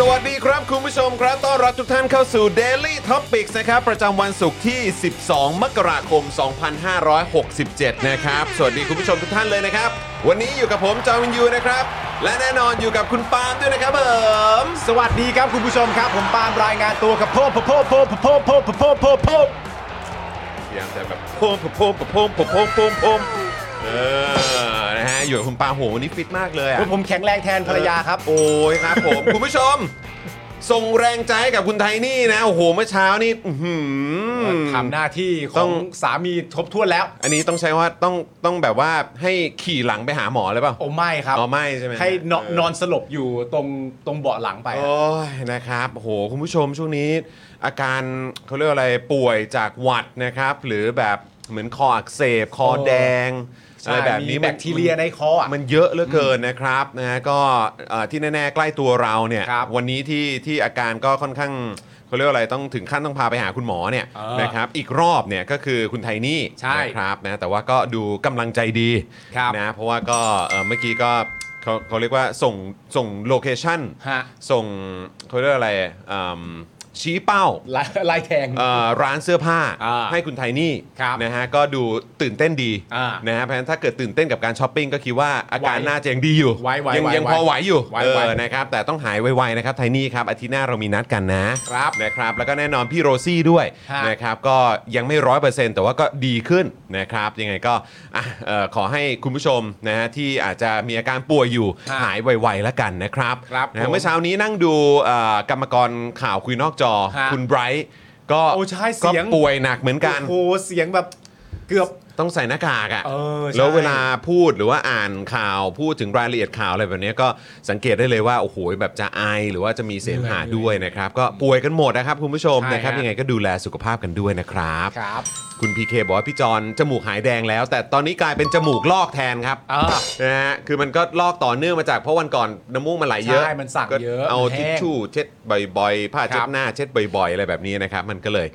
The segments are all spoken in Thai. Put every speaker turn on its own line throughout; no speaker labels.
สวัสดีครับคุณผู้ชมครับต้อนรับทุกท่านเข้าสู่ Daily Topics นะครับ ประจำวันศุกร์ที่ 12 มกราคม 2567 นะครับ สวัสดีคุณผู้ชมทุกท่านเลยนะครับ วันนี้อยู่กับผมจอห์นวินยูนะครับ และแน่นอนอยู่กับคุณปาล์มด้วยนะครับเอิม
สวัสดีครับคุณผู้ชมครับ ผมปาล์มรายงานตัวกับโพบโพบโพบโพบโพบโพบโพบโพบ
พยายามจะแบบโพมโพมโพมโพมโพมโพมโพมเออนะฮะอยู่กับคุณปาล์มโหวันนี้ฟิตมากเลยอะ
แล้วผมแข็งแรงแทนภรรยาครับ
โอ้ยครับผม คุณผู้ชม ส่งแรงใจให้กับคุณไทนี่นะ โอ้โหเมื่อเช้านี่อื้อหือ
ทำหน้าที่ข
ต้
อ
อง
งสามีครบถ้วนแล้ว
อันนี้ต้องใช้ว่าต้องต้องแบบว่าให้ขี่หลังไปหาหมอเลยเปล่า
โอ้ไม่ครับ
อ๋อไม่ใช่ไหม
ให้นอน
เ
นอนสลบอยู่ตรงตรงเบาะหลังไป
โอ้ยนะครับโอ้โหคุณผู้ชมช่วงนี้ อาการเขาเรียกว่าอะไรป่วยจากหวัดนะครับ หรือแบบเหมือนคออักเสบ คอแดง
ใช่
อะไรแบบนี้
มีแบคทีเรียในคออ่ะ
มันเยอะเหลือเกินนะครับนะฮะก็เอ่อที่แน่ ๆ ใกล้ตัวเราเนี่ย
ครับ
วันนี้ที่ที่อาการก็ค่อนข้างเขาเรียกว่าอะไรต้องถึงขั้นต้องพาไปหาคุณหมอเนี่ย
เออ
นะครับอีกรอบเนี่ยก็คือคุณไทนี่
ใช่
นะครับนะแต่ว่าก็ดูกำลังใจดี
ครับ
นะเพราะว่าก็เอ่อเมื่อกี้ก็เขาเขาเรียกว่าส่งส่งโลเคชั่น
ฮะ
ส่งเขาเรียกอะไรอืมชี้เป้า
ลายลายแทง
เอ่อร้านเสื้อผ้า
อ่า
ให้คุณไทนี่
ครับ
นะฮะก็ดูตื่นเต้นดี
อ่า
นะฮะเพราะฉะนั้นถ้าเกิดตื่นเต้นกับการช้อปปิ้งก็คิดว่าอาการ
ไหว
น่าจะยังดีอยู่
ไหวไหว
ยัง
ไหว
ยัง
ไหว
พอไหวอยู่
ไหว
เอ
ไหว
อนะครับแต่ต้องหายไวๆนะครับไทนี่ครับอาทิตย์หน้าเรามีนัดกันนะครับ นะครับ แล้วก็แน่นอนพี่โรซี่ด้วย
ฮะ
นะครับก็ยังไม่ร้อยเปอร์เซ็นต์แต่ว่าก็ดีขึ้นนะครับยังไงก็อ่ะเอ่อขอให้คุณผู้ชมนะฮะที่อาจจะมีอาการป่วยอยู่หายไวๆแล้วกันนะครับ
ครับ
นะฮะ
ผม
เมื่อเช้า เช้านี้นั่งดูเอ่อกรรมกรข่าวคุยนอกจอ
ฮะ
คุณไบรท์ก็
โอ้ใช่เสี
ก็
ยง
ป่วยหนักเหมือนกัน
โอ้โหเสียงแบบเกือบ
ต้องใส่หน้ากากอะ
เออใช่
แล้วเวลาพูดหรือว่าอ่านข่าวพูดถึงรายละเอียดข่าวอะไรแบบเนี้ยก็สังเกตได้เลยว่าโอ้โหแบบจะไอหรือว่าจะมีเสมหะด้วยนะครับ ก็ป่วยกันหมดนะครับคุณผู้ชมนะครับยังไงก็ดูแลสุขภาพกันด้วยนะครับ
ครับ
คุณพีเคบอกว่าพี่จอนจมูกหายแดงแล้ว แต่ตอนนี้กลายเป็นจมูกลอกแทนครับ
อ่า
นะฮะคือมันก็ลอกต่อเนื่องมาจากเพราะวันก่อนน้ำมูกมันไหลเยอะ
ใช่มันสั่งเยอะ
เอา
มันแห้
ทิช
ง
ชู่เช็ดบ่อยๆผ้าเช็
ครั
ด
บ
หน้าเช็ดบ่อยๆอะไรแบบนี้นะครับมันก็เลย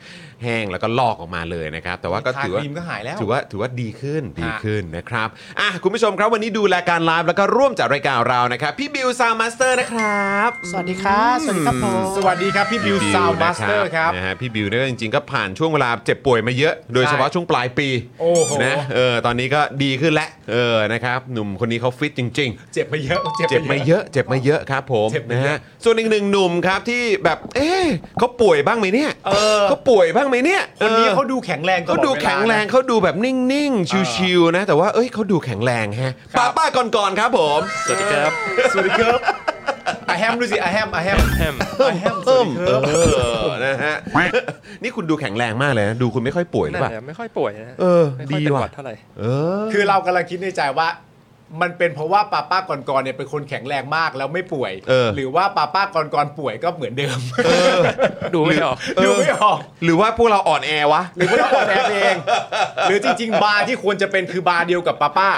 แห้งแล้วก็ลอกออกมาเลยนะครับ แต่ว่าก็
ทา
ถือ
ค
ว่า
รีมก็หายแล้ว
ถือว่าถือว่าดีขึ้นดีขึ้นนะครับอ่ะคุณผู้ชมครับวันนี้ดูรายการไลฟ์แล้วก็ร่วมจัดรายการเรานะครับ พี่บิวซาวมาสเตอร์นะครับ
สวัสดีครับสวัสดีครับผม
สวัสดีครับ พี่บิวซาวมาสเตอร์ครับ
นะฮะพี่บิวเนี่ยจริงๆ ก็ผ่านช่วงเวลาเจ็บป่วยมาเยอะ โดยเฉพาะช่วงปลายปี
โอ้โห
นะเออตอนนี้ก็ดีขึ้นแล้วเออนะครับหนุ่มคนนี้เขาฟิตจริง ๆ
เจ็บมาเยอะ
เจ็บมาเยอะเจ็บมาเยอะครับผม
เจ็บมา
นะ
เยอะ
ฮะส่วนอีกหนึ่งหนุ่มครับที่แบบเอ๊ะเขาป่วยบ้างไหมเนี่ย
เออ
เขาป่วยบ้างไหมเนี่ย
คนนี้
ออ
เขาดูแข็งแรงตลอ
เขาดู
วลนะ
แข็งแรงเขาดูแบบนิ่ง ๆ ชิวๆนะ แต่ว่าเอ้ยเขาดูแข็งแรงฮะ
ครั
ป้า
บ
ป้าก่อนก่อนๆครับผม
สวัสดีครับ
สวัสดีครับอาแฮมดูสิอาแฮมอาแฮมอาแฮมอาแฮมส
เอิ่
วั
ม
สดีค
เอ
รับ
อนะฮะ นี่คุณดูแข็งแรงมากเลยนะ ดูคุณไม่ค่อยป่วยหรือ
นั่น
เปล่า
แหละไม่ค่อยป่วยนะ
เออ
ไม่ค่อย
ดี
เป็น
ว่ะ
หวัดเท่าไหร่
เออ
คือเรากำลังคิดในใจว่า มันเป็นเพราะว่าป้าป้าก่อนๆเนี่ยเป็นคนแข็งแรงมากแล้วไม่ป่วย
เออ
หรือว่าป้าป้าก่อนๆป่วยก็เหมือนเดิม
ดูไม่ออก
ดูไม่ออก
หรือว่าพวกเราอ่อนแอวะ
หรือว่าเราออกแบบเอง หรือจริง ๆ บาร์ที่ควรจะเป็นคือบาร์เดียวกับป้าป้า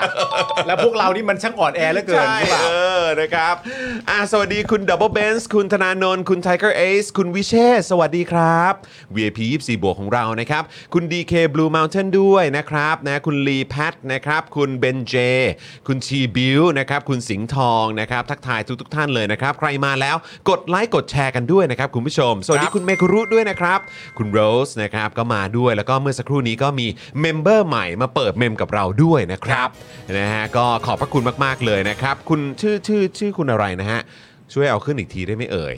แล้วพวกเรานี่มันช่างอ่อนแอเหลือเกิน
ใช่
ใช่ปะ
เออนะครับอ่ะสวัสดีคุณ Double Benz คุณธนาโนนคุณ Tiger Ace คุณวิเชษฐ์สวัสดีครับ VIP 24บวกของเรานะครับ คุณ DK Blue Mountain ด้วยนะครับนะคุณลีแพทนะครับ คุณเบนเจ คุณชีบิวนะครับ คุณสิงห์ทองนะครับ ทักทายทุกทุกๆท่านเลยนะครับ ใครมาแล้วกดไลค์กดแชร์กันด้วยนะครับ คุณผู้ชม สวัสดีคุณเมคุรุด้วยนะครับ คุณโรสนะครับก็มาด้วยแล้วก็เมื่อสักครู่นี้ก็มีเมมเบอร์ใหม่มาเปิดเมมกับเราด้วยนะครับ นะฮะก็ขอบพระคุณมาก ๆ เลยนะครับ คุณชื่อชื่อชื่อคุณอะไรนะฮะ ช่วยเอาขึ้นอีกทีได้ไหมเอ่ย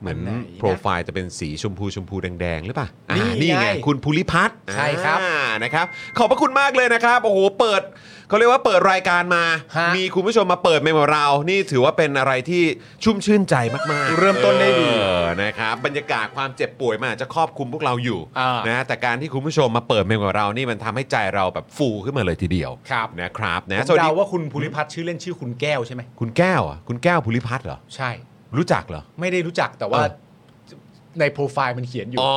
เหมือน
อันไหนนะ
โปรไฟล์จะเป็นสีชมพูชมพูแดง ๆ หรือเปล่าอ่า
นี่
นี่
ไง
ไง คุณภูริพัฒน์
ใช่ครับ
อ่านะครับ ขอบพระคุณมากเลยนะครับ โอ้โห เปิดเขาเรียกว่าเปิดรายการมา
ฮะ
มีคุณผู้ชมมาเปิดเมมกับเรา นี่ถือว่าเป็นอะไรที่ชุ่มชื่นใจมาก ๆ
เริ่มต้นได้ดี
เออนะครับบรรยากาศความเจ็บป่วยมันอาจจะครอบคลุมพวกเราอยู่
อ่า
นะแต่การที่คุณผู้ชมมาเปิดเมมกับเรานี่มันทำให้ใจเราแบบฟูขึ้นมาเลยทีเดียว
ครับ
นะครับ
ผ
นะ
ม
สวัสดี
เดาว่าคุณภูริพัฒน์ชื่อเล่นชื่อคุณแก้วใช่ไหม
คุณแก้วอ่ะคุณแก้วภูริพัฒน์เหรอ
ใช่
รู้จักเหรอ
ไม่ได้รู้จักแต่ว่า
เออ
ในโปรไฟล์มันเขียนอยู่
อ๋อ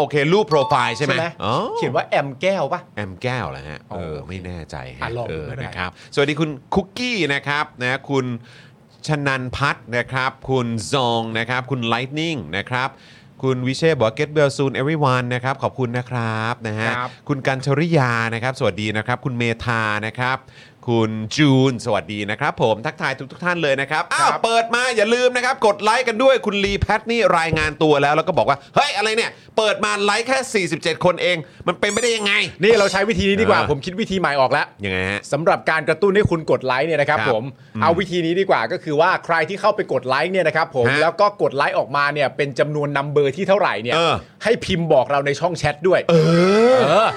โอเค รูปโปรไฟล์ใช่ไหมอ๋อ
เขียนว่าแอมแก้วปะ
แอมแก้วเหรอฮะ
อ๋
เอ
อ
อไม่แน่ใจฮะ
อ่ะลอง
เอ
ดู
อ
ไม่เป็นไร
นะครับสวัสดีคุณคุกกี้นะครับนะคุณชนันพัฒน์นะครับ คุณซองนะครับ คุณไลท์นิ่งนะครับ คุณวิเชษฐ์บอกเก็ตเบลซูนเอริวันนะครับขอบคุณนะครับนะฮะ
ครับ
คุณกันชริยานะครับ สวัสดีนะครับ คุณเมธานะครับ คุณจูน สวัสดีนะครับ ผมทักทายทุกทท่านเลยนะครับอ้าวเปิดมาอย่าลืมนะครับ กดไลค์กันด้วยคุณลีแพทนี่รายงานตัวแล้ว แล้วก็บอกว่า เฮ้ย อะไรเนี่ย เปิดมาไลค์แค่ 47 คนเอง มันเป็นไปได้ยังไง
นี่เราใช้วิธีนี้ดีกว่า
เออ
ผมคิดวิธีใหม่ออกแล้ว
ยังไงฮะ
สำหรับการกระตุ้นให้คุณกดไลค์เนี่ยนะครับ
ครับ
ผมเอาวิธีนี้ดีกว่าก็คือว่าใครที่เข้าไปกดไลค์เนี่ยนะครับผม
ฮะ
แล้วก็กดไลค์ออกมาเนี่ยเป็นจำนวนนัมเบอร์ที่เท่าไหร่เนี่ย
เออ
ให้พิมพ์บอกเราในช่องแชทด้วย เออ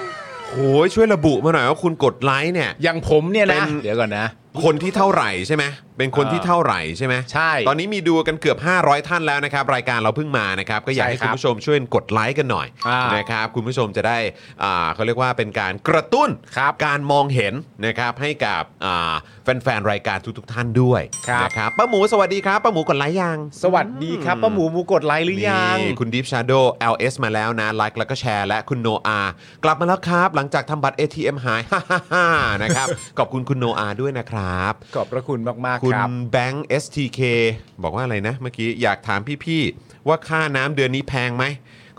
โอ้ยช่วยระบุมาหน่อยว่าคุณกดไลค์เนี่ย
อย่างผมเนี่ย
เป็
นะ
น
เดี๋ยวก่อนนะ
คนที่เท่าไหร่ใช่ไหมเป็นคน
เออ
ที่เท่าไหร่ใช่ไหม
ใช่
ตอนนี้มีดูกันเกือบ 500 ท่านแล้วนะครับ รายการเราเพิ่งมานะครับ ก็อยากให้คุ
ใช่ครั
ณ
บ
ผู้ชมช่วยกดไลค์กันหน่อย
อ่าน
นะครับ คุณผู้ชมจะได้อ่าเขาเรียกว่าเป็นการกระตุ้น
ครับ
การมองเห็นนะครับให้กับอ่าแฟนๆรายการทุกๆท่านด้วย
ครับ
นะครับป้าหมูสวัสดีครับป้าหมูกดไลค์ยัง
สวัสดีครับป้าหมูหมูกดไลค์หรือยัง
นี่คุณ Deep Shadow LS มาแล้วนะ ไลค์แล้วก็แชร์และคุณโนอากลับมาแล้วครับ หลังจากทำบัตร ATM หาย ฮ่าๆๆนะครับ ขอบคุณคุณโนอาด้วยนะครับ
ขอบพระคุณมาก
คุณ
ๆครับ
แบงค์ STK บอกว่าอะไรนะ เมื่อกี้อยากถามพี่ๆว่าค่าน้ำเดือนนี้แพงไหม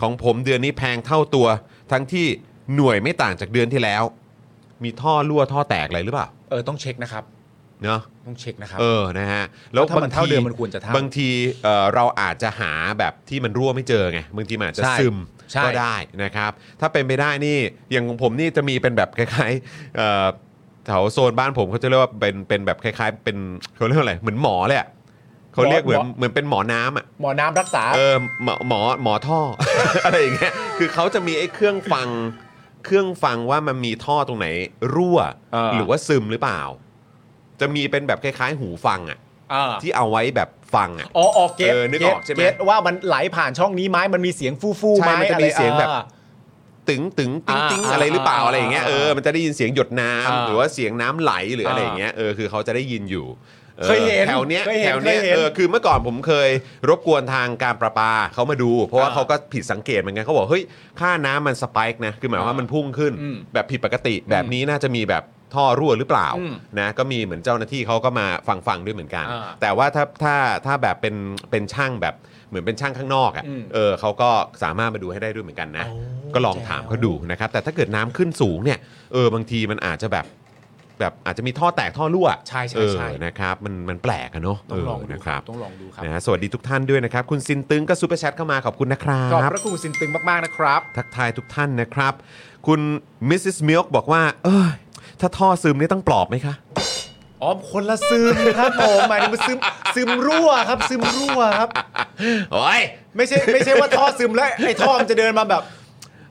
ของผมเดือนนี้แพงเท่าตัว ทั้งที่หน่วยไม่ต่างจากเดือนที่แล้ว มีท่อรั่วท่อแตกอะไรหรือเปล่า
เออต้องเช็คนะครับ
เนาะ
ต้องเช็คนะครับ
เออ นะฮะ แล้ว
ถ้ามันเท่าเดิมมันควรจะเท่า
บางทีเอ่อเราอาจจะหาแบบที่มันรั่วไม่เจอไง บางทีมันอาจจะ
ใช่
ซึม
ใช่
ก็ได้นะครับ ถ้าเป็นไปได้นี่ อย่างของผมนี่จะมีเป็นแบบคล้ายๆเอ่อแถวโซนบ้านผมเขาจะเรียกว่าเป็นเป็นแบบคล้าย ๆ เป็นเขาเรียกว่าอะไร เหมือนหมอเลยอะเขาเรียกเหมือนเหมือนเป็นหมอน้ำอ่ะ
หมอน้ำรักษา
เออหมอหมอหมอ ท่อ อะไรอย่างเงี้ยคือเขาจะมีไอ้เครื่องฟังเครื่องฟังว่ามันมีท่อตรงไหนรั่ว
เออ
หรือว่าซึมหรือเปล่า จะมีเป็นแบบคล้ายๆ หูฟังอ่ะ
เออ
ที่เอาไว้แบบฟังอ่ะ
อ๋อออเก็ต
เออนึกออกใช่ไหม
เก็ตว่ามันไหลผ่านช่องนี้ไหมมันมีเสียงฟู่ฟู่
ใช่
ไหม
มันจะมี
อไร
เสียงแบบ
อ่า
ตึงตึงติ้ง
อ่า
ติ้งอะไรหรือเปล่าอะไรอย่างเงี้ยเออมันจะได้ยินเสียงหยดน้ำ
อ่า
หรือว่าเสียงน้ำไหลหรืออะไร
อ่า
อย่างเงี้ยเออคือเขาจะได้ยินอยู่ออ
เคยเห็น
แถวเนี้ย
เคยเห็น
แถวเนี้ย
เคยเห็น
เออคือเมื่อก่อนผมเคยรบกวนทางการประปาเขามาดู เพราะว่า
อ่า
เขาก็ผิดสังเกตเหมือนกันเขาบอกเฮ้ยค่าน้ำมันสปายค์นะคือหมายความว่ามันพุ่งขึ้น
อืม
แบบผิดปกติแบบนี้น่าจะมีแบบท่อรั่วหรือเปล่า
อืม
นะก็มีเหมือนเจ้าหน้าที่เขาก็มาฟังฟังๆด้วยเหมือนกัน
อ่า
แต่ว่าถ้าถ้าถ้าแบบเป็นเป็นช่างแบบเหมือนเป็นช่างข้างนอกอ่ะ
อืม
เออเขาก็สามารถมาดูให้ได้ด้วยเหมือนกันนะ นะ
โอ้
ก็ลองถามเขาดูนะครับ แต่ถ้าเกิดน้ำขึ้นสูงเนี่ยเออบางทีมันอาจจะแบบแบบอาจจะมีท่อแตกท่อรั่ว
ใช่ใช่
เออ
ใช่
นะครับมันมันแปลกอะเนาะ
ต้องลองดู
เนะ
ค
ค
รั
รั
บบ ต้องลองดูครับ
นะฮะสวัสดีทุกท่านด้วยนะครับ คุณซินตึงก็ซูเปอร์แชทเข้ามาขอบคุณนะครั
ขอบบ พระคุณสินตึงมาก ๆ นะครับ
ทักทายทุกท่านนะครับ คุณมิสซิสมิลบอกว่าเอยถ้าท่อซึมนี่ต้องปลอบไหมคะ
อ๋อ คนละซึมครับผมหมายถึงว่าซึมซึมรั่วครับ ซึมรั่วครับ
โอ้ย
ไม่ใช่ไม่ใช่ว่าท่อซึมแล้วไอ้ท่อมันจะเดินมาแบบ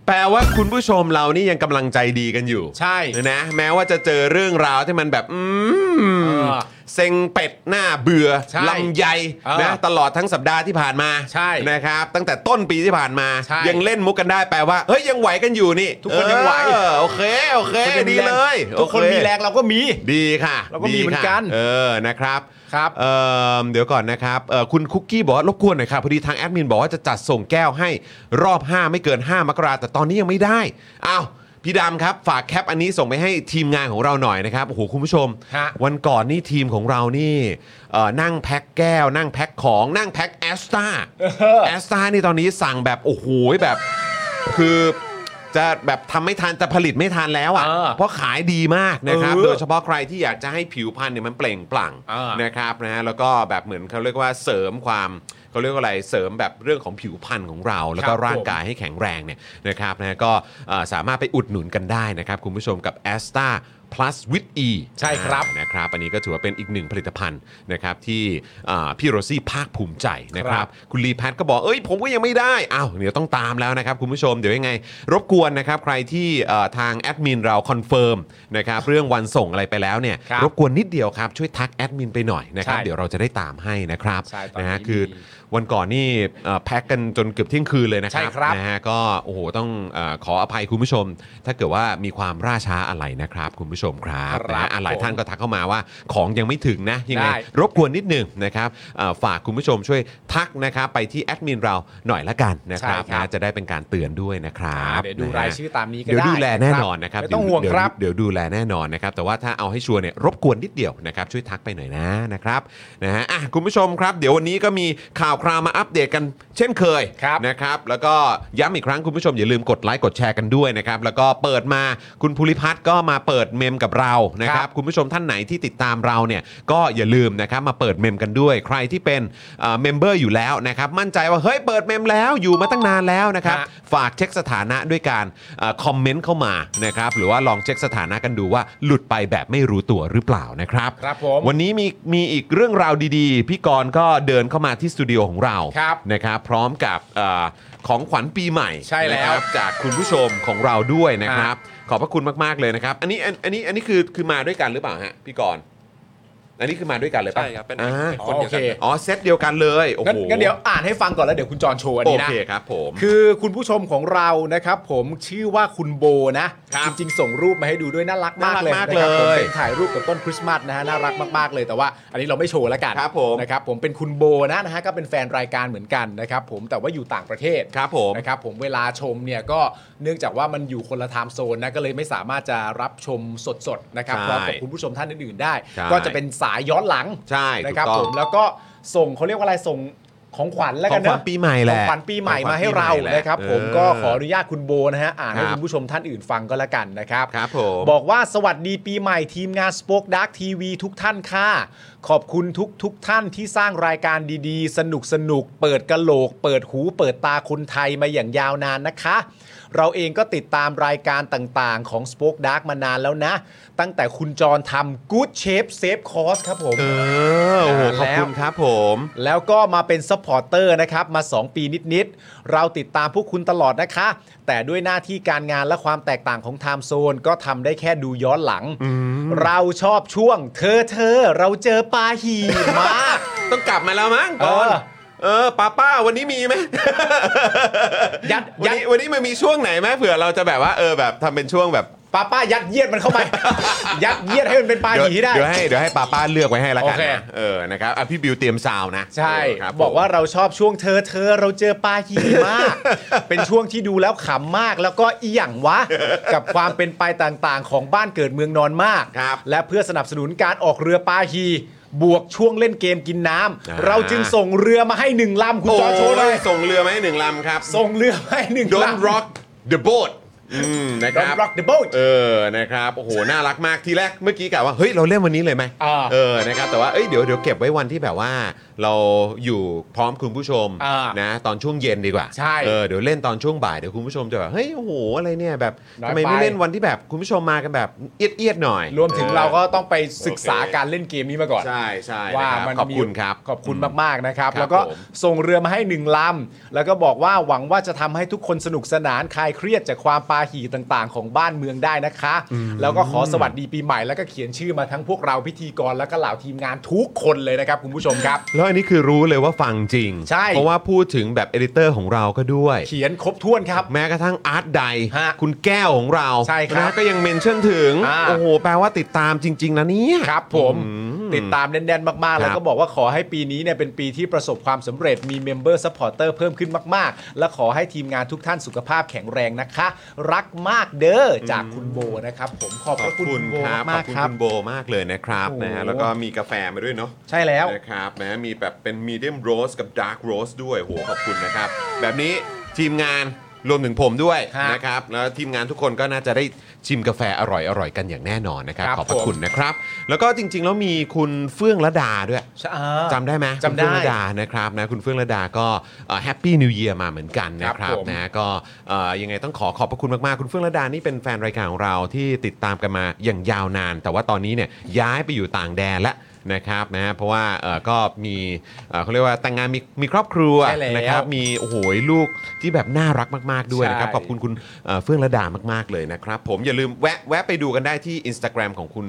ไป แปลว่าคุณผู้ชมเรานี่ยังกำลังใจดีกันอยู่
ใช่
นะแม้ว่าจะเจอเรื่องราวที่มันแบบ อืม
เออ
เซ็งเป็ดหน้าเบื่อ
ใช่
ลำไย
เออ
นะตลอดทั้งสัปดาห์ที่ผ่านมา
ใช่
นะครับ ตั้งแต่ต้นปีที่ผ่านมา
ใช่
ยังเล่นมุกกันได้แปลว่าเฮ้ยยังไหวกันอยู่นี่
ทุกคนยังไหว
เออโอเคโอเค
ทุก
ดี
มีแรง
เลย
ทุกคน
โอเ
มีแรงเราก็มี
ดีค่ะ
เราก็มีเหมือน
ดีค่ะ
กัน
เออนะครับ
ครับ
เอิ่มเดี๋ยวก่อนนะครับเอ่อคุณคุกกี้บอกว่ารบกวนหน่อยค่ะพอดีทางแอดมินบอกว่าจะจัดส่งแก้วให้รอบ 5 ไม่เกิน 5 มกราแต่ตอนนี้ยังไม่ได้อ้าวพี่ดำครับ ฝากแคปอันนี้ส่งไปให้ทีมงานของเราหน่อยนะครับโอ้โหคุณผู้ชม
ฮะ
วันก่อนนี่ทีมของเรานี่เอ่อนั่งแพ็คแก้ว นั่งแพ็คของนั่งแพ็คแอสตาแอสตานี่ตอนนี้สั่งแบบโอ้โหแบบ คือจะแบบทำไม่ทันจะผลิตไม่ทันแล้วอ่ะ
เออ
เพราะขายดีมากนะครับ
เออ
โดยเฉพาะใครที่อยากจะให้ผิวพรรณเนี่ยมันเปล่งปลั่ง
เออ
นะครับนะฮะแล้วก็แบบเหมือนเขาเรียกว่าเสริมความเขาเรียกว่าอะไรเสริมแบบเรื่องของผิวพรรณของเรา แล้วก็
ครับผม
ร่างกายให้แข็งแรงเนี่ยนะครับนะฮะก็เอ่อสามารถไปอุดหนุนกันได้นะครับ คุณผู้ชมกับ a s t a plus with e
ใช่ครับ
นะครับอันนี้ก็ถือว่าเป็นอีกหนึ่งผลิตภัณฑ์นะครับที่อ่าพี่โรซี่ภาคภูมิใจนะครับ คุณลีแพทก็บอก เอ้ยผมก็ยังไม่ได้อ้าวเดี๋ยวต้องตามแล้วนะครับ คุณผู้ชมเดี๋ยวยังไง รบกวนนะครับใครที่เอ่อทางแอดมินเราคอนเฟิร์มนะครับเรื่องวันส่งอะไรไปแล้วเนี่ย
ครับ
รบกวนนิดเดียวครับ ช่วยทักแอดมินไปหน่อยนะครับ
ใช่
เดี๋ยวเราจะได้ตามให้นะครับ
ใช่ตอนนี้
นะฮะคือ
มี
วันก่อนนี่เอ่อแพ็กกันจนเกือบเที่ยงคืนเลยนะครั
ใช่ครับ
นะฮะก็โอ้โหต้องเออขออภัยคุณผู้ชม ถ้าเกิดว่ามีความร่าช้าอะไรนะครับคุณผู้ชมครับ ครับ
ครับ
นะฮะอ่ะหลาย
ผม
ท่านก็ทักเข้ามาว่าของยังไม่ถึงนะยังไง
ได้
รบกวนนิดหนึ่งนะครับเอ่อฝากคุณผู้ชมช่วยทักนะครับไปที่แอดมินเราหน่อยละกันนะครับ
ใช่ครับ
นะจะได้เป็นการเตือนด้วยนะครับ
เดี๋ยวดู
นะฮะ
รายชื่อตามนี้ก็ได้
เดี๋ยวดูแลแน่นอนนะครับ
ไม่ต้อง
เดี๋ย
ห่วง
เดี๋ย
ครับ
เดี๋ยวดูแลแน่นอนนะครับแต่ว่าถ้าเอาให้ชัวร์เนี่ยรบกวนนิดเดียวนะครับช่วยทักไปหน่อยนะนะครับนะฮะอ่ะคุณผู้ชมครับ เดี๋ยววันนี้ก็มีข่าวคราวมาอัปเดตกันเช่นเคย
ครับ
นะครับแล้วก็ย้ำอีกครั้งคุณผู้ชมอย่าลืมกดไลค์กดแชร์กันด้วยนะครับแล้วก็เปิดมาคุณภูริพัฒน์ก็มาเปิดเมมกับเรานะค
ค
รั
รั
บบ คุณผู้ชมท่านไหนที่ติดตามเราเนี่ยก็อย่าลืมนะครับมาเปิดเมมกันด้วย ใครที่เป็นเมมเบอร์อยู่แล้วนะครับมั่นใจว่าเฮ้ยเปิดเมมแล้วอยู่มาตั้งนานแล้วนะครับ
ฮะ
ฝากเช็คสถานะด้วยการคอมเมนต์เข้ามานะครับหรือว่าลองเช็คสถานะกันดูว่าหลุดไปแบบไม่รู้ตัวหรือเปล่านะครับ
ครับผม
วันนี้มีมีอีกเรื่องราวดีๆ พี่กรณ์ก็เดินเข้ามาที่สตูดิโอของเรา
ครับ
นะครับพร้อมกับเออของขวัญปีใหม่
ใช่แล้ว
นะครับจากคุณผู้ชมของเราด้วยนะครับ ขอบพระคุณมากๆเลยนะครับ อันนี้อันอันนี้อันนี้คือคือมาด้วยกันหรือเปล่าฮะพี่กรณ์อันนี้คือมาด้วยกันเลยปะ
ใช่ครับเป็น
อ่า
เป็นคนเดียวกัน
โอเค
อ๋อเซตเดียวกันเลยโอ้โห
งั้นงั้นเดี๋ยวอ่านให้ฟังก่อนแล้วเดี๋ยวคุณจอนโชว์อัน
โอ
นี้นะ
เคครับผม
คือคุณผู้ชมของเรานะครับ ผมชื่อว่าคุณโบนะ
ครับ
จริง ๆ ส่งรูปมาให้ดูด้วยน่ารักมากเลย
น่ารักมาก
นะครับ
เลย
ผมเป็นถ่ายรูปกับต้นคริสต์มาสนะฮะน่ารักมากๆเลยแต่ว่าอันนี้เราไม่โชว์แล้วกัน
ครับผม
นะครับผมเป็นคุณโบนะนะฮะก็เป็นแฟนรายการเหมือนกันนะครับผมแต่ว่าอยู่ต่างประเทศ
ครับผม
นะครับผมเวลาชมเนี่ยก็เนื่องจากว่ามันอยู่คนละไทม์โซนนะก็เลยไม่สามารถจะรับชมสดๆนะครับ
ใช่
พร้อมกับคุณผู้ชมท่านอื่นๆได้
ใช่
ก็จะเป็นสายย้อนหลัง
ใช่
นะครับ
ถูกต้อ
ผ
ง
มแล้วก็ส่งเขาเรียกว่าอะไรส่งของขวัญแล้ว
ข
กั
อน ง
เน
ข
อะ
วัญปีใหม่แห
ขอ
ละ
งขวัญปีใหม่มาให้
ของขวัญ
เรา
ปีใหแหล
นะครับผม
เออ
ก็ขออนุญาตคุณโบนะฮะอ่าน
ค
ให้
รับ
คุณผู้ชมท่านอื่นฟังก็แล้วกันนะครับ
ครับผม
บอกว่าสวัสดีปีใหม่ทีมงานสป o อ e ดักทีวีทุกท่านค่ะ ขอบคุณทุกทุกท่านที่สร้างรายการดีๆ สนุกสนุกเปิดกะโหลก เปิดหูเปิดตาคนไทยมาอย่างยาวนานนะคะ เราเองก็ติดตามรายการต่างๆของ Spoke Dark มานานแล้วนะ ตั้งแต่คุณจรทำ Good Shape Save Cost ครับผม
เออโอ้โหขอบคุณครับผม
แล้วก็มาเป็นซัพพอร์เตอร์นะครับ มา 2 ปีนิด ๆ เราติดตามพวกคุณตลอดนะคะ แต่ด้วยหน้าที่การงานและความแตกต่างของไทม์โซนก็ทำได้แค่ดูย้อนหลัง เราชอบช่วง เธอเธอ เราเจอปาหีมาก
ต้องกลับมาแล้วมั้ง
เอ
ก่อ
อ
นเออป้าป้าวันนี้มีไหม
ยัด
วัน
ยัด
นี้วันนี้มันมีช่วงไหนไหมเผื่อเราจะแบบว่าเออแบบทำเป็นช่วงแบบ
ป้าป้ายัดเยียดมันเข้าไป ยัดเยียดให้มันเป็นปา
เดี๋ยว
หีให้ได้
เดี๋ยวให้เดี๋ยวให้ป้าป้าเลือกไว้ให้ละกัน
โอเค
นะเออนะครับอ่ะพี่บิวเตรียมซาวน์นะ
ใช่
เครับ
บอกว่า
ผม
เราชอบช่วงเธอเธอเราเจอปาหี มาก เป็นช่วงที่ดูแล้วขำมากแล้วก็อีหยัง วะ กับความเป็นไปต่างๆ ของบ้านเกิดเมืองนอนมาก
ครับ
และเพื่อสนับสนุนการออกเรือปาหี บวกช่วงเล่นเกมกินน้
อ่า
ำเราจึงส่งเรือมาให้หนึ่งลำคุณ
โอ้
จอร์จโชว์เลย ย
ส่งเรือมาให้หนึ่งลำครับ
ส่งเรือมาให้หนึ่ง
โดน
ลำ
ร็อกเดอะโบ๊ทนะครั
Don't
บ
rock the boat
เออนะครับโอ้โหน่ารักมากทีแรกเมื่อกี้กะว่าเฮ้ยเราเล่นวันนี้เลยไหม
อ่า
เออนะครับแต่ว่าเอ้ยเดี๋ยวเดี๋ยวเก็บไว้วันที่แบบว่า เราอยู่พร้อมคุณผู้ชม
อ่า
นะตอนช่วงเย็นดีกว่า
ใช่
เออเดี๋ยวเล่นตอนช่วงบ่ายเดี๋ยวคุณผู้ชมจะแบบเฮ้ยโอ้โหอะไรเนี่ยแบบ
น้อย
ทำไมไม่
ไป
เล่นวันที่แบบคุณผู้ชมมากันแบบเอียดเอียดๆหน่อย
รวมถึง
ออ
เราก็ต้องไปศึกษา
โอเค
การเล่นเกมนี้มาก่อน
ใช่ใช่
ว่า
นะครับ
มัน
ขอบคุณ
มี
ครับ
ขอบคุณมาก ๆ นะครับ
ครับ
แล้วก็
ผม
ส่งเรือมาให้หนึ่งลำ แล้วก็บอกว่าหวังว่าจะทำให้ทุกคนสนุกสนานคลายเครียดจากความปาหี่ต่างๆ ของบ้านเมืองได้นะคะ แล้วก็ขอสวัสดีปีใหม่แล้วก็เขียนชื่อมาทั้งพวกเราพิธีกรแล้วก็เหล่าทีมงานทุกคนเลยนะครับคุณผู้ชมครับ
แล้วอันนี้คือรู้เลยว่าฟังจริง
ใช่
เพราะว่าพูดถึงแบบเอดิเตอร์ของเราก็ด้วย
เขียนครบถ้วนครับ
แม้กระทั่งอาร์ตใด
ฮะ
คุณแก้วของเรา
ใช่ครับ
นะก็ยังเมนชั่นถึง
อ่า
โอ้โห แปลว่าติดตามจริง ๆ นะเนี่ย
ครับผม
อืม
ติดตามแน่น ๆ มาก ๆ แล้ว
ครั
ก็
บ
บอกว่าขอให้ปีนี้เนี่ยเป็นปีที่ประสบความสำเร็จมี Member Supporter เพิ่มขึ้นมาก ๆ และขอให้ทีมงานทุกท่านสุขภาพแข็งแรงนะคะ รักมากเด้อจากคุณโบนะครับ ผมขอบพระคุณคุณโบ
ขอ
มา
บ
ก
คุณ
ๆครับ
คุณโบมากเลยนะครับ
โอ้โห
นะฮะแล้วก็มีกาแฟมาด้วยเนาะ
ใช่แล้ว
นะครับนะมีแบบเป็นมีเดียมโรสกับดาร์กโรสด้วยโหขอบคุณนะครับ แบบนี้ทีมงานรวมถึงผมด้วย
ครับ
นะครับแล้วทีมงานทุกคนก็น่าจะได้ชิมกาแฟอร่อยๆกันอย่างแน่นอนนะครับ
ครับ
ขอบพระ
ผม
คุณนะครับ แล้วก็จริง ๆ แล้วมีคุณเฟื่องระดาด้วย
ใช่อ่า
จำได้ไหม
จำได้
คุณเฟื่องระดานะครับนะคุณเฟื่องระดาก็แฮปปี้นิวเยียมาเหมือนกันนะค
ค
รั
รั
บบ
ผม
นะก็เอ่อยังไงต้องขอขอบพระคุณมากๆ คุณเฟื่องระดานี่เป็นแฟนรายการของเราที่ติดตามกันมาอย่างยาวนาน แต่ว่าตอนนี้เนี่ยย้ายไปอยู่ต่างแดนแล้วนะครับนะเพราะว่าเอ่อก็มีเอ่อเขาเรียกว่าแต่งงานมีมีครอบครัว
ใช่แล้ว
นะครับมีโอ้โหลูกที่แบบน่ารักมาก ๆด้วยนะครับ
ใช่
ขอบคุณคุณเอ่อเฟื่องระดามาก ๆเลยนะครับผมอย่าลืมแวะแวะไปดูกันได้ที่ Instagram ของคุณ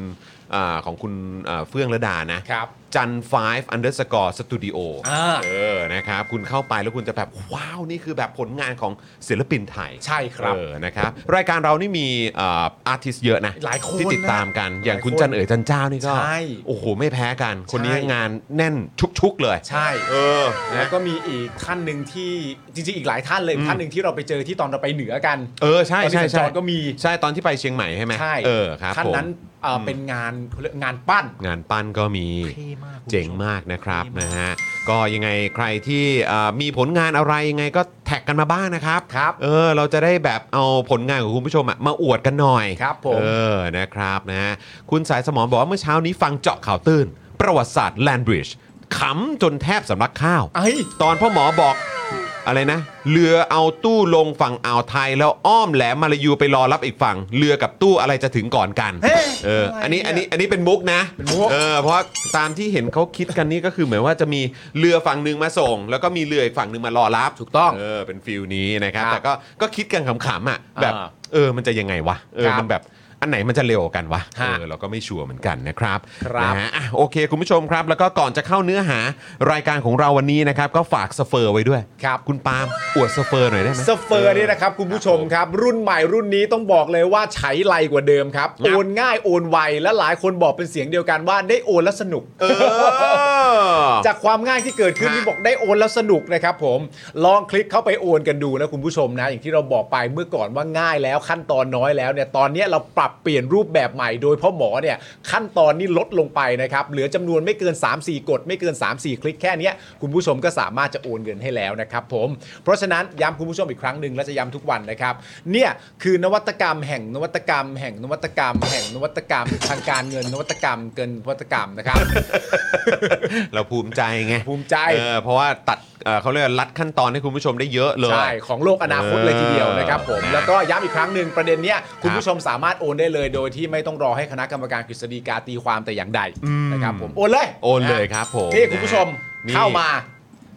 เอ่อของคุณเอ่อเฟื่องระดานะ
ครับ
จัน5 underscore studio
อ่า
เออ นะครับ คุณเข้าไปแล้วคุณจะแบบ ว้าว นี่คือแบบผลงานของศิลปินไทย
ใช่ครับ
เออ นะครับ รายการเรานี่มีอาร์ติสเยอะนะ
หลายคน
ที่ติดตามกัน
นะ
อย่างคุณ
หลายคน
จันเอ๋ยจันเจ้านี่ก็
ใช่
โอ้โห ไม่แพ้กัน คนนี้
ใช่
งานแน่นชุกๆเลย
ใช่
เออ
แล้ว
นะ
ก็มีอีกท่านหนึ่งที่จริงๆอีกหลายท่านเลยท่านหนึ่งที่เราไปเจอที่ตอนเราไปเหนือกัน
เออ ใช่ใช่
ตอนที่สัญ
ใช่
จรก็มี
ใช่ ตอนที่ไปเชียงใหม่ใช่ไหม
ใช่
เออ ครับ
ท่าน
ผม
นั้นเอ่ออเป็นงานเขาเรียกงานปั้น
งานปั้นก็มี
เท่มากคุณผู้ชม
เจ๋งมากนะครับ
เท่มาก
นะฮะก็ยังไงใครที่เอ่อมีผลงานอะไรยังไงก็แท็กกันมาบ้างนะครับ
ครับ
เออเราจะได้แบบเอาผลงานของคุณผู้ชมอะมาอวดกันหน่อย
ครับผม
เออนะครับนะฮะคุณสายสมรบอกว่าเมื่อเช้านี้ฟังเจาะข่าวตื้น ประวัติศาสตร์แลนบริดจ์ขำจนแทบสำลักข้าว
ไอ้ย
ตอนพ่อหมอบอกอะไรนะ เรือเอาตู้ลงฝั่งอ่าวไทย แล้วอ้อมแหลมมาลายูไปรอรับอีกฝั่ง เรือกับตู้อะไรจะถึงก่อนกัน
เฮ้ย
เอออันนี้อันนี้อันนี้เป็นมุกนะ
เป็นมุก
เออเพราะว่าตามที่เห็นเขาคิดกันนี่ก็คือเหมือนว่าจะมีเรือฝั่งหนึ่งมาส่ง แล้วก็มีเรืออีกฝั่งหนึ่งมารอรับ
ถูกต้อง
เออเป็นฟิลนี้นะครับ
ครับ
แต่ก็ก็คิดกันขำๆอ่ะแบบ
อ่า
เออมันจะยังไงวะเออ
ครับ
มันแบบอันไหนมันจะเร็วกว่ากันวะ
ฮะ
เออเราก็ไม่ชัวร์เหมือนกันนะครับ
ครับ
นะฮะ นะอ่ะโอเค คุณผู้ชมครับ แล้วก็ก่อนจะเข้าเนื้อหารายการของเราวันนี้นะครับ ก็ฝากสเฟอร์ไว้ด้วย
ครับ
คุณปาล์มอวดสเฟอร์หน่อยได้ไหม
สเฟอร์นี่นะครับ คุณผู้ชมครับ รุ่นใหม่รุ่นนี้ต้องบอกเลยว่าใช้ไลกว่าเดิมครับ
ครั
โอบ นง่ายโอนไวและหลายคนบอกเป็นเสียงเดียวกันว่าได้โอนแล้วสนุก
เออ
จากความง่ายที่เกิดขึ้น
ฮะ
ที่บอกได้โอนแล้วสนุกนะครับผมลองคลิกเข้าไปโอนกันดูนะคุณผู้ชมนะ อย่างที่เราบอกไปเมื่อก่อนว่าง่ายแล้วขั้นตอนน้อยแล้วเนี่ยตอนเนี้ยเราปรับเปลี่ยนรูปแบบใหม่โดยพ่อหมอเนี่ยขั้นตอนนี้ลดลงไปนะครับเหลือจำนวนไม่เกิน 3-4 กด ไม่เกิน 3-4 คลิกแค่เนี้ยคุณผู้ชมก็สามารถจะโอนเงินให้แล้วนะครับผมเพราะฉะนั้นย้ำคุณผู้ชมอีกครั้งหนึ่งและจะย้ำทุกวันนะครับเนี่ยคือนวัตกรรมแห่งนวัตกรรม แห่งนวัตกรรม แห่งนวัตกรรม ทางการเงินนวัตกรรม เกินนวัตกรรมนะครับ
เราภูมิใจไง
ภูมิใจ
เออเพราะว่าตัดเอ่อเขาเรียกว่ารัดขั้นตอนให้คุณผู้ชมได้เยอะเลย
ใช่ ของโลกอนาคตเลยทีเดียวนะครับผม
เออ
แล้วก็ย้ำอีกครั้งหนึ่งประเด็นเนี้ยคุ
ค
ณ
รับ
ผู้ชมสามารถโอนได้เลยโดยที่ไม่ต้องรอให้คณะกรรมการกฤษฎีกาตีความแต่อย่างใดนะครับผม โอนเลย
โอนเลยครับผม
นี่คุณผู้ชม
นี่
เข้ามา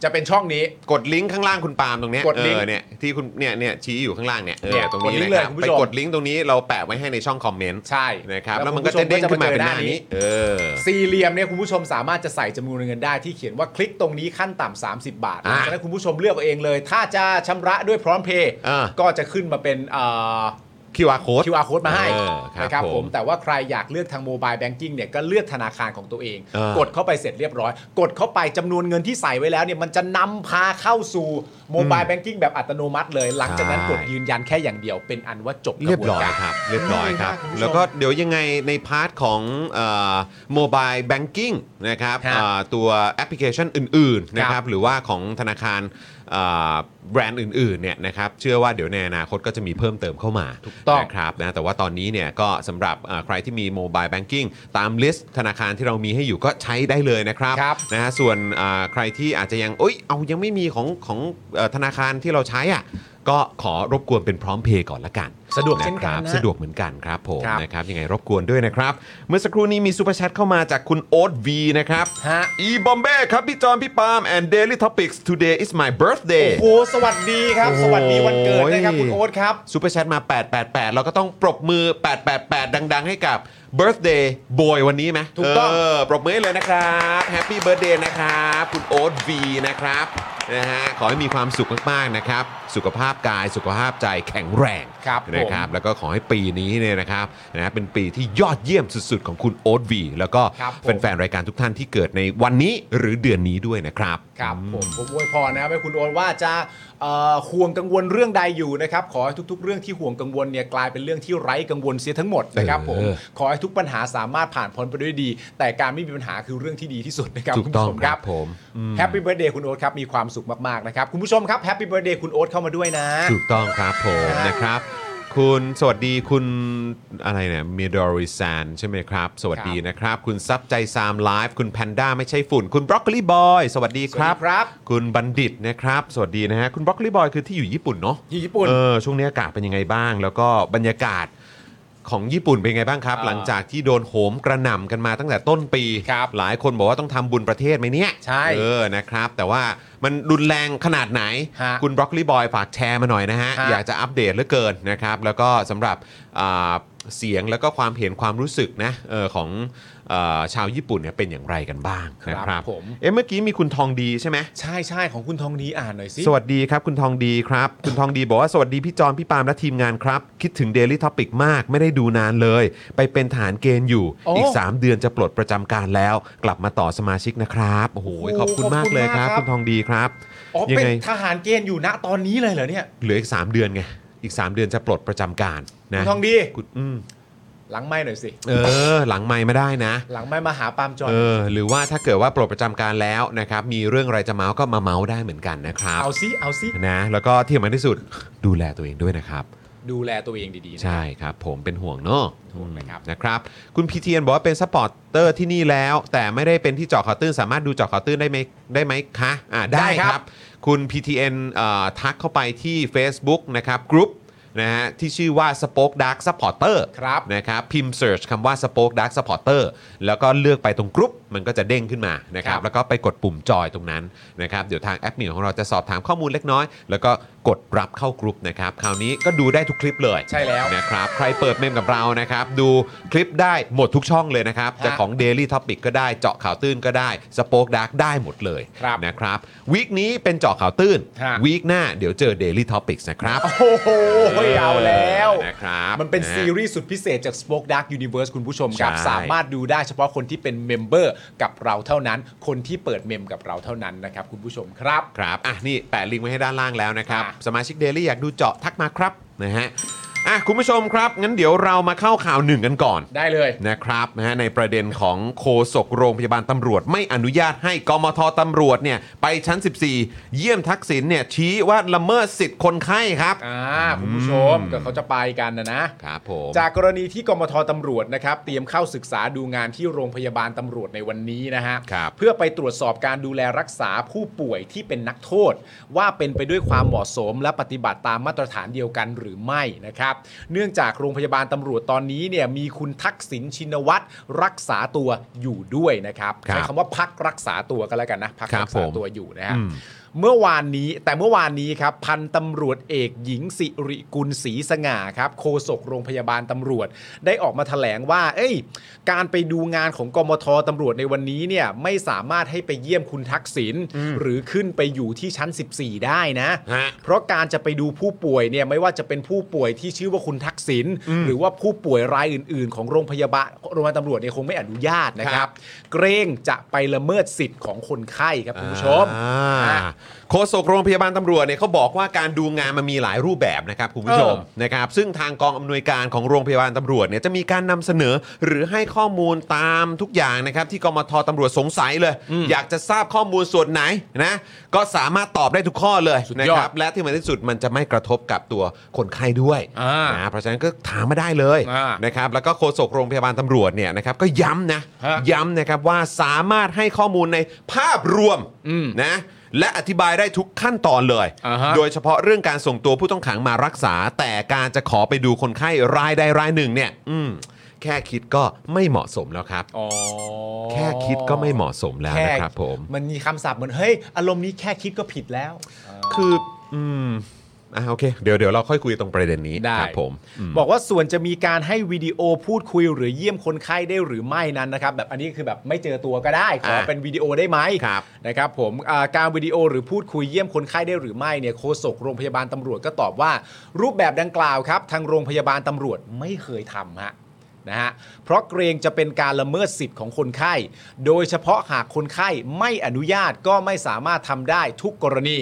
จะเป็นช่องนี้
กดลิงก์ข้างล่างคุณปาล์มตรงเนี้ย
กดลิงก์
เออเนี่ยที่คุณเนี่ยเนี่ยชี้อยู่ข้างล่างเนี่ยเอ
เนี่
อย ตรง
กด
นี้
ลิงก์
นะ
เล
ค
ย
รับ
คุณผู้
ไป
ชม
กดลิงก์ตรงนี้เราแปะไว้ให้ในช่องคอมเมนต์
ใช่
นะครับแล้วมันก็จะเด้งขึ้นมาเป็นหน้านี้ เออ
สี่เหลี่ยมเนี่ยคุณผู้ชมสามารถจะใส่จำนวนเงินได้ที่เขียนว่าคลิกตรงนี้ขั้นต่ำ30 บาทห
อ่ะ
ลังจากนั้นคุณผู้ชมเลือกเอาเองเลย ถ้าจะชำระด้วยพร้อมเพย์
เออ
ก็จะขึ้นมาเป็นเอ่อ
QR code
QR code มาให้
เออครับ
นะครับ
ผ
ผม มแต่ว่าใครอยากเลือกทางโมบายแบงกิ้งเนี่ยก็เลือกธนาคารของตัวเอง
เออก
ดเข้าไปเสร็จเรียบร้อย กดเข้าไปจำนวนเงินที่ใส่ไว้แล้วเนี่ยมันจะนำพาเข้าสู่โมบายแบงกิ้งแบบอัตโนมัติเลย หลังจากนั้น
ใช่
กดยืนยันแค่อย่างเดียวเป็นอันว่าจบก
เรีย
ระ
บบ
วน
ร้อย
การ
ครับเรียบร้อยครับ
ง่ายมากคุณผู้ชม
แล้วก็เดี๋ยวยังไงในพาร์ทของโมบายแบงกิ้งนะครับ
ครับ
เอ่อตัวแอปพลิเคชันอื่นๆนะค
ครั
รับบ หรือว่าของธนาคารเอ่อแบรนด์อื่นๆเนี่ยนะครับเชื่อว่าเดี๋ยวในอนาคตก็จะมีเพิ่มเติมเข้ามา
ถูก ต้อง
นะครับนะแต่ว่าตอนนี้เนี่ยก็สำหรับอ่าใครที่มีโมบายแบงกิ้งตามลิสต์ธนาคารที่เรามีให้อยู่ก็ใช้ได้เลยนะครับ
ครับ
นะฮะส่วนอ่าใครที่อาจจะยังเอ้ยเอายังไม่มีของของเอ่อธนาคารที่เราใช้อ่ะก็ขอรบกวนเป็นพร้อมเพย์ก่อนละกัน
สะดวกเช่นกัน
ครั
นะ
บสะดวกเหมือนกันครับผม
ครับ
นะครับยังไงรบกวนด้วยนะครับ เมื่อสักครู่นี้มีซูเปอร์แชทเข้ามาจากคุณโอ๊ตวีนะครับ
ฮะ
อีบอมเบ้ครับ พี่จอมพี่ปาล์ม and daily topics today is my
โอ้
birthday
โหสวัสดีครับ สวัสดีวันเกิดนะครับ
โอ้ย
คุณโอ๊ตครับ
ซูเปอร์แชทมา 888 เราก็ต้องปรบมือ 888 ดัง ๆ ให้กับ birthday boy วันนี้ไหม
ถูกต้อง
เอปรบมือให้เลยนะครับ happy birthday นะครับ คุณโอ๊ตวีนะครับนะฮะขอให้มีความสุขมากๆนะครับ สุขภาพกายสุขภาพใจแข็งแรง
ครับผม
นะครับแล้วก็ขอให้ปีนี้เนี่ยนะครับนะเป็นปีที่ยอดเยี่ยมสุดๆ ของคุณโอ๊ตวีแล้วก็
ครับผม
แฟนๆรายการทุกท่านที่เกิดในวันนี้หรือเดือนนี้ด้วยนะครับ
ครับผมผมอวยพรนะครับให้คุณโอนว่าจะเอ่อห่วงกังวลเรื่องใดอยู่นะครับ ขอให้ทุกๆ เรื่องที่ห่วงกังวลเนี่ยกลายเป็นเรื่องที่ไร้กังวลเสียทั้งหมดนะครับผม
เออ
ขอให้ทุกปัญหาสามารถผ่านพ้นไปด้วยดี แต่การไม่มีปัญหาคือเรื่องที่ดีที่สุดนะครับ
ถูก
คุณ
ต้อ
ผู้
ง
ชม
ค
ค
รั
รั
บบ ผม
แฮปปี้เบิร์ดเดย์คุณโอ๊ตครับมีความสุขมากๆนะครับคุณผู้ชมครับแฮปปี้เบิร์ดเดย์คุณโอ๊ตเข้ามาด้วยนะ
ถูกต้องครับผมนะครับ คุณสวัสดีคุณอะไรเนี่ยม i ดอริซานใช่ไหมครับ สวัสดีนะครับ คุณซับใจซามไลฟ์คุณแพนด้าไม่ใช่ฝุ่น คุณบรอกโคลีบอยสวัสดีครับ
สวัสดีครับ
คุณบัณฑิตนะครับ สวัสดีนะฮะคุณบรอกโคลีบอยคือที่อยู่ญี่ปุ่นเนาะ
อยู่ญี่ปุ่น
เออช่วงนี้อากาศเป็นยังไงบ้าง แล้วก็บรรยากาศของญี่ปุ่นเป็นยังไงบ้างครับ
อ่า
หลังจากที่โดนโหมกระหน่ำกันมาตั้งแต่ต้นปี
ครับ
หลายคนบอกว่าต้องทำบุญประเทศไหมเนี่ย
ใช่
เออนะครับ แต่ว่ามันรุนแรงขนาดไหน
ฮะ
คุณบรอกโคลีบอยฝากแชร์มาหน่อยนะฮะ
ฮะ
อยาก จะอัปเดตเหลือเกินนะครับ แล้วก็สำหรับอ่าเสียงแล้วก็ความเห็นความรู้สึกนะเออของเออชาวญี่ปุ่นเนี่ยเป็นอย่างไรกันบ้างนะค
ครั
รับบ
ผม
เอ๊ะเมื่อกี้มีคุณทองดีใช่ไหม
ใช่ใช่ของคุณทองดีอ่านหน่อยสิ
สวัสดีครับคุณทองดีครับ คุณทองดีบอกว่าสวัสดีพี่จอนพี่ปาล์มและทีมงานครับ คิดถึง Daily Topic มากไม่ได้ดูนานเลย ไปเป็นฐานเกณฑ์อยู่
โอ้
อีก 3 เดือนจะปลดประจำการแล้ว กลับมาต่อสมาชิกนะครับโอ้โห
โอ้โห
ขอบคุณมากเลยครับ
ข
คุ
อบคุณมากครับ
ณทองดีครับ
อ๋อ
ยั
เป็น
ไง
ทหารเกณฑ์อยู่ณตอนนี้เลยเหรอเนี่ย
เหลืออีก 3 เดือนไงอีก 3 เดือนจะปลดประจำการ
คุ
นะ
ณทองดี
คุณอืม
หลังไม่หน่อยสิ
เออ หลังไม่มาได้นะ
หลังไม่มาหาปาล์มจอย
เออ หรือว่าถ้าเกิดว่าปลดประจำการแล้วนะครับ มีเรื่องอะไรจะเมาส์ก็มาเมาส์ได้เหมือนกันนะครับ
เอาซิเอาซิ
นะแล้วก็ที่สำคัญที่สุด ดูแลตัวเองด้วยนะครับ
ดูแลตัวเองดีๆนะ
ใช่ครับ ผมเป็นห่วงเนาะ
ห่วงนะครับ
นะครับ คุณพีเทียนบอกว่าเป็นสปอร์ตเตอร์ที่นี่แล้ว แต่ไม่ได้เป็นที่เจอข่าวตื้นสามารถดูเจอข่าวตื้นได้ไหมได้ไหมคะอ่าได้
ได้
ค
ครั
รั
บ
บ คุณ PTN เอ่อทักเข้าไปที่ Facebook นะครับกรุ๊ปนะฮะที่ชื่อว่า Spoke Dark Supporter
ครับ
นะครับพิมพ์ search คำว่า Spoke Dark Supporter แล้วก็เลือกไปตรงกรุ๊ปมันก็จะเด้งขึ้นมานะครับ
ครับ
แล้วก็ไปกดปุ่มจอยตรงนั้นนะครับ เดี๋ยวทางแอปมิวของเราจะสอบถามข้อมูลเล็กน้อย แล้วก็กดรับเข้ากรุ๊ปนะครับ คราวนี้ก็ดูได้ทุกคลิปเลย
ใช่แล้ว
นะครับ ใครเปิดเมมกับเรานะครับ ดูคลิปได้หมดทุกช่องเลยนะครับ
ฮะ
จะของ Daily Topic ก็ได้เจาะข่าวตื้นก็ได้ Spoke Dark ได้หมดเลย
ครับ
นะครับวีคนี้เป็นเจาะข่าวตื้น
ฮะ
วีคหน้าเดี๋ยวเจอ Daily Topics นะครับ
โอ้โหเอาแล้ว
นะครับ
มันเป็นะ
ฮะ
ซีรีส์สุดพิเศษจาก Spoke Dark Universe คุณผู้ชมครับ
ใช่
สามารถดูได้เฉพาะคนที่เป็นเมมเบอร์กับเราเท่านั้น คนที่เปิดเมมกับเราเท่านั้นนะครับคุณผู้ชมครับ
ครับ อ่ะ นี่แปะลิงก์ไว้ให้ด้านล่างแล้วนะครับ
อ่ะ
สมาชิก Daily อยากดูเจาะทักมาครับ นะฮะ อ่ะ คุณผู้ชมครับ งั้นเดี๋ยวเรามาเข้าข่าวหนึ่งกันก่อน
ได้เลย
นะครับนะฮะในประเด็นของโคศกโรงพยาบาลตำรวจ ไม่อนุญาตให้กมทตำรวจเนี่ยไปชั้น 14 เยี่ยมทักษิณเนี่ยชี้ว่าละเมิดสิทธิ์คนไข้ครับ
อ่าคุณผู้ชมก็เขาจะไปกันนะนะ
ครับผม
จากกรณีที่กมทตำรวจนะครับ เตรียมเข้าศึกษาดูงานที่โรงพยาบาลตำรวจในวันนี้นะฮะ
ครับ
เพื่อไปตรวจสอบการดูแลรักษาผู้ป่วยที่เป็นนักโทษ ว่าเป็นไปด้วยความเหมาะสมและปฏิบัติตามมาตรฐานเดียวกันหรือไม่นะครับ เนื่องจากโรงพยาบาลตำรวจตอนนี้เนี่ยมีคุณทักษิณชินวัตรรักษาตัวอยู่ด้วยนะครับ
ครับ
ใช้คำว่าพักรักษาตัวกันแล้วกันนะพัก
ครับ
รักษา
ผม
ตัวอยู่นะฮะ เมื่อวานนี้แต่เมื่อวานนี้ครับ พันตำรวจเอกหญิงสิริกุลศรีสง่าครับโฆษกโรงพยาบาลตำรวจ ได้ออกมาแถลงว่า เอ้ย การไปดูงานของกมทตำรวจในวันนี้เนี่ยไม่สามารถให้ไปเยี่ยมคุณทักษิณหรือขึ้นไปอยู่ที่ชั้น 14 ได้นะ
ฮะ
เพราะการจะไปดูผู้ป่วยเนี่ยไม่ว่าจะเป็นผู้ป่วยที่ชื่อว่าคุณทักษิณหรือว่าผู้ป่วยรายอื่น ๆ ของโรงพยาบาลโรงพยาบาลตำรวจเนี่ยคงไม่อนุญาตนะครับ เกรงจะไปละเมิดสิทธิ์ของคนไข้ครับคุณผู้ชม
อ่า
อ่ะ
โฆษกโรงพยาบาลตำรวจเนี่ยเขาบอกว่าการดูงานมันมีหลายรูปแบบนะครับคุณผู้ชมนะครับซึ่งทางกองอำนวยการของโรงพยาบาลตำรวจเนี่ยจะมีการนำเสนอหรือให้ข้อมูลตามทุกอย่างนะครับที่กมทตำรวจสงสัยเลย อยากจะทราบข้อมูลส่วนไหนนะก็สามารถตอบได้ทุกข้อเลย
สุด
นะ
ยอด
ครับและที่มันที่สุดมันจะไม่กระทบกับตัวคนไข้ด้วย
อ่า
นะเพราะฉะนั้นก็ถามมาได้เลย
อ่า
นะครับแล้วก็โฆษกโรงพยาบาลตำรวจเนี่ยนะครับก็ย้ำนะ
ฮะ
ย้ำนะครับว่าสามารถให้ข้อมูลในภาพรวม
อืม
นะและอธิบายได้ทุกขั้นตอนเลย
อ่าฮะ
โดยเฉพาะเรื่องการส่งตัวผู้ต้องขังมารักษา แต่การจะขอไปดูคนไข้รายใดรายหนึ่งเนี่ยอืมแค่คิดก็ไม่เหมาะสมแล้วครับ แค่คิดก็ไม่เหมาะสมแล้วนะครับผม
มันมีคำศัพท์เหมือนเฮ้ยอารมณ์นี้แค่คิดก็ผิดแล้ว
คืออืมอ่ะโอเคเดี๋ยวเดี๋ยวเราค่อยคุยตรงประเด็นนี้
ได้
ครับผมอืม
บอกว่าส่วนจะมีการให้วิดีโอพูดคุยหรือเยี่ยมคนไข้ได้หรือไม่นั้นนะครับ แบบอันนี้คือแบบไม่เจอตัวก็ได้ ขอ
อ่า
เป็นวิดีโอได้ไหม
ครับ
นะครับผมอ่าการวิดีโอหรือพูดคุยเยี่ยมคนไข้ได้หรือไม่เนี่ยโฆษกโรงพยาบาลตำรวจก็ตอบว่า รูปแบบดังกล่าวครับ ทางโรงพยาบาลตำรวจไม่เคยทำฮะนะฮะเพราะเกรงจะเป็นการละเมิดสิทธิ์ของคนไข้ โดยเฉพาะหากคนไข้ไม่อนุญาตก็ไม่สามารถทำได้ทุกกรณี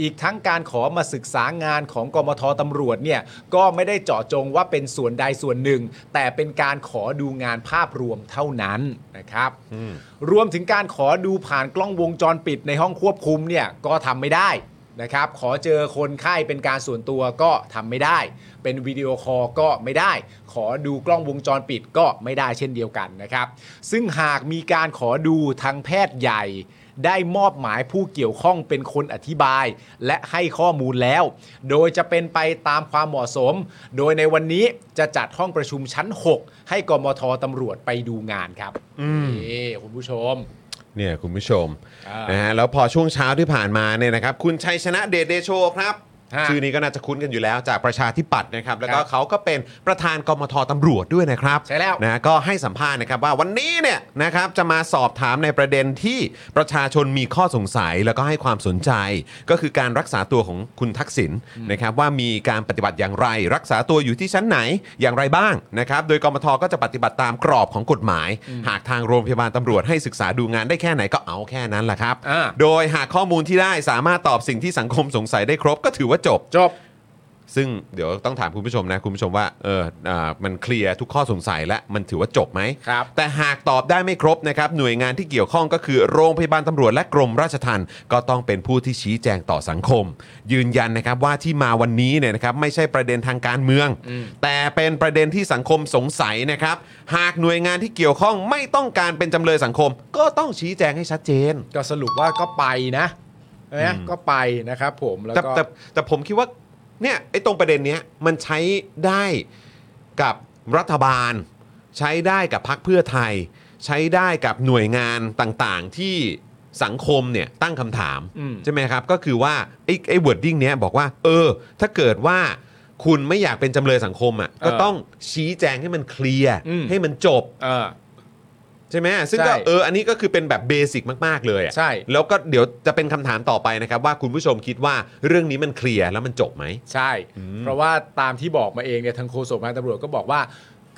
อีกทั้งการขอมาศึกษางานของกมทตำรวจเนี่ยก็ไม่ได้เจาะจงว่าเป็นส่วนใดส่วนหนึ่ง แต่เป็นการขอดูงานภาพรวมเท่านั้นนะครับ รวมถึงการขอดูผ่านกล้องวงจรปิดในห้องควบคุมเนี่ยก็ทำไม่ได้นะครับ ขอเจอคนไข้เป็นการส่วนตัวก็ทำไม่ได้ เป็นวิดีโอคอลก็ไม่ได้ ขอดูกล้องวงจรปิดก็ไม่ได้เช่นเดียวกันนะครับ ซึ่งหากมีการขอดูทางแพทย์ใหญ่ ได้มอบหมายผู้เกี่ยวข้องเป็นคนอธิบาย และให้ข้อมูลแล้ว โดยจะเป็นไปตามความเหมาะสม โดยในวันนี้จะจัดห้องประชุมชั้น 6 ให้กมทตำรวจไปดูงานครับ
อืม
นี่คุณผู้ชม
เนี่ยคุณผู้ชม
อ่าน
นะฮะแล้วพอช่วงเช้าที่ผ่านมาเนี่ยนะครับ คุณชัยชนะเดชเดโชครับ
ฮะ
ชื่อนี้ก็น่าจะคุ้นกันอยู่แล้วจากประชาธิปัตย์นะครับ แล้วก็
ครับ
เขาก็เป็นประธานกมทตำรวจด้วยนะครับ
ใช่แล้ว
นะฮะก็ให้สัมภาษณ์นะครับว่าวันนี้เนี่ยนะครับจะมาสอบถามในประเด็นที่ประชาชนมีข้อสงสัยแล้วก็ให้ความสนใจ ก็คือการรักษาตัวของคุณทักษิณนะครับว่ามีการปฏิบัติอย่างไร รักษาตัวอยู่ที่ชั้นไหนอย่างไรบ้างนะครับโดยกมทก็จะปฏิบัติตามกรอบของกฎหมาย หากทางโรงพยาบาลตำรวจให้ศึกษาดูงานได้แค่ไหนก็เอาแค่นั้นแหละครับ
อ่า
โดยหากข้อมูลที่ได้สามารถตอบสิ่งที่สังคมสงสัยได้ครบก็ถือว่าจบ
จบ
ซึ่งเดี๋ยวต้องถามคุณผู้ชมนะ คุณผู้ชมว่าเอออามันเคลียร์ทุกข้อสงสัยและมันถือว่าจบไหม
ครับ
แต่หากตอบได้ไม่ครบนะครับ หน่วยงานที่เกี่ยวข้องก็คือโรงพยาบาลตำรวจและกรมราชทัณฑ์ก็ต้องเป็นผู้ที่ชี้แจงต่อสังคม ยืนยันนะครับว่าที่มาวันนี้เนี่ยนะครับไม่ใช่ประเด็นทางการเมือง แต่เป็นประเด็นที่สังคมสงสัยนะครับ หากหน่วยงานที่เกี่ยวข้องไม่ต้องการเป็นจำเลยสังคม ก็ต้องชี้แจงให้ชัดเจน
ก็สรุปว่าก็ไปนะใช่ไหมก็ไปนะครับผมแล้ว
แต่
ก็
แต่แต่ผมคิดว่าเนี่ยไอ้ตรงประเด็นเนี้ยมันใช้ได้กับรัฐบาล ใช้ได้กับพรรคเพื่อไทย ใช้ได้กับหน่วยงานต่างๆ ที่สังคมเนี่ยตั้งคำถาม
อืม
ใช่ไหมครับ ก็คือว่าไอ้ไอ้วอร์ดดิ้งเนี้ยบอกว่า เออ ถ้าเกิดว่าคุณไม่อยากเป็นจำเลยสังคมอ่ะก็ต้องชี้แจงให้มันเคลียร์ให้มันจบ
เออ
ใช่ไหมซึ่งก็
ใช่
เอออันนี้ก็คือเป็นแบบเบสิกมาก ๆ เลยอะ
ใช่
แล้วก็เดี๋ยวจะเป็นคำถามต่อไปนะครับ ว่าคุณผู้ชมคิดว่าเรื่องนี้มันเคลียร์แล้วมันจบไหม
ใช่ เพราะว่าตามที่บอกมาเองเนี่ยทางโฆษกทางตำรวจก็บอกว่า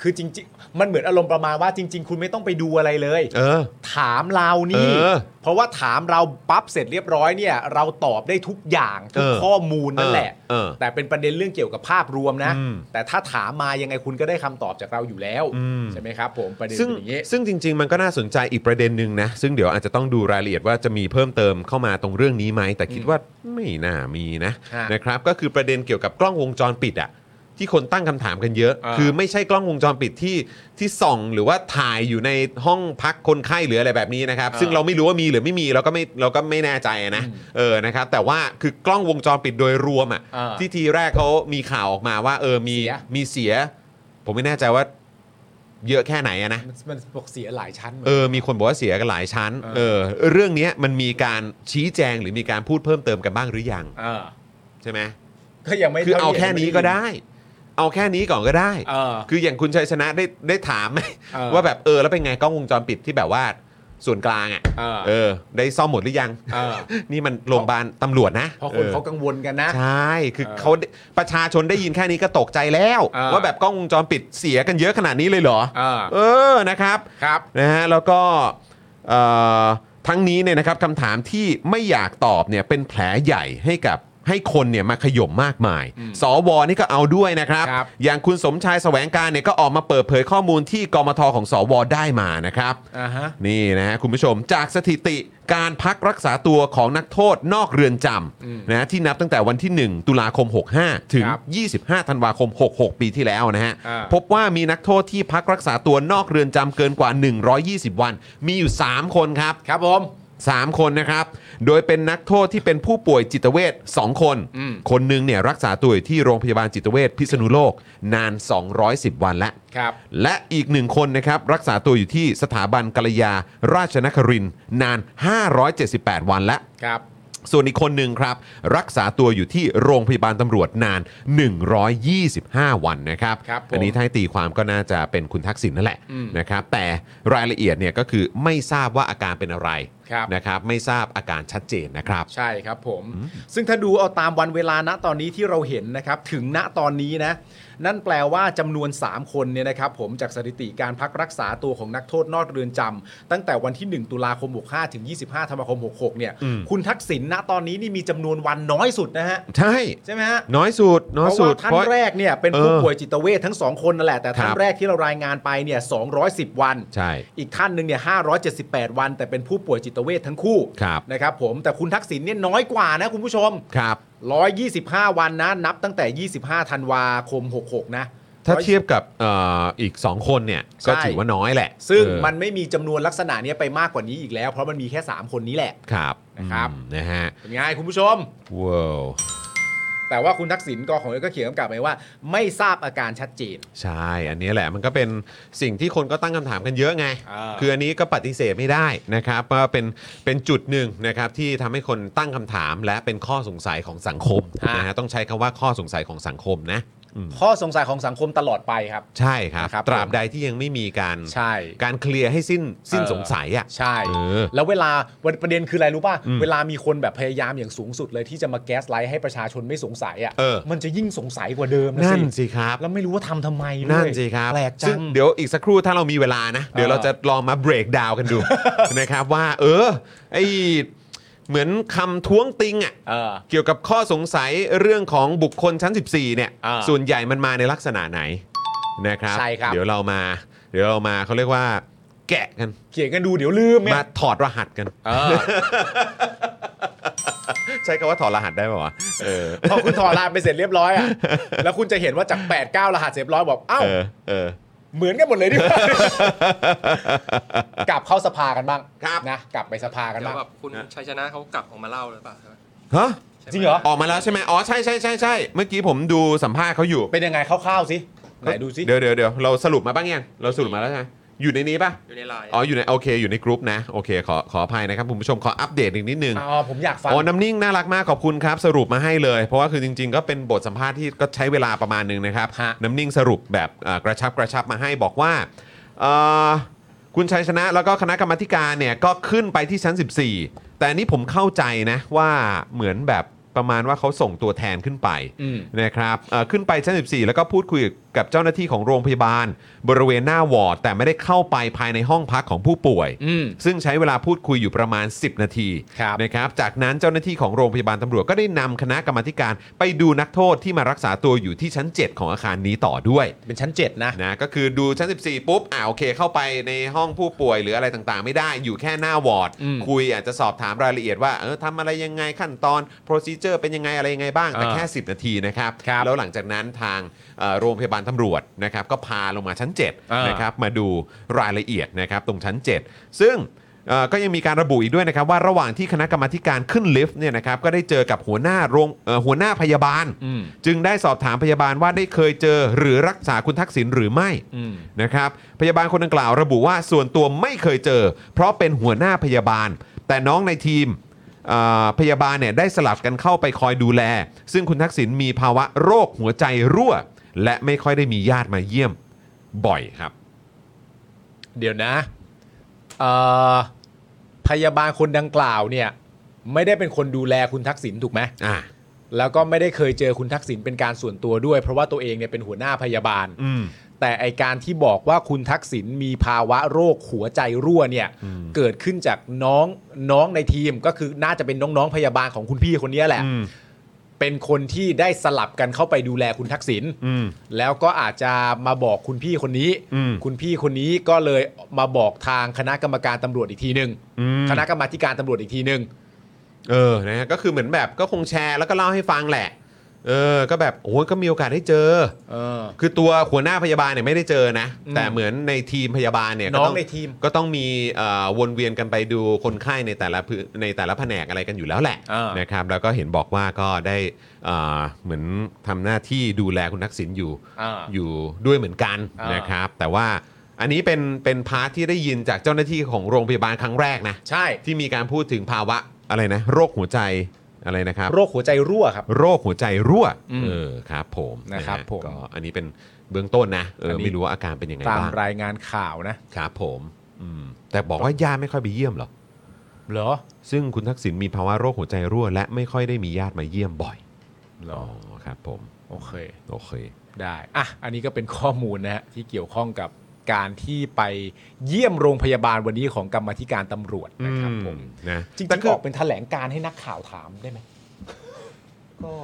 คือจริงๆ มันเหมือนอารมณ์ประมาณว่าจริง ๆ คุณไม่ต้องไปดูอะไรเลย
เออ
ถามเรานี่
เออ
เพราะว่าถามเราปั๊บเสร็จเรียบร้อยเนี่ย เราตอบได้ทุกอย่างทุก
เออ
ข้อมูลนั่นแหละ
เออเออ
แต่เป็นประเด็นเรื่องเกี่ยวกับภาพรวมนะ
อืม
แต่ถ้าถามมายังไงคุณก็ได้คำตอบจากเราอยู่แล้ว
อืม
ใช่ไหมครับผมประเด็น
ซึ่ง
เป็นอย่างนี้
ซึ่งจริง ๆ มันก็น่าสนใจอีกประเด็นหนึ่งนะ ซึ่งเดี๋ยวอาจจะต้องดูรายละเอียดว่าจะมีเพิ่มเติมเข้ามาตรงเรื่องนี้ไหม แต่คิดว่าไม่น่ามีนะ
ฮะ
นะครับ ก็คือประเด็นเกี่ยวกับกล้องวงจรปิดอะที่คนตั้งคำถามกันเยอะ
อ่า
คือไม่ใช่กล้องวงจรปิดที่ที่ส่องหรือว่าถ่ายอยู่ในห้องพักคนไข้หรืออะไรแบบนี้นะครับ ซึ่งเราไม่รู้ว่ามีหรือไม่มีเราก็ไม่เราก็ไม่แน่ใจนะเออนะครับ แต่ว่าคือกล้องวงจรปิดโดยรวมอะ
อ่า
ที่ทีแรกเขามีข่าวออกมาว่า เออมี
เสีย
มีเสีย ผมไม่แน่ใจว่าเยอะแค่ไหนอะนะ
มันมันบอกเสียหลายชั้นหมืน
เอ
กัน
อ มีคนบอกว่าเสียกันหลายชั้น เอ
เอ
อ
อ
เรื่องเนี้ยมันมีการชี้แจงหรือมีการพูดเพิ่มเติมกันบ้างหรือยัง
เออ
ใช่ไหม
ก็ยังไม่
คือเอาแค่
ท่ที่
นี้ก็ได้ เอาแค่นี้ก่อนก็ได้
เออ
คืออย่างคุณชัยชนะได้ได้ถามไหม
เออ
ว่าแบบเออแล้วเป็นไงกล้องวงจรปิดที่แบบว่าส่วนกลางอ่ะ
เออ
เออ ได้ซ่อมหมดหรือยัง
เออ
นี่มันโรงพยาบาลตำรวจนะ
เพราะคน
ออ
เขากังวลกันนะ
ใช่คือ
เออ
เขาประชาชนได้ยินแค่นี้ก็ตกใจแล้ว
อ่า
ว่าแบบกล้องวงจรปิดเสียกันเยอะขนาดนี้เลยเหรอ
อ่า
เออนะครับ
ครับ
นะฮะแล้วก็เอ่อ ทั้งนี้เนี่ยนะครับคำถามที่ไม่อยากตอบเนี่ยเป็นแผลใหญ่ให้กับให้คนเนี่ยมาขย่มมากมาย สวนี่ก็เอาด้วยนะครับ
ครับ
อย่างคุณสมชายแสวงการเนี่ยก็ออกมาเปิดเผยข้อมูลที่กมทของสวได้มานะครับ
อ่าฮะ
นี่นะฮะคุณผู้ชมจากสถิติการพักรักษาตัวของนักโทษนอกเรือนจำนะฮะที่นับตั้งแต่วันที่ 1 ตุลาคม 65 ถึง
ครับ
25 ธันวาคม 66 ปีที่แล้วนะฮะ
อ่า
พบว่ามีนักโทษที่พักรักษาตัวนอกเรือนจำเกินกว่า 120 วัน มีอยู่ 3 คนครับ
ครับผม
3 คนนะครับ โดยเป็นนักโทษที่เป็นผู้ป่วยจิตเวช2คน
อืม
คนหนึงเนี่ยรักษาตัวอยู่ที่โรงพยาบาลจิตเวชพิษณุโลกนาน 210 วันแล้ว
ครับ
และอีกหนึ่งคนนะครับรักษาตัวอยู่ที่สถาบันกัลยาราชนครินทร์นาน 578 วันและ
ครับ
ส่วนอีกคนหนึ่งครับ รักษาตัวอยู่ที่โรงพยาบาลตำรวจนาน 125 วันนะครับ
ครับผม
อันี้ถ้าให้ตีความก็น่าจะเป็นคุณทักษิณนั่นแหละ
อืม
นะครับ แต่รายละเอียดเนี่ยก็คือไม่ทราบว่าอาการเป็นอะไร
ครับ
นะครับไม่ทราบอาการชัดเจนนะครับ
ใช่ครับผม ซึ่งถ้าดูเอาตามวันเวลาณตอนนี้ที่เราเห็นนะครับ ถึงณตอนนี้นะ นั่นแปลว่าจำนวน 3 คนเนี่ยนะครับ ผมจากสถิติการพักรักษาตัวของนักโทษนอกเรือนจำตั้งแต่วันที่ 1 ตุลาคม 65 ถึง 25 ธันวาคม 66 เนี่ย คุณทักษิณณตอนนี้นี่มีจำนวนวันน้อยสุดนะฮะ
ใช่
ใช่ไหมฮะ
น้อยสุดน้อย
เพ
สุด
ราะว่าท่านแรกเนี่ยเป็นผู้
เออ
ป่วยจิตเวททั้งสองคนนั่นแหละแต่
ค
ท่า
น รับ
แรกที่เรารายงานไปเนี่ย210 วัน
ใช่
อีกท่านหนึ่งเนี่ย578 วัน แต่เป็นผู้ป่วยจิตเวททั้งคู่
ครับ
นะครับผมแต่คุณทักษิณเนี่ยน้อยกว่านะคุณผู้ชม
ครับ
125 วันนะนับตั้งแต่ 25 ธันวาคม 66 นะ
ถ้าเทียบกับเอ่ออีก 2 คนเนี่ย ก็
ใช่
ถือว่าน้อยแหละ
ซึ่ง
เออ
มันไม่มีจำนวนลักษณะเนี้ยไปมากกว่านี้อีกแล้ว เพราะมันมีแค่ 3 คนนี้แหละ
ครับ
นะครับ
อืมนะฮะ
เป็นไงคุณผู้ชม
ว้าว
แต่ว่าคุณทักษิณกของเราก็เขียนกำกับไว้ว่า ไม่ทราบอาการชัดเจน
ใช่ อันนี้แหละมันก็เป็นสิ่งที่คนก็ตั้งคำถามกันเยอะไง
อ่า
คืออันนี้ก็ปฏิเสธไม่ได้นะครับว่าเป็นเป็นจุดหนึ่งนะครับที่ทำให้คนตั้งคำถามและเป็นข้อสงสัยของสังคม
อ่าน
นะฮะต้องใช้คำว่าข้อสงสัยของสังคมนะอืม
ข้อสงสัยของสังคมตลอดไปครับ
ใช่ครับ
นะครับ
ตราบใดที่ยังไม่มีการ
ใช่
การเคลียร์ให้สิ้นสิ้น
เออ
สงสัยอ่ะ
ใช่
เออ
แล้วเวลาวันประเด็นคืออะไรรู้ป่ะ
อืม
เวลามีคนแบบพยายามอย่างสูงสุดเลยที่จะมาแก๊สไลท์ให้ประชาชนไม่สงสัย
เออ
อะ่ะมันจะยิ่งสงสัยกว่าเดิมนะ
นั่น
สิ
สิครับ
แล้วไม่รู้ว่าทำทำไมด้วย
นั่นสิครับ
แปลกจั
ซึ่
ง
เดี๋ยวอีกสักครู่ถ้าเรามีเวลานะ เดี๋ยวเราจะลองมาเบรกดาวกันดู นะครับว่า เออไอเหมือนคำท้วงติงอ่ะ
เออ
เกี่ยวกับข้อสงสัยเรื่องของบุคคลชั้น 14 เนี่ย
อ่า
ส่วนใหญ่มันมาในลักษณะไหนนะครับ
ใช่ครับ
เดี๋ยวเรามา เดี๋ยวเรามาเขาเรียกว่า แกะกัน
เขียนกันดูเดี๋ยวลืมไง
มาถอดรหัส กัน
เออ
ใช้คำว่าถอดรหัสได้ไหมวะเออ
พอคุณถอดรหัสไปเสร็จเรียบร้อยอ่ะแล้วคุณจะเห็นว่าจาก 8 9 รหัสเสร็จเรียบร้อยบอกเอ้า
เออเออ
เหมือนกันหมดเลยดิ กลับเข้าสภากันบ้าง
ครับ
นะกลับไปสภากัน
เดี๋ย
บ้าง
วแบบคุณชัยชนะเขากลับออกมาเล่าหรือเปล่าใช่ไหม
ฮะ
ใช่ไม
จริงเหร
ออกมาแล้วใช่ไหมอ๋อใช่ใช่ใช่ใช่เมื่อกี้ผมดูสัมภาษณ์เขาอยู่
เป็นยังไงคร่าวๆสิไหนดูสิ
เดี๋ยวเดี๋ยวเดี๋ยวเราสรุปมาบ้างยังเราสรุปมาแล้วใช่ไหมอยู่ในนี้ป่ะ
อยู่ในไลน์
อ๋อ อยู่ใน โอเค อยู่ในกรุ๊ปนะ โอเค ขอขออภัยนะครับคุณผู้ชม ขออัปเดตอีกนิดนึง
อ๋อผมอยากฟัง
อ๋อ น้ำนิ่งน่ารักมาก ขอบคุณครับ สรุปมาให้เลย เพราะว่าคือจริง ๆ ก็เป็นบทสัมภาษณ์ที่ก็ใช้เวลาประมาณหนึงนะครับ
ฮะ
น้ำนิ่งสรุปแบบเอ่อกระชับกระชับมาให้บอกว่าเอ่อคุณชัยชนะแล้วก็คณะกรรมาธิการเนี่ยก็ขึ้นไปที่ชั้น 14 แต่อันนี้ผมเข้าใจนะว่าเหมือนแบบประมาณว่าเขาส่งตัวแทนขึ้นไป
อืม
นะครับเอ่อขึ้นไปชั้น 14 แล้วก็พูดคุยกับเจ้าหน้าที่ของโรงพยาบาล บริเวณหน้าวอร์ด แต่ไม่ได้เข้าไปภายในห้องพักของผู้ป่วย
อืม
ซึ่งใช้เวลาพูดคุยอยู่ประมาณ 10 นาที
ครับ
นะครับ จากนั้นเจ้าหน้าที่ของโรงพยาบาลตำรวจก็ได้นำคณะกรรมาธิการไปดูนักโทษที่มารักษาตัวอยู่ที่ชั้น 7 ของอาคารนี้ต่อด้วย
เป็นชั้นเจ็ดนะ
นะก็คือดูชั้น 14 ปุ๊บอ่าโอเค เข้าไปในห้องผู้ป่วยหรืออะไรต่างๆ ไม่ได้อยู่แค่หน้าวอร์ด
อืม
คุยอาจจะสอบถามรายละเอียดว่าเออทำอะไรยังไงขั้นตอน โปรซีเจอร์เป็นยังไงอะไรยังไงบ้างแต่
อ่า
แค่ 10 นาทีนะครับ
ครับ
แล้วหลังจากนั้นทางเอ่อโรงพยาบาลตำรวจนะครับก็พาลงมาชั้น7
อ่าน
นะครับมาดูรายละเอียดนะครับตรงชั้น 7 ซึ่งเอ่อก็ยังมีการระบุอีกด้วยนะครับว่าระหว่างที่คณะกรรมาธิการขึ้นลิฟต์เนี่ยนะครับก็ได้เจอกับหัวหน้าโรงเอ่อหัวหน้าพยาบาล
อืม
จึงได้สอบถามพยาบาลว่าได้เคยเจอหรือรักษาคุณทักษิณหรือไม่
อืม
นะครับพยาบาลคนดังกล่าวระบุว่าส่วนตัวไม่เคยเจอ เพราะเป็นหัวหน้าพยาบาล แต่น้องในทีมเอ่อพยาบาลเนี่ยได้สลับกันเข้าไปคอยดูแล ซึ่งคุณทักษิณมีภาวะโรคหัวใจรั่ว และไม่ค่อยได้มีญาติมาเยี่ยมบ่อยครับ
เดี๋ยวนะเอ่อพยาบาลคนดังกล่าวเนี่ย ไม่ได้เป็นคนดูแลคุณทักษิณถูกไหม
อ่า
แล้วก็ไม่ได้เคยเจอคุณทักษิณเป็นการส่วนตัวด้วย เพราะว่าตัวเองเนี่ยเป็นหัวหน้าพยาบาล
อืม
แต่ไอการที่บอกว่าคุณทักษิณมีภาวะโรคหัวใจรั่วเนี่ยเกิดขึ้นจากน้องน้องในทีมก็คือน่าจะเป็นน้องๆพยาบาลของคุณพี่คนเนี้ยแหละ
อืม
เป็นคนที่ได้สลับกันเข้าไปดูแลคุณทักษิณ
อืม
แล้วก็อาจจะมาบอกคุณพี่คนนี้
อืม
คุณพี่คนนี้ก็เลยมาบอกทางคณะกรรมการตำรวจอีกทีหนึ่ง
อืม
คณะกรรมาธิการตำรวจอีกทีหนึ่ง
เออ นะฮะก็คือเหมือนแบบก็คงแชร์แล้วก็เล่าให้ฟังแหละ เออ ก็แบบโอ้ยก็มีโอกาสได้เจอ คือตัวหัวหน้าพยาบาลเนี่ยไม่ได้เจอนะ
อืม
แต่เหมือนในทีมพยาบาลเนี่ย
น้อง
ก็ต้
ในทีม
ก็ต้องมีเอ่อวนเวียนกันไปดูคนไข้ในแต่ละพื้นในแต่ละแผนกอะไรกันอยู่แล้วแหละ
อ่าน
นะครับ แล้วก็เห็นบอกว่าก็ได้เอ่อเหมือนทำหน้าที่ดูแลคุณทักษิณอยู่
อ่า
อยู่ด้วยเหมือนกัน
อ่าน
นะครับ แต่ว่าอันนี้เป็นเป็นพาร์ทที่ได้ยินจากเจ้าหน้าที่ของโรงพยาบาลครั้งแรกนะ
ใช่
ที่มีการพูดถึงภาวะอะไรนะ โรคหัวใจอะไรนะครับ
โรคหัวใจรั่วครับ
โรคหัวใจรั่ว
อืม
เออครับผม
นะครับ
ฮ
ผม
ก็อันนี้เป็นเบื้องต้นนะเอออน
นี้
ไม่รู้ว่าอาการเป็นยังไง
ตาม
บ้าง
รายงานข่าวนะครับ
ผมอืมแต่บอกว่าญาติไม่ค่อยไปเยี่ยมหรอ
เหรอ
ซึ่งคุณทักษิณมีภาวะโรคหัวใจรั่ว และไม่ค่อยได้มีญาติมาเยี่ยมบ่อย
เหร
อ๋
อ
อครับผม
โอเค
โอเค
ได้อ่ะอันนี้ก็เป็นข้อมูลนะฮะที่เกี่ยวข้องกับการที่ไปเยี่ยมโรงพยาบาลวันนี้ของกรรมาธิการตำรวจนะครับ
อืม
ผม
นะ
จริง
แต่
ๆ
คือ
ออกเป็นแถลงการณ์ให้นักข่าวถามได้ไหม
ก็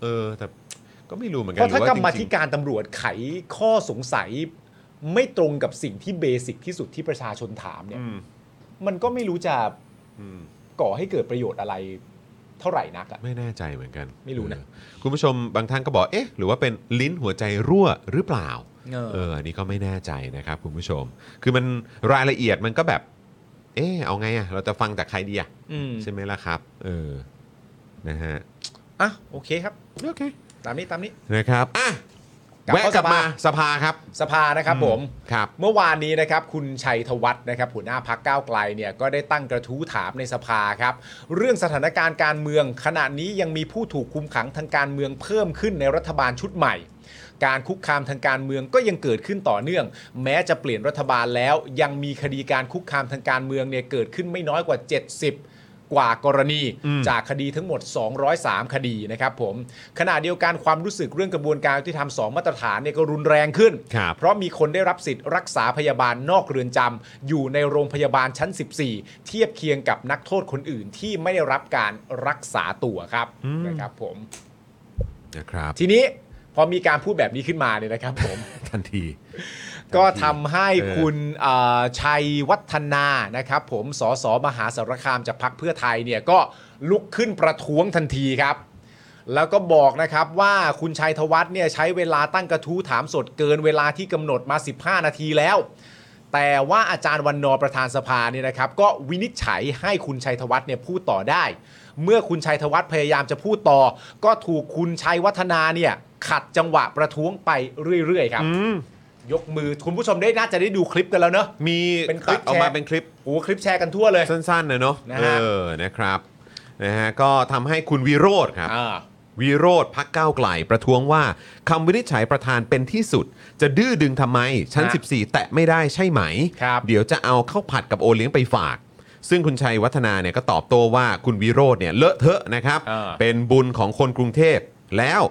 เออแต่ก็ไม่รู้เหมือนกั
เพราะถ้า
ว่
กรรมา
จ
ธิ
งๆ
การตำรวจไขข้อสงสัย ไม่ตรงกับสิ่งที่เบสิกที่สุดที่ประชาชนถามเนี่ย
อืม
มันก็ไม่รู้จะ
อืม
ก่อให้เกิดประโยชน์อะไรเท่าไหร่นักอะ
ไม่แน่ใจเหมือนกัน
ไม่รู้นะ
เออคุณผู้ชมบางท่านก็บอกเอ๊ะหรือว่าเป็นลิ้นหัวใจรั่วหรือเปล่า
เออ
อันนี้ก็ไม่แน่ใจนะครับคุณผู้ชม คือมันรายละเอียดมันก็แบบ เอ๊ะเอาไงอะเราจะฟังจากใครดีอะ
อืม
ใช่ไหมล่ะครับ เออนะฮะ
อ่ะโอเคครับ
โอเค
ตามนี้ตามนี้
นะครับอ่ะ
กลับ
แวะ
เข้าก
ลับ
สภาม
มาสภาครับ
สภานะครับผม
ครับ
เมื่อวานนี้นะครับคุณชัยธวัฒน์นะครับหัวหน้าพักก้าวไกลเนี่ยก็ได้ตั้งกระทู้ถามในสภาครับเรื่องสถานการณ์การเมืองขณะนี้ยังมีผู้ถูกคุมขังทางการเมืองเพิ่มขึ้นในรัฐบาลชุดใหม่ การคุกคามทางการเมืองก็ยังเกิดขึ้นต่อเนื่อง แม้จะเปลี่ยนรัฐบาลแล้ว ยังมีคดีการคุกคามทางการเมืองเนี่ยเกิดขึ้นไม่น้อยกว่า 70 กว่ากรณีจากคดีทั้งหมด 203 คดีนะครับผมขณะเดียวกันความรู้สึกเรื่องกระบวนการยุติธรรมสองมาตรฐานเนี่ยก็รุนแรงขึ้น
ครับ
เพราะมีคนได้รับสิทธิ์รักษาพยาบาลนอกเรือนจำอยู่ในโรงพยาบาลชั้น 14 เทียบเคียงกับนักโทษคนอื่นที่ไม่ได้รับการรักษาตัวครับนะครับผม
นะครับ
ทีนี้พอมีการพูดแบบนี้ขึ้นมาเนี่ยนะครับผม
ทันที
ก็ทำให้คุณเอ่อชัยวัฒนานะครับ ผมสสมหาสารคามจากพักเพื่อไทยเนี่ยก็ลุกขึ้นประท้วงทันทีครับ แล้วก็บอกนะครับว่าคุณชัยธวัฒน์เนี่ยใช้เวลาตั้งกระทู้ถามสดเกินเวลาที่กำหนดมา 15 นาทีแล้ว แต่ว่าอาจารย์วันนอร์ประธานสภาเนี่ยนะครับ ก็วินิจฉัยให้คุณชัยธวัฒน์เนี่ยพูดต่อได้ เมื่อคุณชัยธวัฒน์พยายามจะพูดต่อ ก็ถูกคุณชัยวัฒนาเนี่ยขัดจังหวะประท้วงไปเรื่อยๆครับ ยกมือคุณผู้ชมได้น่าจะได้ดูคลิปกันแล้วเนอะ
มี
เป็นคลิ
ตั
ป
ดออกมา
แชร์
เป็นคลิป
โอ้คลิปแชร์กันทั่วเลย
สั้นๆนะเนาะ
นะ
เอ
ฮะ
อนะครับนะฮะก็ทำให้คุณวิโรธครับ
อ่า
วิโรธพักก้าวไกลประท้วงว่าคำวินิจฉัยประธานเป็นที่สุด จะดื้อดึงทำไม ชั้น
ฮะ
14 แตะไม่ได้ใช่ไหม
ครับ
เดี๋ยวจะเอาข้าวผัดกับโอเลี้ยงไปฝาก ซึ่งคุณชัยวัฒนาเนี่ยก็ตอบโต้ว่าคุณวิโรธเนี่ยเลอะเทอะนะครับ
อ่า
เป็นบุญของคนกรุงเทพแล้ว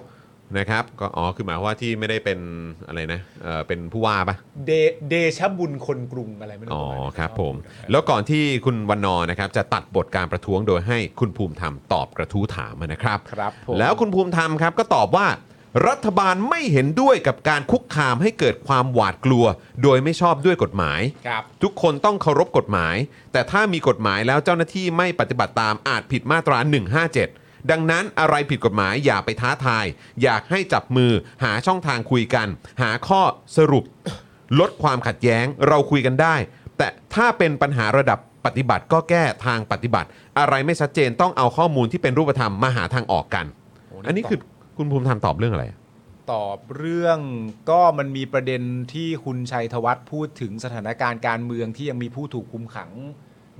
นะครับก็อ๋อคือหมายความว่าที่ไม่ได้เป็นอะไรนะเออเป็นผู้ว่าปะ
เดเดชะบุญคนกรุงอะไรไม่รู้
อ๋อ
ปะมาณนั้น
ครับผม
ครับ
แล้วก่อนที่คุณวันนอร์นะครับจะตัดบทการประท้วงโดยให้คุณภูมิธรรมตอบกระทู้ถามนะครับ
ครับผม
แล้วคุณภูมิธรรมครับก็ตอบว่า รัฐบาลไม่เห็นด้วยกับการคุกคามให้เกิดความหวาดกลัว โดยไม่ชอบด้วยกฎหมาย
ครับ
ทุกคนต้องเคารพกฎหมาย แต่ถ้ามีกฎหมายแล้วเจ้าหน้าที่ไม่ปฏิบัติตามอาจผิดมาตรา 157 ดังนั้นอะไรผิดกฎหมายอย่าไปท้าทาย อยากให้จับมือหาช่องทางคุยกัน หาข้อสรุป ลดความขัดแย้งเราคุยกันได้ แต่ถ้าเป็นปัญหาระดับปฏิบัติก็แก้ทางปฏิบัติ อะไรไม่ชัดเจนต้องเอาข้อมูลที่เป็นรูปธรรมมาหาทางออกกัน
โอ้นี่
อันนี้คือคุณภูมิธรรมตอบเรื่องอะไรอะ
ตอบเรื่องก็มันมีประเด็นที่คุณชัยธวัฒน์พูดถึงสถานการณ์การเมืองที่ยังมีผู้ถูกคุมขัง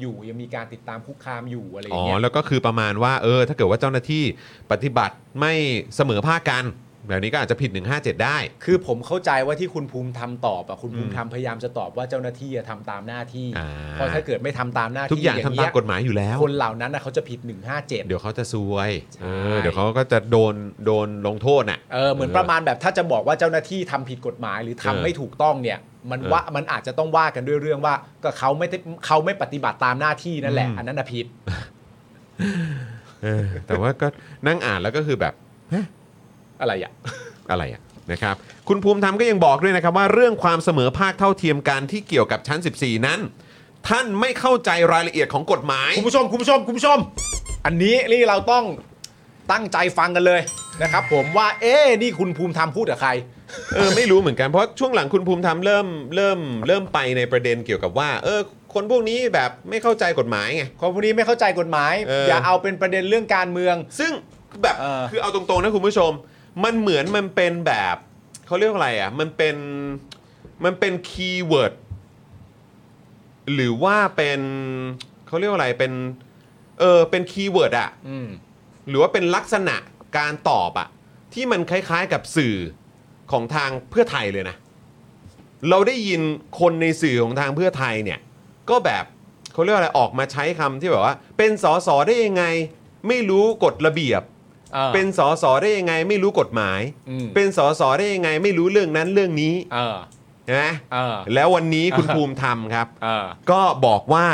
อยู่ยังมีการติดตามคุกคามอยู่อะไรอ
อ๋อ
ย่า
ง
เงี้ย
แล้วก็คือประมาณว่าเออถ้าเกิดว่าเจ้าหน้าที่ปฏิบัติไม่เสมอภาคกัน แบบนี้ก็อาจจะผิด 157 ได้
คือผมเข้าใจว่าที่คุณภูมิทำตอบอะคุณภูมิทำพยายามจะตอบว่าเจ้าหน้าที่อะทำตามหน้าที่
อ่า
เพราะถ้าเกิดไม่ทำตามหน้าที่
ทุกอย่างทำตามกฎหมายอยู่แล้ว
คนเหล่านั้นนะเขาจะผิด 157
เดี๋ยวเขาจะซวย
ใช่
เออเดี๋ยวเขาก็จะโดนโดนลงโทษน่ะ
เออเหมือนประมาณแบบถ้าจะบอกว่าเจ้าหน้าที่ทำผิดกฎหมายหรือทำ
เออ
ไม่ถูกต้องเนี่ย มัน
เออ
ว่ามันอาจจะต้องว่ากันด้วยเรื่องว่าก็เขาไม่ได้เขาไม่ปฏิบัติตามหน้าที่นั่นแหละ
อืม
อันนั้นนะผิด
เออแต่ว่าก็นั่งอ่านแล้วก็คือแบบ
อะไรอ่ะ
อะไรอะนะครับคุณภูมิธรรมก็ยังบอกด้วยนะครับว่าเรื่องความเสมอภาคเท่าเทียมกันที่เกี่ยวกับชั้น 14 นั้น ท่านไม่เข้าใจรายละเอียดของกฎหมาย
คุณผู้ชมคุณผู้ชมคุณผู้ชม อันนี้นี่เราต้องตั้งใจฟังกันเลยนะครับผมว่าเอ๊ะนี่คุณภูมิธรรมพูดกับใคร
เออไม่รู้เหมือนกันเพราะช่วงหลังคุณภูมิธรรมเริ่มเริ่มเริ่มไปในประเด็นเกี่ยวกับว่า เออ คนพวกนี้แบบไม่เข้าใจกฎหมายไง
คนพวกนี้ไม่เข้าใจกฎหมาย
เอออ
อย่าเอาเป็นประเด็นเรื่องการเมือง
ซึ่งแบบ
เออ
คือเอาตรงๆนะคุณผู้ชม มันเหมือนมันเป็นแบบเขาเรียกว่าอะไรอ่ะมันเป็นมันเป็นคีย์เวิร์ดหรือว่าเป็นเขาเรียกว่าอะไรเป็นเออเป็นคีย์เวิร์ดอ่ะ
อืม
หรือว่าเป็นลักษณะการตอบอะที่มันคล้ายๆกับสื่อของทางเพื่อไทยเลยนะ เราได้ยินคนในสื่อของทางเพื่อไทยเนี่ย ก็แบบเขาเรียกว่าอะไรออกมาใช้คำที่แบบว่า เป็นสอสอได้ยังไง ไม่รู้กฎระเบียบ เป็นสอสอได้ยังไง ไม่รู้กฎหมาย
อืม
เป็นสอสอได้ยังไง ไม่รู้เรื่องนั้นเรื่องนี้
เออ
ใช่ไหม
เออ
แล้ววันนี้คุณภูมิธรรมครับ
เออ
ก็บอกว่า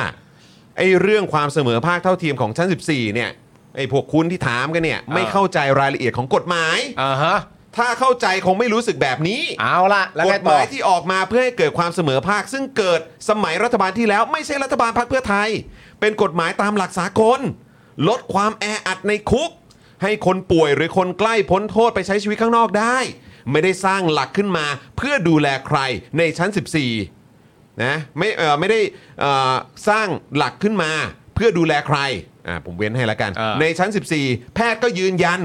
ไอ้เรื่องความเสมอภาคเท่าเทียมของชั้น 14 เนี่ยไอ้พวกคุณที่ถามกันเนี่ยไม่เข้าใจรายละเอียดของกฎหมาย
อ่าฮะ
ถ้าเข้าใจคงไม่รู้สึกแบบนี้
เอาละแล้ว
ก
ไง
ฎห
ต่อ
มายที่ออกมาเพื่อให้เกิดความเสมอภาค ซึ่งเกิดสมัยรัฐบาลที่แล้วไม่ใช่รัฐบาลพรรคเพื่อไทย เป็นกฎหมายตามหลักสากล ลดความแออัดในคุก ให้คนป่วยหรือคนใกล้พ้นโทษไปใช้ชีวิตข้างนอกได้ ไม่ได้สร้างหลักขึ้นมาเพื่อดูแลใครในชั้น 14 นะไม่เออไม่ได้เอ่อสร้างหลักขึ้นมาเพื่อดูแลใครอ่าผมเว้นให้ละกัน
อ่า
ในชั้น 14 แพทย์ก็ยืนยัน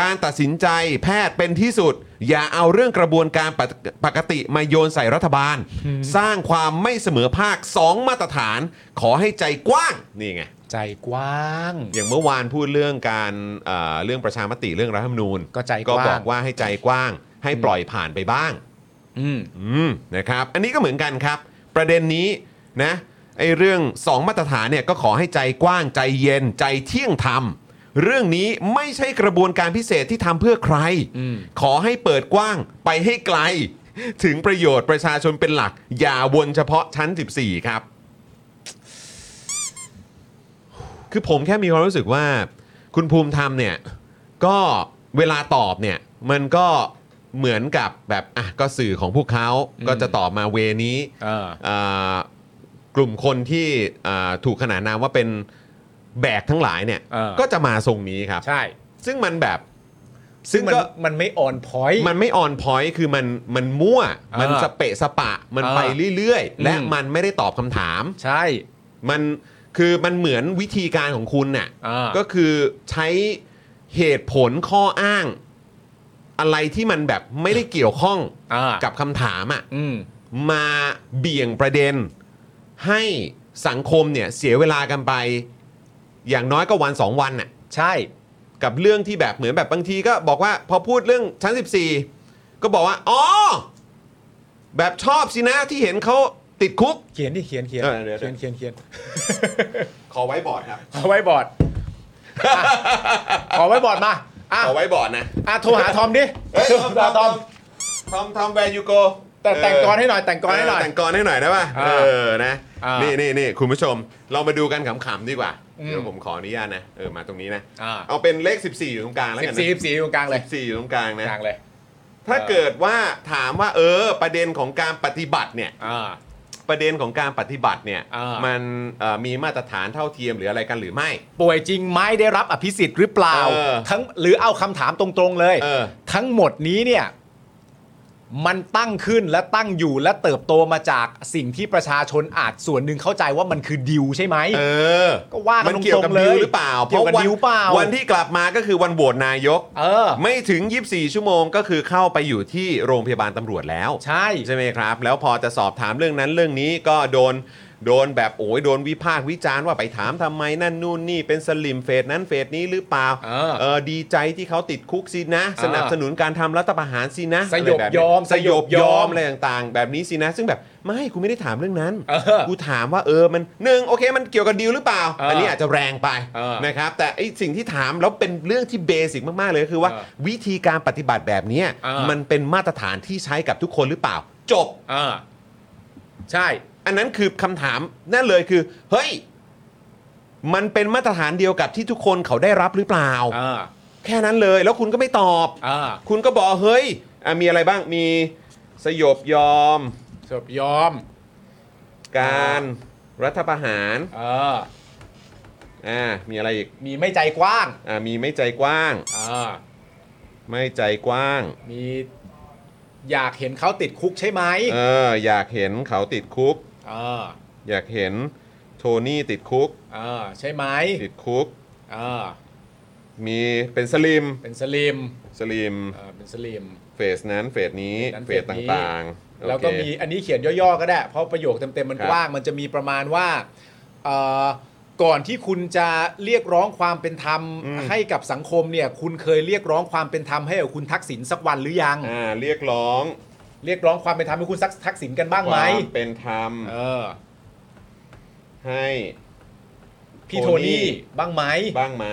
การตัดสินใจแพทย์เป็นที่สุด อย่าเอาเรื่องกระบวนการปกปกติมาโยนใส่รัฐบาล สร้างความไม่เสมอภาค 2 มาตรฐาน ขอให้ใจกว้าง นี่ไง
ใจกว้าง
อย่างเมื่อวานพูดเรื่องการเอ่อเรื่องประชามติเรื่องรัฐธรรมนูญ
ก็ใจกว้าง
ก็บอกว่าให้ใจกว้าง ให้ปล่อยผ่านไปบ้าง
อืม
อืมนะครับอันนี้ก็เหมือนกันครับ ประเด็นนี้นะไอเรื่อง 2 มาตรฐานเนี่ยก็ขอให้ใจกว้างใจเย็นใจเที่ยงธรรม เรื่องนี้ไม่ใช่กระบวนการพิเศษที่ทำเพื่อใคร
อืม
ขอให้เปิดกว้างไปให้ไกล ถึงประโยชน์ประชาชนเป็นหลัก อย่าวนเฉพาะชั้น 14 ครับ คือผมแค่มีความรู้สึกว่า คุณภูมิธรรมเนี่ย ก็เวลาตอบเนี่ย มันก็เหมือนกับแบบอ่ะก็สื่อของพวกเขาก็จะตอบมาเวนี้
เออ
เอ่อกลุ่มคนที่เอ่อถูกขนานนามว่าเป็นแบกทั้งหลายเนี่ย
เออ
ก็จะมาทรงนี้ครับ
ใช่
ซึ่งมันแบบ
ซึ่งมัน
ก็
มันไม่อ่อนพอย
มันไม่ออนพอยต์คือมันมันมั่ว มัน
เออ
สเปะสปะ มัน
เออ
ไปเรื่อยๆ และ
อืม
มันไม่ได้ตอบคำถาม
ใช่
มันคือมันเหมือนวิธีการของคุณน่ะ
อ่า
ก็คือใช้เหตุผลข้ออ้าง อะไรที่มันแบบไม่ได้เกี่ยวข้อง
อ่า
กับคำถามอ่ะ
อืม
มาเบี่ยงประเด็น ให้สังคมเนี่ยเสียเวลากันไป อย่างน้อยก็วัน 2 วันน่ะ
ใช่
กับเรื่องที่แบบเหมือนแบบบางทีก็บอกว่าพอพูดเรื่องชั้น 14 ก็บอกว่าอ๋อแบบชอบสินะที่เห็นเขาติดคุก
เขียนดิเขียนเขียน
เออเดี๋ยว
เขียนเขียนเขียน
ขอไว้บอร์ดครับ
ขอไว้บ อร์ดอ่ะขอไว้บอร์ดมาอ่ะ
ขอไว้บอร์ดนะ
อ่ะโทรหาทอมดิ
เฮ้ย
โทรหาทอม
ทอมทอมแวร์ยูโก
แต่แต่งกรให้หน่อยแต่งกรให้หน่อย
แต่งกรให้หน่อยได้ป่ะ
อ่า
เออนะ
อ่านี่
นี่นี่นี่คุณผู้ชม เรามาดูกันขำๆดีกว่า
อืม
เดี๋ยวผมขออนุญาตนะเออมาตรงนี้นะ
อ่า
เอาเป็นเลข 14 อยู่ตรงกลางแล้ว
สิ
กับ น
สี่สิบสี่อยู่ตรงกลางเลย
14 อยู่ตรงกลางนะ
กลางเลย
ถ้า
เออ
เกิดว่าถามว่าเออประเด็นของการปฏิบัติเนี่ย
อ่า
ประเด็นของการปฏิบัติเนี่ย
เออ
มันเอ่อมีมาตรฐานเท่าเทียมหรืออะไรกันหรือไม่
ป่วยจริงไหมได้รับอภิสิทธิ์หรือเปล่า
เออ
ทั้งหรือเอาคำถามตรงๆเลย
เออ
ทั้งหมดนี้เนี่ย มันตั้งขึ้นและตั้งอยู่และเติบโตมาจากสิ่งที่ประชาชนอาจส่วนหนึ่งเข้าใจว่ามันคือดิวใช่ไหม
เออ
ก็ว่ากัน
มัเกี่ยวกับ
ตรงๆเลย
ดิวหรือเปล่า
เกี่ยวกับ
วัน
ดิวเปล่า
วันที่กลับมาก็คือวันโหวตนายก
เออ
ไม่ถึง 24 ชั่วโมงก็คือเข้าไปอยู่ที่โรงพยาบาลตำรวจแล้ว
ใช่
ใช่ไหมครับ แล้วพอจะสอบถามเรื่องนั้นเรื่องนี้ก็โดน โดนแบบโอ้ยโดนวิพากษ์วิจารณ์ว่าไปถามทำไมนั่นนู่นนี่เป็นสลิมเฟสนั้นเฟสนี้หรือเปล่า
เออ
เออดีใจที่เขาติดคุกสินะ
เออ
สนับสนุนการทำรัฐประหารสินะะ
สยบ
ไรแนี้
ยอม
สยบยอ
สยบยอ
ม
ม
อะไรต่างๆ แบบนี้สินะ ซึ่งแบบไม่กูไม่ได้ถามเรื่องนั้น
เออ
กูถามว่าเออมันหนึ่งโอเคมันเกี่ยวกับดีลหรือเปล่า
เอออั
นนี้อาจจะแรงไป
เออ
นะครับแต่ไอ้สิ่งที่ถามแล้วเป็นเรื่องที่เบสิกมากๆเลยก็คือว่า
เออ
วิธีการปฏิบัติแบบเนี้ย
เออ
มันเป็นมาตรฐานที่ใช้กับทุกคนหรือเปล่า จบ
อ่าใช่
อันนั้นคือคำถามนั่นเลยคือ เฮ้ย มันเป็นมาตรฐานเดียวกับที่ทุกคนเขาได้รับหรือเปล่า
อ่า
แค่นั้นเลย แล้วคุณก็ไม่ตอบ
อ่า
คุณก็บอกเฮ้ยอ่ะมีอะไรบ้างมีสยบยอม
สยบยอม
การรัฐประหาร
เออ
อ่ามีอะไรอีก
มีไม่ใจกว้าง
อ่ามีไม่ใจกว้าง
อ่า
ไม่ใจกว้าง
มีอยากเห็นเขาติดคุกใช่ไหม
เออ อยากเห็นเขาติดคุก
เออ
อยากเห็นโทนี่ติดคุก
เออใช่ไหม
ติดคุก
เออ
มีเป็นสลิม
เป็นสลิม
สลิม
เออเป็นสลิม
เฟสนั้นเฟสนี้
เฟสนั้
เฟสต
นเฟสนี้
่างๆ
แล้วก็
โอเค
มีอันนี้เขียนย่อๆก็ได้ เพราะประโยคเต็มๆมัน
ครับ
กว้างมันจะมีประมาณว่าเอ่อก่อนที่คุณจะเรียกร้องความเป็นธรรมให้กับสังคมเนี่ยคุณเคยเรียกร้องความเป็นธรรมให้กับคุณทักษิณสักวันหรือยัง
อ่าเรียกร้อง
เรียกร้องความเป็นธรรมให้คุณทักทักษิณกันบ้าง
ค
ไหม
วามเป็นธรรม
เออ
ให้
พี่โทนี่บ้างไหม
บ้างไหม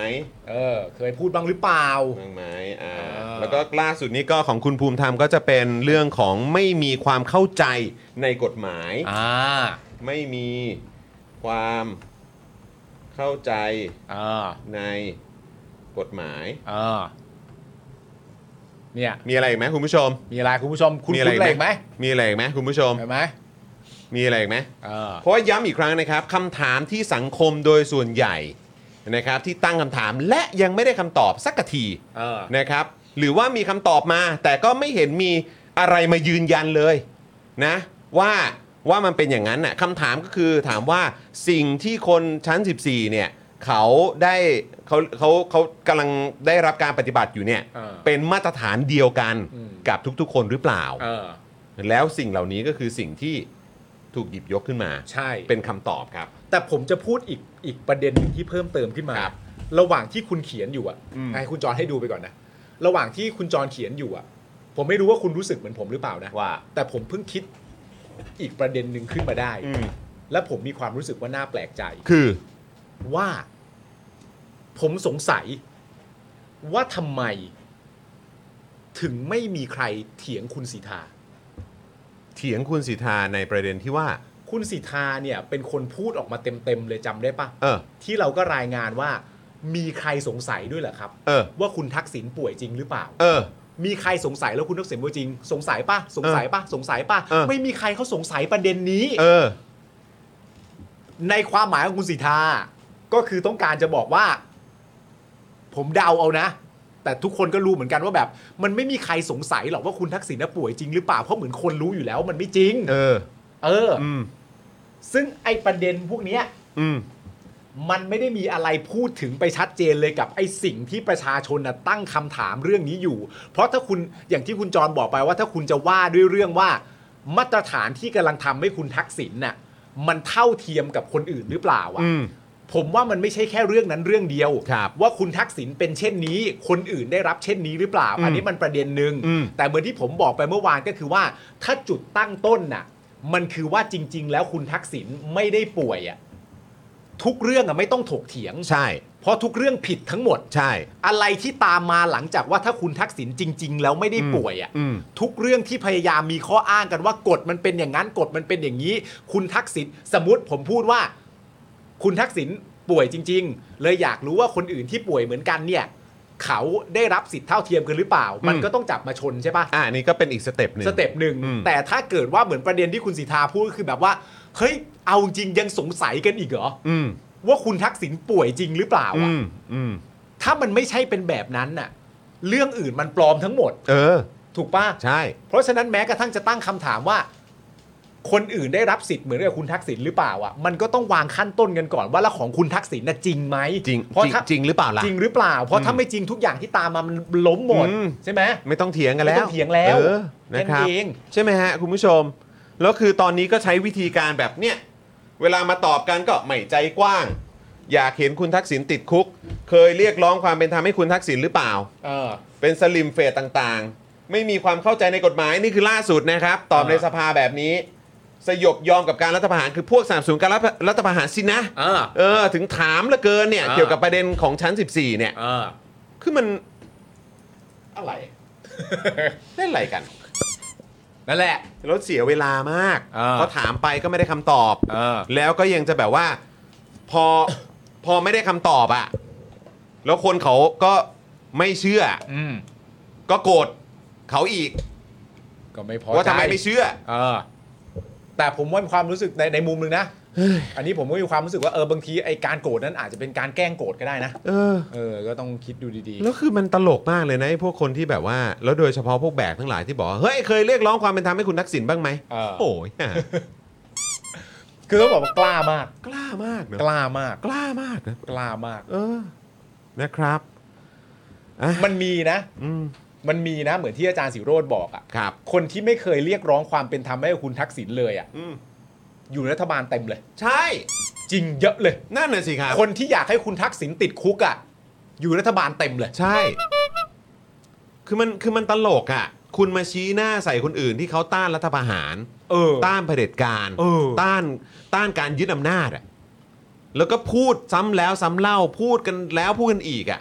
เออเคยพูดบ้างหรือเปล่า
บ้างไหมอ่า
เออ
แล้วก็ล่าสุดนี้ก็ของคุณภูมิธรรมก็จะเป็นเรื่องของไม่มีความเข้าใจในกฎหมาย
อ่า
ไม่มีความเข้าใจ
อ่า
ในกฎหมาย
เออเนี่ย
มีอะไรอีกไหมคุณผู้ชม
มีอะไรคุณผู้ชม คุณ
มี
คุณอะไรอีกไหม
มีอะไรอีกไหมคุณผู้ชม
เห็นไหม
มีอะไรอีกไหม
เออ
เพราะว่าย้ำอีกครั้งนะครับคำถามที่สังคมโดยส่วนใหญ่นะครับที่ตั้งคำถามและยังไม่ได้คำตอบสักกะที
เออ
นะครับหรือว่ามีคำตอบมา แต่ก็ไม่เห็นมีอะไรมายืนยันเลยนะว่าว่ามันเป็นอย่างนั้นน่ะคำถามก็คือถามว่าสิ่งที่คนชั้น 14เนี่ยเขาได้เขาเขาเขากำลังได้รับการปฏิบัติอยู่เนี่ย
เออ
เป็นมาตรฐานเดียวกัน
อืม
กับทุกๆ คนหรือเปล่า
เออ
แล้วสิ่งเหล่านี้ก็คือสิ่งที่ถูกหยิบยกขึ้นมา
ใช่
เป็นคำตอบครับ
แต่ผมจะพูดอีกอีกประเด็นหนึ่งที่เพิ่มเติมขึ้นมา
ครับ
ระหว่างที่คุณเขียนอยู่อ่ะ
อืม
ให้คุณจรให้ดูไปก่อนนะ ระหว่างที่คุณจรเขียนอยู่อ่ะ ผมไม่รู้ว่าคุณรู้สึกเหมือนผมหรือเปล่านะ
ว่า
แต่ผมเพิ่งคิดอีกประเด็นหนึ่งขึ้นมาได้
อืม
และผมมีความรู้สึกว่าน่าแปลกใจ
คือ
ว่าผมสงสัยว่าทำไม ถึงไม่มีใครเถียงคุณสีทา
เถียงคุณสิทธาในประเด็นที่ว่า
คุณสีทาเนี่ย เป็นคนพูดออกมาเต็มๆเลยจำได้ปะ
เออ
ที่เราก็รายงานว่า มีใครสงสัยด้วยเหรอครับ
เออ
ว่าคุณทักษิณป่วยจริงหรือเปล่า
เออ
มีใครสงสัยแล้วคุณทักษิณป่วยจริง สงสัยปะสงสัยปะสงสัยปะ
เออ
ไม่มีใครเขาสงสัยประเด็นนี้
เออ
ในความหมายของคุณสิทธา ก็คือต้องการจะบอกว่า ผมเดาเอานะ แต่ทุกคนก็รู้เหมือนกันว่าแบบ มันไม่มีใครสงสัยหรอกว่าคุณทักษิณน่ะป่วยจริงหรือเปล่า เพราะเหมือนคนรู้อยู่แล้วว่ามันไม่จริง
เออ
เออ
อืม
ซึ่งไอประเด็นพวกเนี้ย
อืม
มันไม่ได้มีอะไรพูดถึงไปชัดเจนเลยกับไอ้สิ่งที่ประชาชนนะตั้งคำถามเรื่องนี้อยู่ เพราะถ้าคุณอย่างที่คุณจรบอกไปว่าถ้าคุณจะว่าด้วยเรื่องว่า มาตรฐานที่กำลังทำให้คุณทักษิณน่ะมันเท่าเทียมกับคนอื่นหรือเปล่าอะ
อืม
ผมว่ามันไม่ใช่แค่เรื่องนั้นเรื่องเดียว
ครับ
ว่าคุณทักษิณเป็นเช่นนี้ คนอื่นได้รับเช่นนี้หรือเปล่า อันนี้มันประเด็นหนึ่ง
อืม
แต่เหมือนที่ผมบอกไปเมื่อวานก็คือว่า ถ้าจุดตั้งต้นน่ะ มันคือว่าจริง ๆ แล้วคุณทักษิณไม่ได้ป่วยอ่ะทุกเรื่องอ่ะไม่ต้องถกเถียง
ใช่
เพราะทุกเรื่องผิดทั้งหมด
ใช่
อะไรที่ตามมาหลังจากว่าถ้าคุณทักษิณจริง ๆ แล้วไม่ได้ป่วยอ่ะ
อืม
ทุกเรื่องที่พยายามมีข้ออ้างกันว่ากฎมันเป็นอย่างนั้นกฎมันเป็นอย่างนี้ คุณทักษิณสมมติผมพูดว่า คุณทักษิณป่วยจริง ๆ เลยอยากรู้ว่าคนอื่นที่ป่วยเหมือนกันเนี่ย เขาได้รับสิทธิ์เท่าเทียมกันหรือเปล่า มันก็ต้องจับมาชนใช่ปะ
อ่านี่ก็เป็นอีกสเต็ปหนึ่ง
สเต็ปหนึ่ง
อืม
แต่ถ้าเกิดว่าเหมือนประเด็นที่คุณสิทธาพูดก็คือแบบว่า เฮ้ย เอาจริงยังสงสัยกันอีกเหรอ
อืม
ว่าคุณทักษิณป่วยจริงหรือเปล่า
อื
อะ
ม อืม
ถ้ามันไม่ใช่เป็นแบบนั้นน่ะ เรื่องอื่นมันปลอมทั้งหมด
เออ
ถูกปะ
ใช่
เพราะฉะนั้นแม้กระทั่งจะตั้งคำถามว่า คนอื่นได้รับสิทธิ์เหมือนกับคุณทักษิณหรือเปล่าอ่ะมันก็ต้องวางขั้นต้นกันก่อนว่าแล้วของคุณทักษิณน่ะจริงไหม
จริง
เพราะถ้า
จริงหรือเปล่าล่ะ
จริงหรือเปล่า เพราะถ้าไม่จริงทุกอย่างที่ตามมามันล้มหมด
อืม
ใช่ไหม
ไม่ต้องเถียงกันแล้ว
ไม่ต้องเถียงแล้ว
ออนะครับ
แค่นั้นเอง
ใช่ไหมฮะคุณผู้ชม แล้วคือตอนนี้ก็ใช้วิธีการแบบเนี้ย เวลามาตอบกันก็ไม่ใจกว้าง อยากเห็นคุณทักษิณติดคุก เคยเรียกร้องความเป็นธรรมให้คุณทักษิณหรือเปล่า
เออ
เป็นสลิมเฟสต่างๆ ไม่มีความเข้าใจในกฎหมายนี่คือล่าสุดนะครับ ตอบ
อ่า
ในสภาแบบนี้ สยบยอมกับการรัฐประหารคือพวกสามสูนการรัฐรัฐประหารสินะ
เออ
เออ ถึงถามเหละเกินเนี่ย
อ่า
เกี่ยวกับประเด็นของชั้น 14 เนี่ย
เออ
คือมันอะไร เล่นอะไรกัน
นั่นแหละ
แล้วเสียเวลามาก
อ่า
เพราะถามไปก็ไม่ได้คำตอบ
เออ
แล้วก็ยังจะแบบว่า พอ พอไม่ได้คำตอบอะแล้วคนเขาก็ไม่เชื่อ
อืม
ก็โกรธเขาอีก
ก็ไม่พอ
ว่า
ใจ
ทำไมไม่เชื่อ
เออ แต่ผมว่ามีความรู้สึกในในมุมหนึงนะ อันนี้ผมก็มีความรู้สึกว่าเออบางทีไอการโกรธนั้นอาจจะเป็นการแกล้งโกรธก็ได้นะ
เออ
เออ ก็ต้องคิดดูดี
แล้วคือมันตลกมากเลยนะไอ้พวกคนที่แบบว่า แล้วโดยเฉพาะพวกแบกทั้งหลายที่บอกว่าเฮ้ยเคยเรียกร้องความเป็นธรรมให้คุณทักษิณบ้างไหม
เออ
โอ้ย อ่ะ
ๆ คือต้องบอกว่ากล้ามาก
กล้ามากเนอะ
กล้ามาก
กล้ามากนะ
กล้ามาก
เออ นะครับอ่ะ
มันมีนะ
อืม
มันมีนะ เหมือนที่อาจารย์สิโรธบอกอะ
ครับ
คนที่ไม่เคยเรียกร้องความเป็นธรรมให้กับคุณทักษิณเลยอะ
อืม
อยู่ในรัฐบาลเต็มเลย
ใช่
จริงเยอะเลย
นั่นน่ะสิครับ
คนที่อยากให้คุณทักษิณติดคุกอะอยู่รัฐบาลเต็มเลย
ใช่ คือมันคือมันตลกอ่ะ คุณมาชี้หน้าใส่คนอื่นที่เขาต้านรัฐประหาร
เออ
ต้านเผด็จการ
เออ
ต้านต้านการยึดอำนาจอะแล้วก็พูดซ้ำแล้วซ้ำเล่าพูดกันแล้วพูดกันอีกอะ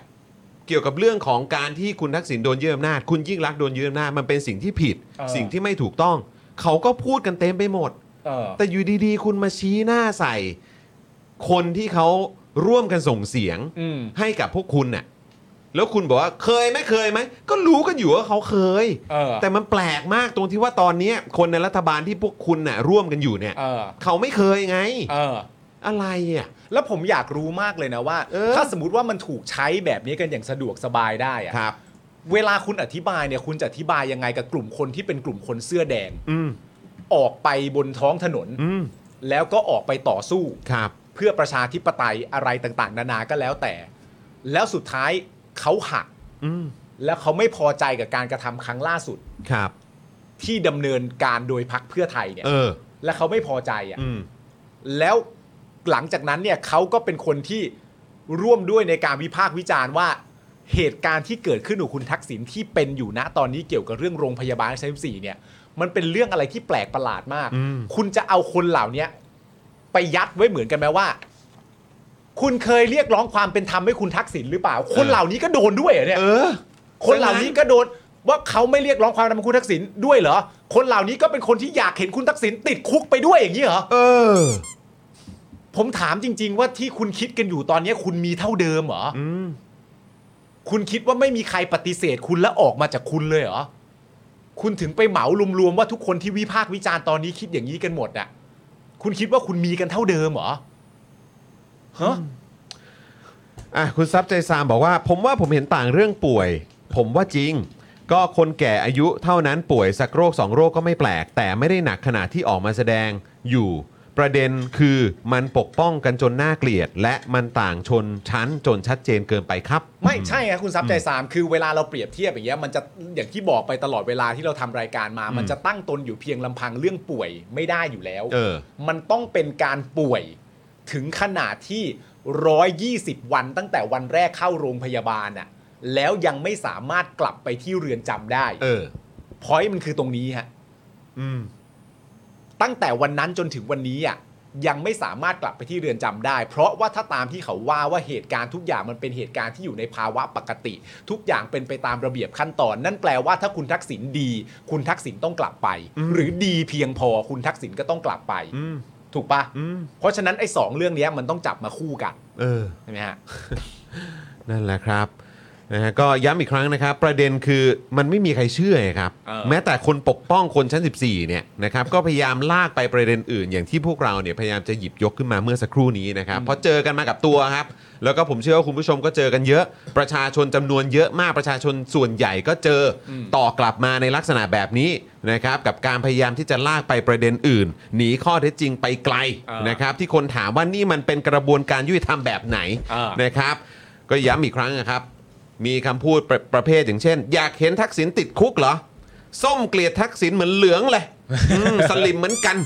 เกี่ยวกับเรื่องของการที่คุณทักษิณโดนยึดอำนาจ คุณยิ่งรักษณ์โดนยึดอำนาจมันเป็นสิ่งที่ผิด สิ่งที่ไม่ถูกต้อง เขาก็พูดกันเต็มไปหมด
เออ
แต่อยู่ดีๆ คุณมาชี้หน้าใส่ คนที่เขาร่วมกันส่งเสียง
อืม
ให้กับพวกคุณน่ะแล้วคุณบอกว่าเคยไหมเคยไหมก็รู้กันอยู่ว่าเขาเคย
เออ
แต่มันแปลกมากตรงที่ว่าตอนเนี้ยคนในรัฐบาลที่พวกคุณน่ะร่วมกันอยู่เนี่ย
เออ
เขาไม่เคยไง
เออ
อะไรอ่ะ
แล้วผมอยากรู้มากเลยนะว่า
เออ
ถ้าสมมติว่ามันถูกใช้แบบนี้กันอย่างสะดวกสบายได้อะ
ครับ
เวลาคุณอธิบายเนี่ยคุณจะอธิบายยังไงกับกลุ่มคนที่เป็นกลุ่มคนเสื้อแดง
อืม
ออกไปบนท้องถนน
อืม
แล้วก็ออกไปต่อสู้
ครับ
เพื่อประชาธิปไตยอะไรต่างๆ นานาก็แล้วแต่ แล้วสุดท้ายเขาหัก
อืม
แล้วเขาไม่พอใจกับการกระทำครั้งล่าสุด
ครับ
ที่ดำเนินการโดยพักเพื่อไทยเนี่ย
เออ
และเขาไม่พอใจอ่ะ
อืม
แล้วหลังจากนั้นเนี่ยเขาก็เป็นคนที่ร่วมด้วยในการวิพากษ์วิจารณ์ว่าเหตุการณ์ที่เกิดขึ้นของคุณทักษิณที่เป็นอยู่ณตอนนี้เกี่ยวกับเรื่องโรงพยาบาลชั้นสี่เนี่ยมันเป็นเรื่องอะไรที่แปลกประหลาดมาก คุณจะเอาคนเหล่าเนี้ยไปยัดไว้เหมือนกันไหมว่า คุณเคยเรียกร้องความเป็นธรรมให้คุณทักษิณหรือเปล่า คนเหล่านี้ก็โดนด้วยเหรอเนี่ย
เออ
คนเหล่านี้ก็โดนว่าเขาไม่เรียกร้องความเป็นธรรมให้คุณทักษิณด้วยเหรอคนเหล่านี้ก็เป็นคนที่อยากเห็นคุณทักษิณติดคุกไปด้วยอย่างนี้เหรอ
เออ
ผมถามจริง ๆ ว่าที่คุณคิดกันอยู่ตอนนี้คุณมีเท่าเดิมเหรอ
อืม
คุณคิดว่าไม่มีใครปฏิเสธคุณและออกมาจากคุณเลยเหรอ คุณถึงไปเหมารวมๆว่าทุกคนที่วิพากษ์วิจารณ์ตอนนี้คิดอย่างนี้กันหมดอะคุณคิดว่าคุณมีกันเท่าเดิมเหรอฮะ
อ่ะคุณซับใจซามบอกว่า ผมว่าผมเห็นต่างเรื่องป่วย ผมว่าจริง ก็คนแก่อายุเท่านั้นป่วยสักโรคสองโรคก็ไม่แปลก แต่ไม่ได้หนักขนาดที่ออกมาแสดงอยู่ ประเด็นคือมันปกป้องกันจนน่าเกลียด และมันต่างชนชั้นจนชัดเจนเกินไปครับ
ไม่ใช่ครับคุณซับใจสามคือเวลาเราเปรียบเทียบอย่างเงี้ยมันจะอย่างที่บอกไปตลอดเวลาที่เราทำรายการมา มันจะตั้งตนอยู่เพียงลำพังเรื่องป่วยไม่ได้อยู่แล้ว
เออ
มันต้องเป็นการป่วยถึงขนาดที่ 120 วันตั้งแต่วันแรกเข้าโรงพยาบาลน่ะแล้วยังไม่สามารถกลับไปที่เรือนจำได้
เออ
พอยต์มันคือตรงนี้ฮะ
อืม
ตั้งแต่วันนั้นจนถึงวันนี้อ่ะยังไม่สามารถกลับไปที่เรือนจำได้ เพราะว่าถ้าตามที่เขาว่าว่าเหตุการณ์ทุกอย่างมันเป็นเหตุการณ์ที่อยู่ในภาวะปกติ ทุกอย่างเป็นไปตามระเบียบขั้นตอน นั่นแปลว่าถ้าคุณทักษิณดี คุณทักษิณต้องกลับไป หรือดีเพียงพอคุณทักษิณก็ต้องกลับไป
อืม
ถูกปะ
อืม
เพราะฉะนั้นไอ้สองเรื่องเนี้ยมันต้องจับมาคู่กัน
เออ
ใช่ไหมฮะ
นั่นแหละครับนะฮะก็ย้ำอีกครั้งนะครับ ประเด็นคือมันไม่มีใครเชื่อไงครับ
เออ
แม้แต่คนปกป้องคนชั้น 14 เนี่ยนะครับ ก็พยายามลากไปประเด็นอื่น อย่างที่พวกเราเนี่ยพยายามจะหยิบยกขึ้นมาเมื่อสักครู่นี้นะครับ เพราะเจอกันมากับตัวครับ แล้วก็ผมเชื่อว่าคุณผู้ชมก็เจอกันเยอะ ประชาชนจำนวนเยอะมากประชาชนส่วนใหญ่ก็เจออต่อกลับมาในลักษณะแบบนี้นะครับกับการพยายามที่จะลากไปประเด็นอื่น หนีข้อเท็จจริงไปไกลนะครับที่คนถามว่านี่มันเป็นกระบวนการยุติธรรมแบบไหน
อ่าน
นะครับ ก็ย้ำอีกครั้งนะครับ มีคำพูดประประเภทอย่างเช่น อยากเห็นทัก ษิณติดคุกเหรอ ส้มเกลียดทักษิณเหมือนเหลืองเลยอืมสลิมเหมือนกัน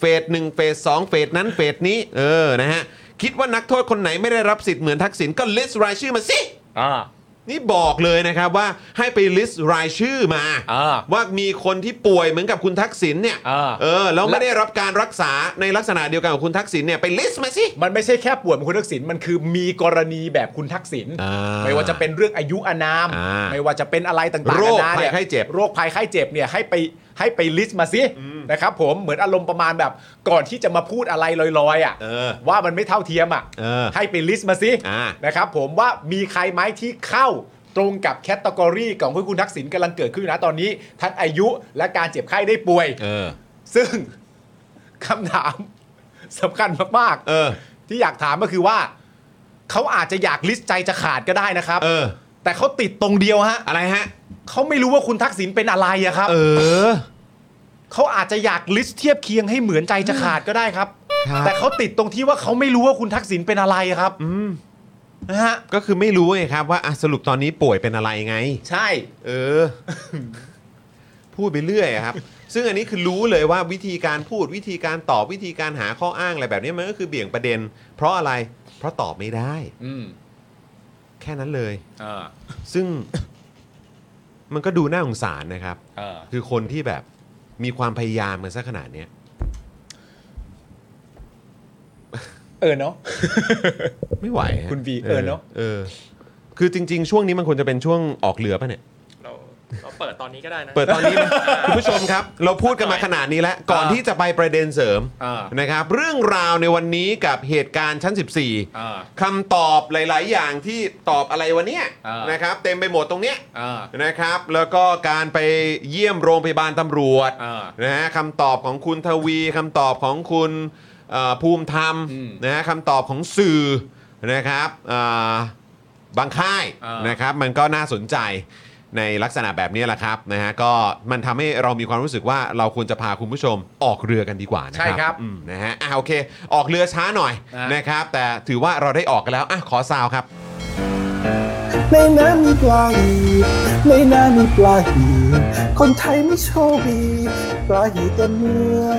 เฟสหนึ่งเฟสสองเฟสนั้นเฟสนี้ เออนะฮะคิดว่านักโทษคนไหนไม่ได้รับสิทธิ์เหมือนทักษิณก็ลิสต์รายชื่อมาสิ
อ่า
นี่บอกเลยนะครับว่าให้ไปลิสต์รายชื่อมา
อ่า
ว่ามีคนที่ป่วยเหมือนกับคุณทักษิณเนี่ย
อ่า
เออแล้วไม่ได้รับการรักษาในลักษณะเดียวกันกับคุณทักษิณเนี่ยไปลิสต์มาสิ
มันไม่ใช่แค่ป่วยเหมือนคุณทักษิณมันคือมีกรณีแบบคุณทักษิณ
อ่า
ไม่ว่าจะเป็นเรื่องอายุอานาม
อ่า
ไม่ว่าจะเป็นอะไรต่างๆ
โรค
นานานี่
ภัยไข้เจ็บ
โรคภัยไข้เจ็บเนี่ยให้ไปให้ไปลิสต์มาสินะครับผมเหมือนอารมณ์ประมาณแบบก่อนที่จะมาพูดอะไรลอยๆอ่ะ
เออ
ว่ามันไม่เท่าเทียมอ่ะ
เออ
ให้ไปลิสต์มาสิ
อ่า
นะครับผมว่ามีใครไหมที่เข้าตรงกับแคตตากรีของที่คุณทักษิณกำลังเกิดขึ้นอยู่นะตอนนี้ ทั้งอายุและการเจ็บไข้ได้ป่วย
เออ
ซึ่ง คำถาม สำคัญมากๆ
เออ
ที่อยากถามก็คือว่า เขาอาจจะอยากลิสต์ใจจะขาดก็ได้นะครับ
เออ
แต่เขาติดตรงเดียวฮะ
อะไรฮะ
เขาไม่รู้ว่าคุณทักษิณเป็นอะไรอะครับ
เออ
เขาอาจจะอยากลิสต์เทียบเคียงให้เหมือนใจจะขาดก็ได้ครับ
ครับ
แต่เขาติดตรงที่ว่าเขาไม่รู้ว่าคุณทักษิณเป็นอะไรอะครับนะฮะ
ก็คือไม่รู้ไงครับว่าอ่ะสรุปตอนนี้ป่วยเป็นอะไรไง
ใช่
เออ พูดไปเรื่อยอะครับ ซึ่งอันนี้คือรู้เลยว่าวิธีการพูดวิธีการตอบวิธีการหาข้ออ้างอะไรแบบนี้มันก็คือเบี่ยงประเด็น เพราะอะไรเพราะตอบไม่ได้
อืม
แค่นั้นเลย
เออ
ซึ่ง มันก็ดูน่าสงสารนะครับ
เออ
คือคนที่แบบมีความพยายามกันซะขนาดเนี้ย
เออเนาะ
ไม่ไหวฮะ
คุณวีเออเนอะ
เออ คือจริง ๆ ช่วงนี้มันควรจะเป็นช่วงออกเรือป่ะเนี่ย
เราเราเปิดตอนนี้ก็ได้นะ
เปิดตอนนี้ไหม คุณผู้ชมครับ เราพูดกันมาขนาดนี้แล้ว ก่อน
อ่า
ที่จะไปประเด็นเสริม
อ่า
นะครับ เรื่องราวในวันนี้กับเหตุการณ์ชั้น
อ่า
14คำตอบหลาย ๆ อย่างที่ตอบอะไรวันเนี้ย
อ่าน
นะครับ เต็มไปหมดตรงเนี้ย
เออ
นะครับ แล้วก็การไปเยี่ยมโรงพยาบาลตำรวจ
อ่า
นะฮะคำตอบของคุณทวีคำตอบของคุณเอ่อภูมิธรรม
อืม
นะฮะคำตอบของสื่อนะครับอ่าบางค่าย
อ่าน
นะ นะครับมันก็น่าสนใจในลักษณะแบบนี้แหละครับนะฮะก็มันทำให้เรามีความรู้สึกว่าเราควรจะพาคุณผู้ชมออกเรือกันดีกว่านะครั
ใช่ครับ
อืมนะฮะอ่ะโอเค ออกเรือช้าหน่อย
อ่ะ
นะครับ แต่ถือว่าเราได้ออกกันแล้วอ่ะขอซาวครับ
ในน้ำมีปลาหีในน้ำมีปลาหีคนไทยไม่โชคดีปลาหีเต็มเมือง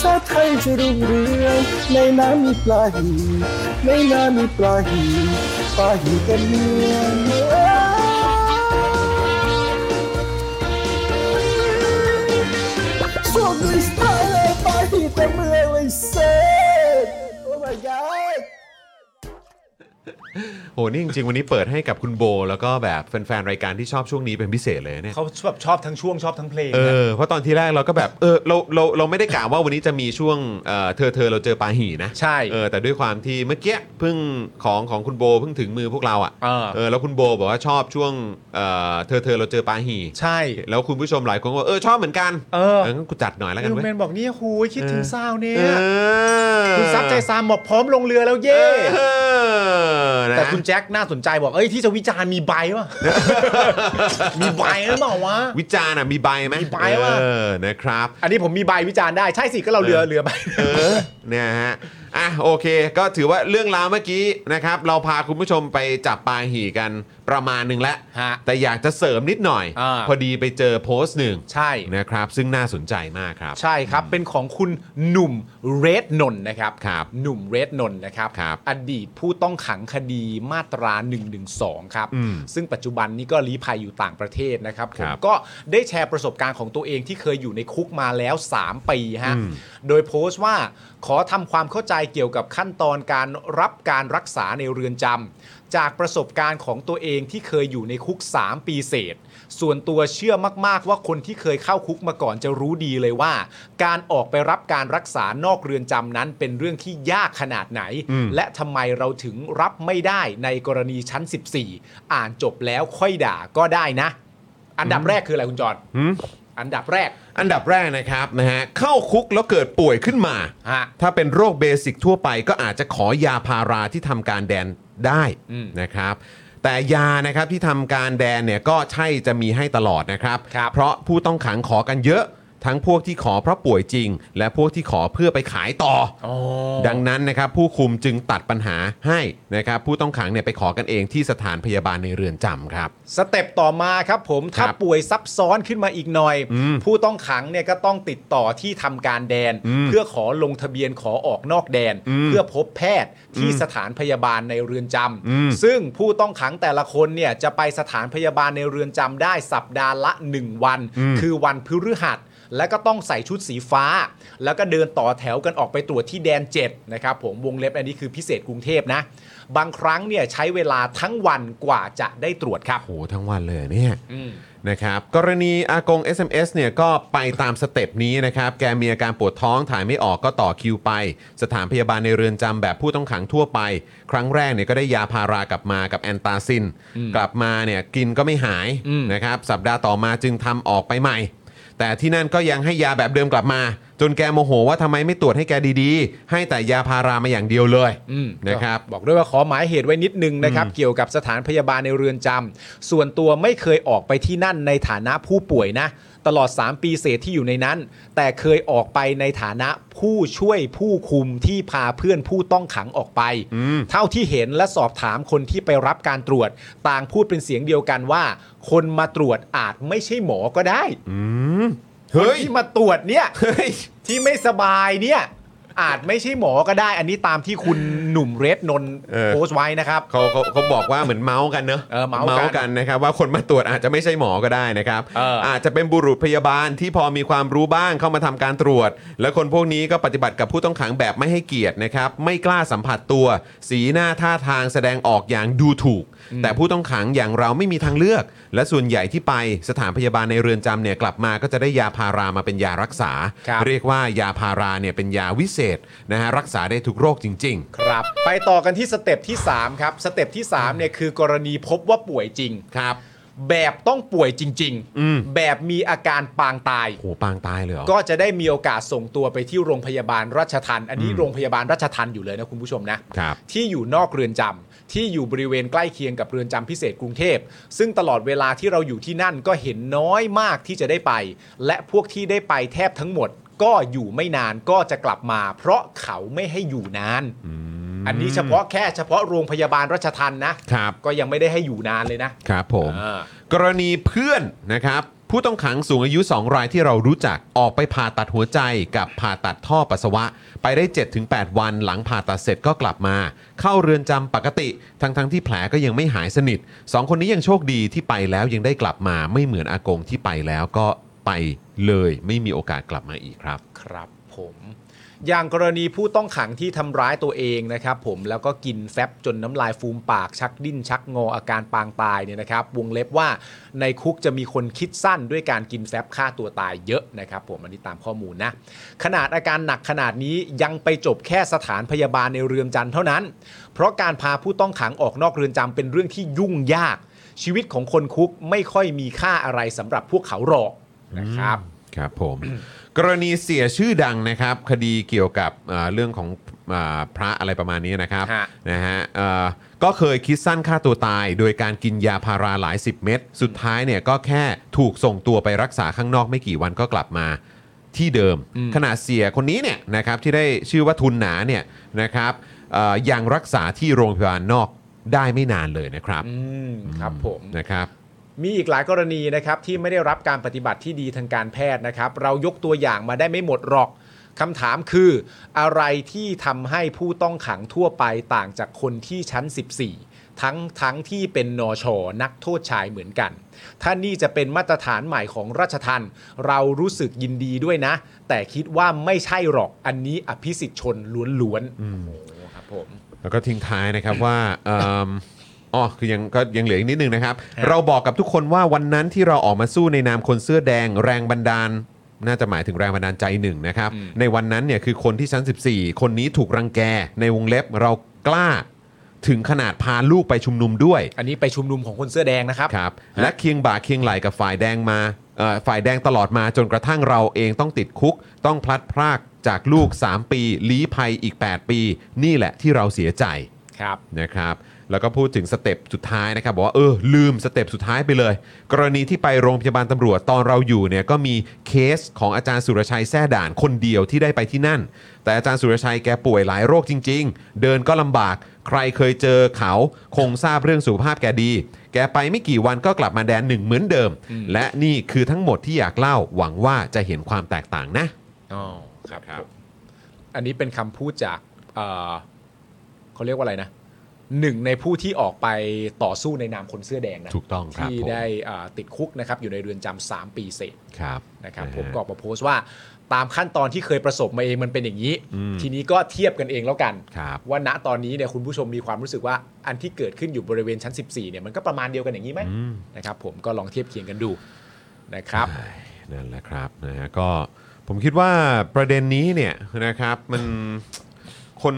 ชาติไทยจะรุ่งเรืองในน้ำมีปลาหีในน้ำมีปลาหีปลาหีเต็มเมือง โชคดีสไตล์เลยปลาหีเต็มเมืองเลยเซ่ Oh my god
โหนี่จริงๆ วันนี้เปิดให้กับคุณโบ แล้วก็แบบแฟนๆ รายการที่ชอบช่วงนี้เป็นพิเศษเลยเนี่ย
เขาแบบชอบทั้งช่วงชอบทั้งเพลง
เอ
นะ
อเพราะตอนที่แรกเราก็แบบเออเราเราเราไม่ได้กล่าวว่าวันนี้จะมีช่วงเอ่อเธอเธอเราเจอปาหีนะ
ใช่
เออแต่ด้วยความที่เมื่อกี้เพิ่งของของคุณโบเพิ่งถึงมือพวกเราอ่ะ
อ่า
เออแล้วคุณโบบอกว่าชอบช่วงเอ่อเธอเธอเราเจอปาหี
ใช่
แล้วคุณผู้ชมหลายคนก็บอกเออชอบเหมือนกัน
เออ
งั้นกูจัดหน่อยแล้วกัน
ยู
เว้ย
แมนบอกเนี่ยหูยคิดถึงซาวเนี่ย
เออ
คุณซับใจซามบอกพร้อมลงเรือแล้ว
เอ
เย่
อนะ
แต่คุณแจ็คน่าสนใจบอก เอ้ยที่จะวิจารณ์มีใบวะ มีใบหรือเปล่าวะ
วิจารณ์อ่ะมีใบไหม
มีใบว่ะ
เออนะครับ
อันนี้ผมมีใบวิจารณ์ได้ ใช่สิก็เราเรือ
เออ
เรือใบ
เออเนี่ยฮะอ่ะโอเค ก็ถือว่าเรื่องราวเมื่อกี้นะครับ เราพาคุณผู้ชมไปจับปลาหี่กันประมาณหนึ่งแล้ว
ฮะ
แต่อยากจะเสริมนิดหน่อย
อ่า
พอดีไปเจอโพสต์หนึ่ง
ใช่
นะครับ ซึ่งน่าสนใจมากครับ
ใช่ครับ เป็นของคุณหนุ่มเรดนนท์นะครับ
ครับ
หนุ่มเรดนนท์นะครับ
ครับ
อดีตผู้ต้องขังคดีมาตรา1นึครับ
อืม
ซึ่งปัจจุบันนี้ก็ลี้ภัยอยู่ต่างประเทศนะครับผ
ค
ม
รับ
ก็ได้แชร์ประสบการณ์ของตัวเองที่เคยอยู่ในคุกมาแล้ว 3 ปีฮะ
อืม
โดยโพสต์ว่าขอทำความเข้าใจเกี่ยวกับขั้นตอนการรับการรักษาในเรือนจำจากประสบการณ์ของตัวเองที่เคยอยู่ในคุก 3 ปีเศษ ส่วนตัวเชื่อมากๆว่าคนที่เคยเข้าคุกมาก่อนจะรู้ดีเลยว่า การออกไปรับการรักษานอกเรือนจำนั้นเป็นเรื่องที่ยากขนาดไหน และทำไมเราถึงรับไม่ได้ในกรณีชั้น 14 อ่านจบแล้วค่อยด่าก็ได้นะ อันดับแรกคืออะไรคุณจอห์น
หืม
อันดับแรก
อันดับแรกนะครับนะฮะเข้าคุกแล้วเกิดป่วยขึ้นมา
ฮะ
ถ้าเป็นโรคเบสิกทั่วไปก็อาจจะขอยาพาราที่ทำการแดนได้
อืม
นะครับ แต่ยานะครับที่ทำการแดนเนี่ยก็ใช่จะมีให้ตลอดนะครับ
ครับ
เพราะผู้ต้องขังขอกันเยอะ ทั้งพวกที่ขอเพราะป่วยจริง และพวกที่ขอเพื่อไปขายต่ออดังนั้นนะครับผู้คุมจึงตัดปัญหาให้นะครับผู้ต้องขังเนี่ยไปขอกันเองที่สถานพยาบาลในเรือนจำครับ
สเต็ปต่อมาครับผม
ค
ถ้า
รับ
ป่วยซับซ้อนขึ้นมาอีกหน่อย
อืม
ผู้ต้องขังเนี่ยก็ต้องติดต่อที่ทำการแดน
อืม
เพื่อขอลงทะเบียนขอออกนอกแดน
อืม
เพื่อพบแพทย์ที่สถานพยาบาลในเรือนจำ
อืม
ซึ่งผู้ต้องขังแต่ละคนเนี่ยจะไปสถานพยาบาลในเรือนจำได้สัปดาห์ละ 1 วัน คือวันพฤหัส แล้วก็ต้องใส่ชุดสีฟ้า แล้วก็เดินต่อแถวกันออกไปตรวจที่แดน 7 นะครับผมวงเล็บอันนี้คือพิเศษกรุงเทพนะ บางครั้งเนี่ยใช้เวลาทั้งวันกว่าจะได้ตรวจครับ
โหทั้งวันเลยเนี่ย
อืม
นะครับกรณีอากง SMS เนี่ยก็ไปตามสเต็ปนี้นะครับ แกมีอาการปวดท้องถ่ายไม่ออกก็ต่อคิวไป สถานพยาบาลในเรือนจำแบบผู้ต้องขังทั่วไป ครั้งแรกเนี่ยก็ได้ยาพารากลับมากับแอนตาซิน กลับมาเนี่ยกินก็ไม่หาย
อืม
นะครับ สัปดาห์ต่อมาจึงทำออกไปใหม่ แต่ที่นั่นก็ยังให้ยาแบบเดิมกลับมา จนแกโมโหว่าทำไมไม่ตรวจให้แกดีๆ ให้แต่ยาพารามาอย่างเดียวเลย
อืม
นะครับ
บอกด้วยว่าขอหมายเหตุไว้นิดนึงนะครับ เกี่ยวกับสถานพยาบาลในเรือนจำส่วนตัวไม่เคยออกไปที่นั่นในฐานะผู้ป่วยนะ ตลอด 3 ปีเศษที่อยู่ในนั้น แต่เคยออกไปในฐานะผู้ช่วยผู้คุมที่พาเพื่อนผู้ต้องขังออกไป เท่าที่เห็นและสอบถามคนที่ไปรับการตรวจ ต่างพูดเป็นเสียงเดียวกันว่า คนมาตรวจอาจไม่ใช่หมอก็ได้ค
เฮ้
น
ย
ที่มาตรวจเนี่ย
เฮ้ย
ที่ไม่สบายเนี่ย อาจไม่ใช่หมอก็ได้ อันนี้ตามที่คุณหนุ่มเรดนนท์
เออ
โพสต์ไว้นะครับ
เขาเขาเขาบอกว่าเหมือนเมาส์กันเนอะ
เออเมาส์กัน
กันนะครับว่าคนมาตรวจอาจจะไม่ใช่หมอก็ได้นะครับ
เอออ
จจะเป็นบุรุษพยาบาลที่พอมีความรู้บ้างเข้ามาทำการตรวจ และคนพวกนี้ก็ปฏิบัติกับผู้ต้องขังแบบไม่ให้เกียรตินะครับไม่กล้าสัมผัสตัว สีหน้าท่าทางแสดงออกอย่างดูถูก แต่ผู้ต้องขังอย่างเราไม่มีทางเลือก และส่วนใหญ่ที่ไปสถานพยาบาลในเรือนจำเนี่ยกลับมาก็จะได้ยาพารามาเป็นยารักษา
ครับ
เรียกว่ายาพาราเนี่ยเป็นยาวิเศษนะฮะรักษาได้ทุกโรคจริง ๆ
ครับ ไปต่อกันที่สเต็ปที่ 3 ครับ สเต็ปที่3เนี่ยคือกรณีพบว่าป่วยจริง
ครับ
แบบต้องป่วยจริง
อืม
ๆ แบบมีอาการปางตาย
โหปางตายเลยเหรอ
ก็จะได้มีโอกาสส่งตัวไปที่โรงพยาบาลราชทัน อันนี้โรงพยาบาลราชทันอยู่เลยนะคุณผู้ชมนะ
ครับ
ที่อยู่นอกเรือนจำที่อยู่บริเวณใกล้เคียงกับเรือนจำพิเศษกรุงเทพ ซึ่งตลอดเวลาที่เราอยู่ที่นั่นก็เห็นน้อยมากที่จะได้ไป และพวกที่ได้ไปแทบทั้งหมด ก็อยู่ไม่นานก็จะกลับมา เพราะเขาไม่ให้อยู่นาน อันนี้เฉพาะแค่เฉพาะโรงพยาบาลราชทันนะครับ ก็ยังไม่ได้ให้อยู่นานเลยนะครับ
ผม
อ่าก
รณีเพื่อนนะครับ ผู้ต้องขังสูงอายุ 2 รายที่เรารู้จักออกไปผ่าตัดหัวใจกับผ่าตัดท่อปัสสาวะ ไปได้ 7-8 วันหลังผ่าตัดเสร็จก็กลับมา เข้าเรือนจำปกติ ทั้งๆทที่แผลก็ยังไม่หายสนิท 2 คนนี้ยังโชคดีที่ไปแล้วยังได้กลับมาไม่เหมือนอากงที่ไปแล้วก็ไปเลย ไม่มีโอกาสกลับมาอีกครับ
ครับผม อย่างกรณีผู้ต้องขังที่ทำร้ายตัวเองนะครับผมแล้วก็กินแฟบจนน้ำลายฟูมปากชักดิ้นชักงออาการปางตายเนี่ยนะครับวงเล็บว่าในคุกจะมีคนคิดสั้นด้วยการกินแฟบฆ่าตัวตายเยอะนะครับผมอันนี้ตามข้อมูลนะขนาดอาการหนักขนาดนี้ยังไปจบแค่สถานพยาบาลในเรือนจำเท่านั้น เพราะการพาผู้ต้องขังออกนอกเรือนจำเป็นเรื่องที่ยุ่งยาก ชีวิตของคนคุกไม่ค่อยมีค่าอะไรสำหรับพวกเขาหรอกนะครับ
ครับผม กรณีเสียชื่อดังนะครับ คดีเกี่ยวกับเอ่อเรื่องของอ่าพระอะไรประมาณนี้นะครับ
ฮะ
นะฮะเอ่อก็เคยคิดสั้นฆ่าตัวตาย โดยการกินยาพาราหลาย 10 เม็ดสุดท้ายเนี่ยก็แค่ถูกส่งตัวไปรักษาข้างนอกไม่กี่วันก็กลับมาที่เดิม ขณะเสียคนนี้เนี่ยนะครับที่ได้ชื่อว่าทุนหนาเนี่ยนะครับเอ่อยังรักษาที่โรงพยาบาลนอกได้ไม่นานเลยนะครับ
อืมครับผม
นะครับ
มีอีกหลายกรณีนะครับที่ไม่ได้รับการปฏิบัติที่ดีทางการแพทย์นะครับ เรายกตัวอย่างมาได้ไม่หมดหรอกคำถามคือ อะไรที่ทำให้ผู้ต้องขังทั่วไปต่างจากคนที่ชั้น 14 ทั้งทั้งที่เป็นนอชอนักโทษชายเหมือนกัน ถ้านี่จะเป็นมาตรฐานใหม่ของราชทันเรารู้สึกยินดีด้วยนะ แต่คิดว่าไม่ใช่หรอกอันนี้อภิสิทธิชนล้วนๆโอ้โหครับผม
แล้วก็ทิ้งท้ายนะครับ ว่า เอิ่มอ๋อคือยังก็ยังเหลืออีกนิดนึงนะครับ เราบอกกับทุกคนว่าวันนั้นที่เราออกมาสู้ในนามคนเสื้อแดงแรงบันดาล น่าจะหมายถึงแรงบันดาลใจหนึ่งนะครับ ในวันนั้นเนี่ยคือคนที่ชั้น 14 คนนี้ถูกรังแก ในวงเล็บเรากล้า ถึงขนาดพาลูกไปชุมนุมด้วย
อันนี้ไปชุมนุมของคนเสื้อแดงนะครับ
ครับและเคียงบ่าเคียงไหลกับฝ่ายแดงมาเอ่อฝ่ายแดงตลอดมาจนกระทั่งเราเองต้องติดคุก ต้องพลัดพรากจากลูก 3 ปีลี้ภัยอีก 8 ปี นี่แหละที่เราเสียใจ
ครับ
นะครับ แล้วก็พูดถึงสเต็ปสุดท้ายนะครับ บอกว่าเออลืมสเต็ปสุดท้ายไปเลย กรณีที่ไปโรงพยาบาลตำรวจตอนเราอยู่เนี่ยก็มีเคสของอาจารย์สุรชัยแท่ด่านคนเดียวที่ได้ไปที่นั่น แต่อาจารย์สุรชัยแกป่วยหลายโรคจริง ๆ เดินก็ลำบาก ใครเคยเจอเขาคงทราบเรื่องสุขภาพแกดี แกไปไม่กี่วันก็กลับมาแดนหนึ่งเหมือนเดิม และนี่คือทั้งหมดที่อยากเล่าหวังว่าจะเห็นความแตกต่างนะ
อ๋อครับ
ครับ
ผมอันนี้เป็นคำพูดจากเอ่อเขาเรียกว่าอะไรนะหนึ่งในผู้ที่ออกไปต่อสู้ในนามคนเสื้อแดงนะ
ถูกต้องครับ
ที่
ผม
ได้เอ่อติดคุกนะครับอยู่ในเรือนจำสามปีเศษ
ครับ
นะครับ
นะฮะ
ผมก็ออกมาโพสต์ว่าตามขั้นตอนที่เคยประสบมาเองมันเป็นอย่างนี้
อืม
ทีนี้ก็เทียบกันเองแล้วกัน
ครับ
ว่าณตอนนี้เนี่ยคุณผู้ชมมีความรู้สึกว่าอันที่เกิดขึ้นอยู่บริเวณชั้น 14เนี่ยมันก็ประมาณเดียวกันอย่างนี้ไหม
อืม
นะครับผมก็ลองเทียบเคียงกันดูนะครับ
นั่นแหละครับนะฮะก็ผมคิดว่าประเด็นนี้เนี่ยนะครับมันคน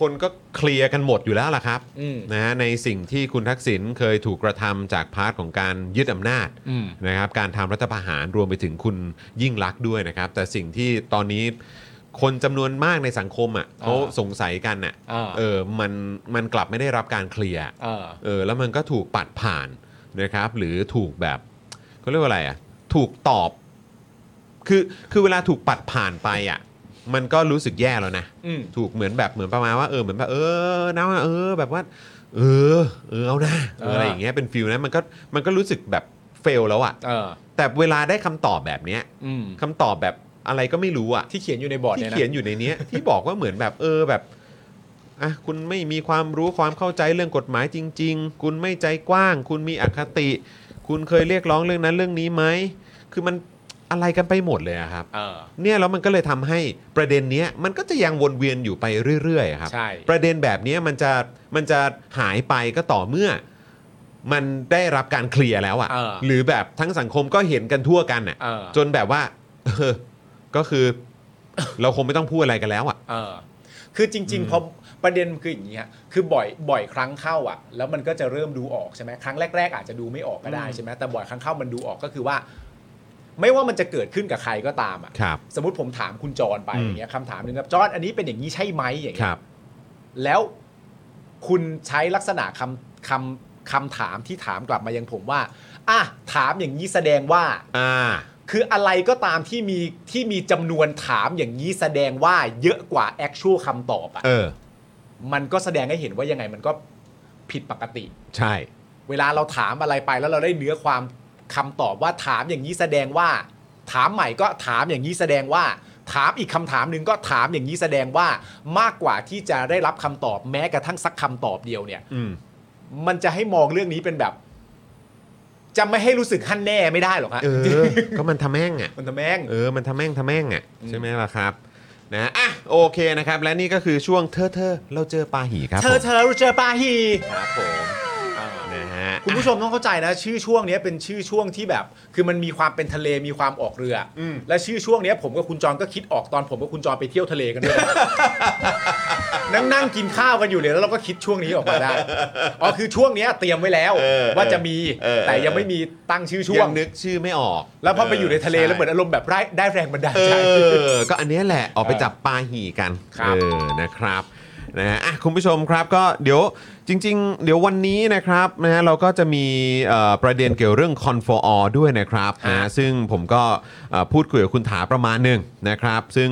คนก็เคลียร์กันหมดอยู่แล้วล่ะครับ
อืม
นะฮะในสิ่งที่คุณทักษิณเคยถูกกระทำจากพาร์ทของการยึดอำนาจ
อืม
นะครับการทำรัฐประหารรวมไปถึงคุณยิ่งลักษณ์ด้วยนะครับ แต่สิ่งที่ตอนนี้คนจำนวนมากในสังคมอ่ะเขาสงสัยกันอ่ะ
อ่า
เออมันมันกลับไม่ได้รับการเคลียร์
เออ
เออแล้วมันก็ถูกปัดผ่านนะครับ หรือถูกแบบเขาเรียกว่าอะไรอ่ะถูกตอบ คือคือเวลาถูกปัดผ่านไปอ่ะ มันก็รู้สึกแย่แล้วนะ
อืม
ถูกเหมือนแบบเหมือนประมาณว่าเออเหมือนแบบเออนะว่าเออ แบบว่า เออ เออเอานะเอออะไรอย่างเงี้ยเป็นฟิลนะมันก็มันก็รู้สึกแบบเฟลแล้วอ่ะ
เออ
แต่เวลาได้คำตอบแบบเนี้ย
อืม
คำตอบแบบอะไรก็ไม่รู้อ่ะ
ที่เขียนอยู่ในบอร์ด
ที่
เนี่ยนะ
เขียนอยู่ในเนี้ย ที่บอกว่าเหมือนแบบเออแบบอ่ะคุณไม่มีความรู้ความเข้าใจเรื่องกฎหมายจริง ๆ คุณไม่ใจกว้าง คุณมีอคติ คุณเคยเรียกร้องเรื่องนั้นเรื่องนี้ไหมคือมันอะไรกันไปหมดเลยอะครับ
เออ
เนี่ยแล้วมันก็เลยทำให้ประเด็นเนี้ยมันก็จะยังวนเวียนอยู่ไปเรื่อยๆอะครับ
ใช่
ประเด็นแบบเนี้ยมันจะมันจะหายไปก็ต่อเมื่อ มันได้รับการเคลียร์แล้ว
เออ
อะ่ะหรือแบบทั้งสังคมก็เห็นกันทั่วกัน
เออ
อะ่ะจนแบบว่า เออก็คือ เราคงไม่ต้องพูดอะไรกันแล้วอะ่ะ
เออคือจริงๆพอประเด็นคืออย่างนี้ฮะคือบ่อยบ่อยครั้งเข้าอ่ะ แล้วมันก็จะเริ่มดูออกใช่ไหมครั้งแรก ๆ อาจจะดูไม่ออกก็ได้ใช่ไหมแต่บ่อยครั้งเข้ามันดูออกก็คือว่า ไม่ว่ามันจะเกิดขึ้นกับใครก็ตามอ่ะ
ครับ
สมมติผมถามคุณจรไป
อืม
อย่างเงี้ยคำถามหนึ่งครับจรอันนี้เป็นอย่างนี้ใช่ไหมอย่าง
ค
เงี้
รั
ย
บ
แล้วคุณใช้ลักษณะคำคำคำถามที่ถามกลับมายังผมว่าอ่ะถามอย่างนี้แสดงว่า
อ่า
คืออะไรก็ตามที่มีที่มีจำนวนถามอย่างนี้แสดงว่าเยอะกว่า actual คำตอบ
เอ
อะ่ะ
อ
มันก็แสดงให้เห็นว่ายังไงมันก็ผิดปกติ
ใช่
เวลาเราถามอะไรไปแล้วเราได้เนื้อความคำตอบว่าถามอย่างนี้แสดงว่า ถามใหม่ก็ถามอย่างนี้แสดงว่า ถามอีกคำถามหนึ่งก็ถามอย่างนี้แสดงว่ามากกว่าที่จะได้รับคำตอบแม้กระทั่งสักคำตอบเดียวเนี่ย
อืม
มันจะให้มองเรื่องนี้เป็นแบบ จะไม่ให้รู้สึกขั้นแน่ไม่ได้หรอกฮะ
เออ ก็มันทำแม่งอ่ะ
มันทำแม่ง
เออ มันทำแม่งทำแม่งอ่ะใช่ไหมล่ะครับ นะอ่ะโอเคนะครับ และนี่ก็คือช่วงเธอเธอเราเจอปาหีครับ
เธอ
ผม
เธอเราเจอปาฮี
ครับผมนะฮะ
คุณผู้ชมต้องเข้าใจนะ ชื่อช่วงเนี้ยเป็นชื่อช่วงที่แบบ คือมันมีความเป็นทะเลมีความออกเรืออ
ม
และชื่อช่วงเนี้ยผมกับคุณจอนก็คิดออกตอนผมกับคุณจอนไปเที่ยวทะเลกันด้วย นั่งนั่งกินข้าวกันอยู่เลยแล้วเราก็คิดช่วงนี้ออกมาได้อ๋อคือช่วงเนี้ยเตรียมไว้แล้ว ว่าจะมีแต่ยังไม่มีตั้งชื่อช่ว
ยัง งนึกชื่อไม่ออก
แล้วพอไปอยู่ในทะเลแล้วเหมือน
ใช่
อารมณ์แบบได้ได้แรงบันดาล
เอ
ใจ
อ ก็อันเนี้ยแหละออกไปจับปลาหี่กัน
ครับ
เออนะครับนะฮะอ่ะคุณผู้ชมครับก็เดี๋ยวจริง ๆ เดี๋ยววันนี้นะครับนะฮะเราก็จะมีเอ่อประเด็นเกี่ยวเรื่องคอนฟอร์ด้วยนะครับนะฮะซึ่งผมก็เอ่อพูดคุยกับคุณถาประมาณหนึ่งนะครับ ซึ่ง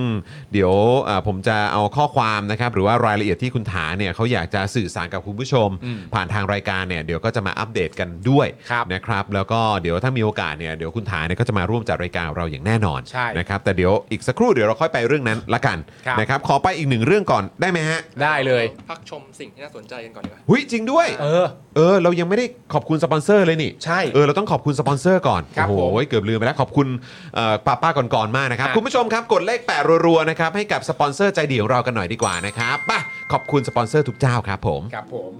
เดี๋ยวเอ่อผมจะเอาข้อความนะครับ หรือว่ารายละเอียดที่คุณถาเนี่ยเขาอยากจะสื่อสารกับคุณผู้ชม ผ่านทางรายการเนี่ยเดี๋ยวก็จะมาอัปเดตกันด้วย
ครับ
นะครับ แล้วก็เดี๋ยวถ้ามีโอกาสเนี่ยเดี๋ยวคุณถาเนี่ยก็จะมาร่วมจัดรายการเราอย่างแน่นอน
ใช่
นะครับแต่เดี๋ยวอีกสักครู่เดี๋ยวเราค่อยไปเรื่องนั้นละกัน
ครับ
นะครับขอไปอีกหนึ่งเรื่องก่อนได้ไหมฮะ
ได้เลย
พักชมสิ่งที่น่าสนใจกันก่อนดีกว่า
หุยจริงด้วย
เออ
เออ เรายังไม่ได้ขอบคุณสปอนเซอร์เลยนี่
ใช่
เออเราต้องขอบคุณสปอนเซอร์ก่อน
ครับ
โอ้โห
ผม
เกือบลืมไปแล้วขอบคุณเอ่อป้าป้าก่อนๆมากนะครับ
ครับ
คุณผู้ชมครับกดเลขแปดรัวๆนะครับให้กับสปอนเซอร์ใจดีของเรากันหน่อยดีกว่านะครับไปขอบคุณสปอนเซอร์ทุกเจ้าครับผม
ครับผม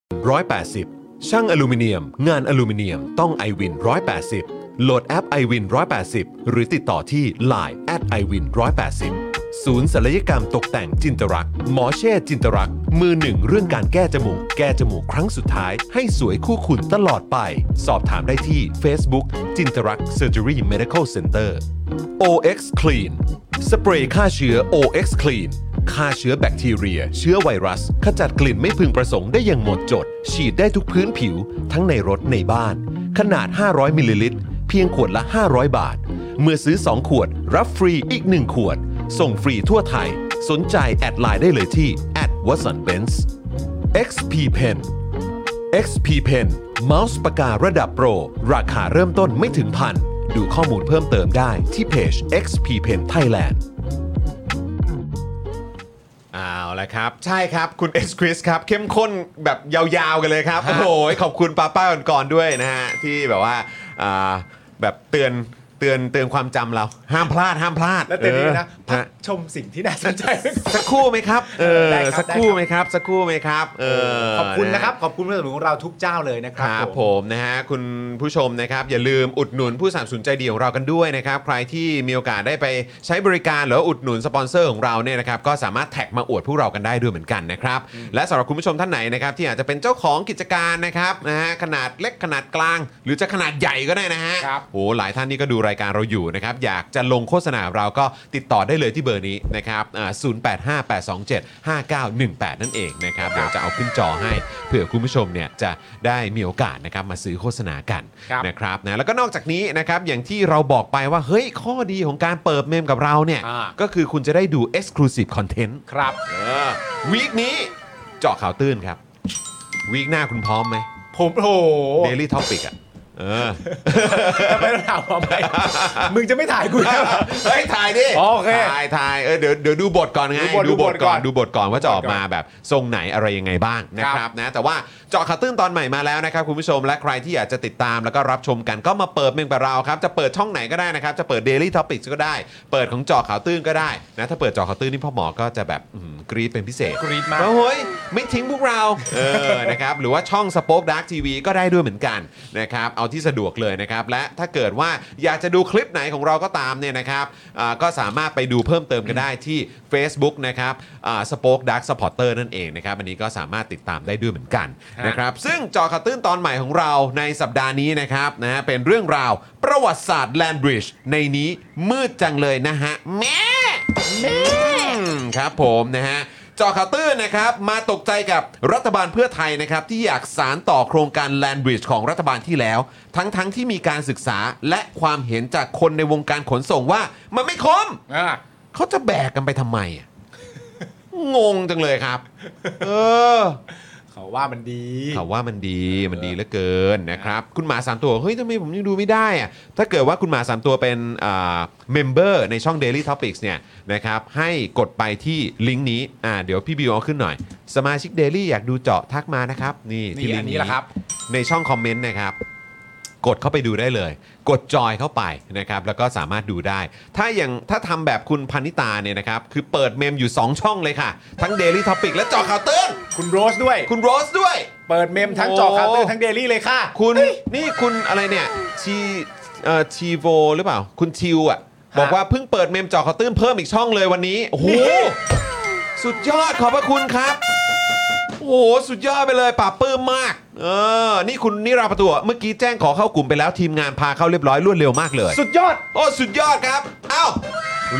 180 ช่างอลูมิเนียม งานอลูมิเนียมต้อง i w วิน180 โหลดแอป i w วิน180 หรือติดต่อที่ Line at i w วิน180 ศูนย์ศัลยกรรมตกแต่งจินตรัก หมอเช่จินตรัก มือหนึ่งเรื่องการแก้จมูก แก้จมูกครั้งสุดท้าย ให้สวยคู่คุณตลอดไป สอบถามได้ที่ Facebook จินตรัก Surgery Medical Center OX Clean สเปรย์ฆ่าเชื้อ OX Clean ฆ่าเชื้อแบคทีเรีย เชื้อไวรัส ขจัดกลิ่นไม่พึงประสงค์ได้อย่างหมดจด ฉีดได้ทุกพื้นผิว ทั้งในรถในบ้าน ขนาด 500 มิลลิลิตร เพียงขวดละ 500 บาท เมื่อซื้อ 2 ขวด รับฟรีอีก 1 ขวด ส่งฟรีทั่วไทย สนใจแอดไลน์ได้เลยที่ w a t s o n b e n z XP Pen XP Pen เมาส์ปากการะดับโปร ราคาเริ่มต้นไม่ถึงพัน ดูข้อมูลเพิ่มเติมได้ที่เพจ XP Pen Thailand
เอาละครับ ใช่ครับคุณเอสคริสครับ เข้มข้นแบบยาวๆกันเลยครับ โอ้โหขอบคุณป้าป้าก่อนๆด้วยนะฮะ ที่แบบว่าอ่าแบบเตือนเตือนเตือนความจำเรา ห้ามพลาดห้ามพลาด
แล้วแต่นี้นะ
เออ
พั
ฮะ
กชมสิ่งที่น่าสนใจ
สักครู่ไหมครับ เออ
ได้ครับ
สักครู่ไหมครับ สักครู่ไหมครับ เออ
ขอบคุณนะครับ ขอบคุณผู้สนับสนุนของเราทุกเจ้าเลยนะค
ค
รั
รั
บบ
ผมนะฮะคุณผู้ชมนะครับ อย่าลืมอุดหนุนผู้สนับสนุนใจดีของเรากันด้วยนะครับ ใครที่มีโอกาสได้ไปใช้บริการหรือว่าอุดหนุนสปอนเซอร์ของเราเนี่ยนะครับ ก็สามารถแท็กมาอวดพวกเรากันได้ด้วยเหมือนกันนะครับ และสำหรับคุณผู้ชมท่านไหนนะครับที่อาจจะเป็นเจ้าของกิจการนะครับนะฮะขนาดเล็กขนาดกลาง หรือจะขนาดใหญ่ก็ได้นะฮะ
ครับ
โอ้หลายท่านนี่ก็ดูรายการเราอยู่นะครับ อยากจะลงโฆษณาเราก็ติดต่อได้เลยที่เบอร์นี้นะครับอ่า0858275918 นั่นเองนะครับ เดี๋ยวจะเอาขึ้นจอให้เผื่อคุณผู้ชมเนี่ยจะได้มีโอกาสนะครับมาซื้อโฆษณากัน
ครับ
นะครับนะแล้วก็นอกจากนี้นะครับอย่างที่เราบอกไปว่า เฮ้ยข้อดีของการเปิดเมมกับเราเนี่ย
อ่า
ก็คือคุณจะได้ดู Exclusive Content
ครับ
วีคนี้เจาะข่าวตื้นครับวีคหน้าคุณพร้อมไหม
ผมโอ้โห
Daily Topic อ่ะเออ
ทำไมต้องถามว่า ไป มึงจะไม่ถ่ายกูแล้ว
เฮ้ยถ่ายดิ
อ๋อโอเค
ถ่ายถ่ายเออเดี๋ยวเดี๋ยวดูบทก่อนไง
ดูบทดูบทก่อน
ดูบทก่อนว่าจะออกมาแบบทรงไหนอะไรยังไงบ้างนะค
ครั
รับบ นะแต่ว่าเจาะข่าวตื้นตอนใหม่มาแล้วนะครับคุณผู้ชมและใครที่อยากจะติดตามแล้วก็รับชมกันก็มาเปิดเมงกับเราครับจะเปิดช่องไหนก็ได้นะครับจะเปิด Daily Topics ก็ได้ เปิดของเจาะข่าวตื้นก็ได้นะถ้าเปิดเจาะข่าวตื้นนี่พ่อหมอก็จะแบบอืมกรี๊ดเป็นพิเศษ
กรี๊ดมาก
เพะเฮ้ยไม่ทิ้งพวกเราเออนะครับหรือว่าช่องสป็อคดักทีวีก็ได้ด้วยเหมือนกันนะครับเอาที่สะดวกเลยนะครับและถ้าเกิดว่าอยากจะดูคลิปไหนของเราก็ตามเนี่ยนะครับอ่าก็สามารถไปดูเพิ่มเติมกันได้ที่ Facebook นะครับสป็อคดักสปอร์เตอร์นั่นเองนะครับอันนี้ก็สามารถติดตามได้ด้วยเหมือนกันนะครับซึ่งจอข่าวตื้นตอนใหม่ของเราในสัปดาห์นี้นะครับนะฮะเป็นเรื่องราวประวัติศาสตร์แลนบริดจ์ในนี้มืดจังเลยนะฮะแม่อืมครับผมนะฮะ เจอข่าวตื้นนะครับ มาตกใจกับรัฐบาลเพื่อไทยนะครับ ที่อยากสารต่อโครงการแลนบริดจ์ของรัฐบาลที่แล้ว ทั้งๆทที่มีการศึกษาและความเห็นจากคนในวงการขนส่งว่า มันไม่คุ้ม
อ่า
เขาจะแบกกันไปทำไมอะงงจังเลยครับ เออ
เขาว่ามันดี
เขาว่ามันดีมันดีเหลือเกินนะครับ คุณหมา 3 ตัวเฮ้ยทำไมผมยังดูไม่ได้อะถ้าเกิดว่าคุณหมา 3 ตัวเป็นเมมเบอร์ในช่อง Daily Topics เนี่ยนะครับให้กดไปที่ลิงก์นี้อ่าเดี๋ยวพี่บิวเอาขึ้นหน่อย สมาชิก Daily อยากดูเจาะทักมานะครับ นี่
นี่
ที่ลิง
อัน
ก์
นี้
นี้
แหละครับ
ในช่องคอมเมนต์นะครับ กดเข้าไปดูได้เลย กดจอยเข้าไปนะครับ แล้วก็สามารถดูได้ ถ้าอย่างถ้าทำแบบคุณพันิตาเนี่ยนะครับ คือเปิดเมมอยู่ 2 ช่องเลยค่ะ ทั้ง Daily Topic และเจอข่าวตื้น
คุณโรสด้วย
คุณโรสด้วย
เปิดเมมทั้งจอคาร์เตอร์ทั้งเดลี่เลยค่ะ
คุณนี่คุณอะไรเนี่ยชีเอ่อชีโวหรือเปล่า คุณทิวอ่ะ บอกว่าเพิ่งเปิดเมมจอเขาวตื้นเพิ่มอีกช่องเลยวันนี้ โอ้โห สุดยอดขอบพระคุณครับ โอ้โห สุดยอดไปเลยป่าบปลื้มมาก เออ นี่คุณนิราประตูเมื่อกี้แจ้งขอเข้ากลุ่มไปแล้วทีมงานพาเข้าเรียบร้อยรวดเร็วมากเลย
สุดยอด
โอ้สุดยอดครับ เอ้า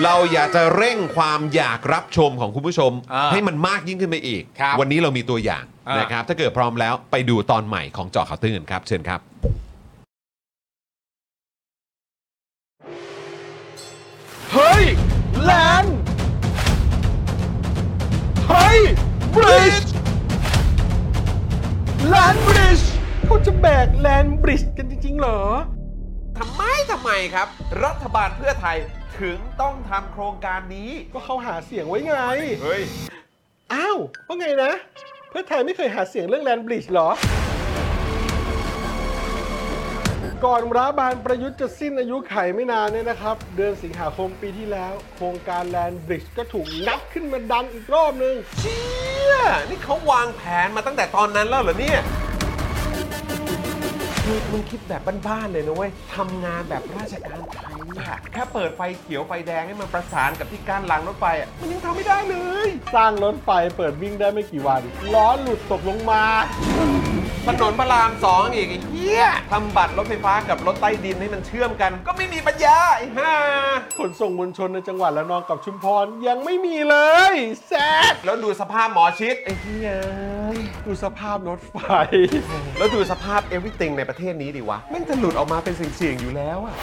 เราอยากจะเร่งความอยากรับชมของคุณผู้ชม
อ่า
ให้มันมากยิ่งขึ้นไปอีก
ครับ
วันนี้เรามีตัวอย่าง
อ่าน
นะครับ ถ้าเกิดพร้อมแล้วไปดูตอนใหม่ของเจอข่าวตื่นครับ เชิญครับ
เฮ้ย แลนเฮ้ยบริดจ์แลนบริดจ์เขาจะแบกแลนบริดจ์กันจริงๆเหรอ
ทำไมทำไมครับ รัฐบาลเพื่อไทยถึงต้องทำโครงการนี้
ก็เขาหาเสียงไว้ไง
เฮ้ย
อ้าวว่าไงนะ เพื่อไทยไม่เคยหาเสียงเรื่องแลนบริดจ์เหรอ ก่อนรัฐบาลประยุทธ์จะสิ้นอายุไขไม่นานเนี่ยนะครับ เดือนสิงหาคมปีที่แล้ว โครงการแลนบริดจ์ก็ถูกนับขึ้นมาดันอีกรอบนึง
เชี่ย นี่เขาวางแผนมาตั้งแต่ตอนนั้นแล้วเหรอเนี่ย
คือมึงคิดแบบบ้านๆเลยนะเว้ยทำงานแบบราชการไทยอะ
แค่เปิดไฟเขียวไฟแดงให้มันประสานกับที่กั้นรางรถไฟอะ
มันยังทำไม่ได้เลย สร้างรถไฟเปิดวิ่งได้ไม่กี่วัน ล้อหลุดตกลงมา
ถนนพระรามสองอีกไอ้เหี้ยทำบัตรรถไฟฟ้ากับรถใต้ดินให้มันเชื่อมกัน ก็ไม่มีปัญญาไอ้ห่า
ขนส่งมวลชนในจังหวัดระนองกับชุมพรยังไม่มีเลย แซด
แล้วดูสภาพหมอชิดไอ้เหี้ย
ดูสภาพรถไฟ
แล้วดูสภาพ everything ในประเทศนี้ดิวะแม่งจะหลุดออกมาเป็นสิ่งเสี่ยงๆอยู่แล้วอะ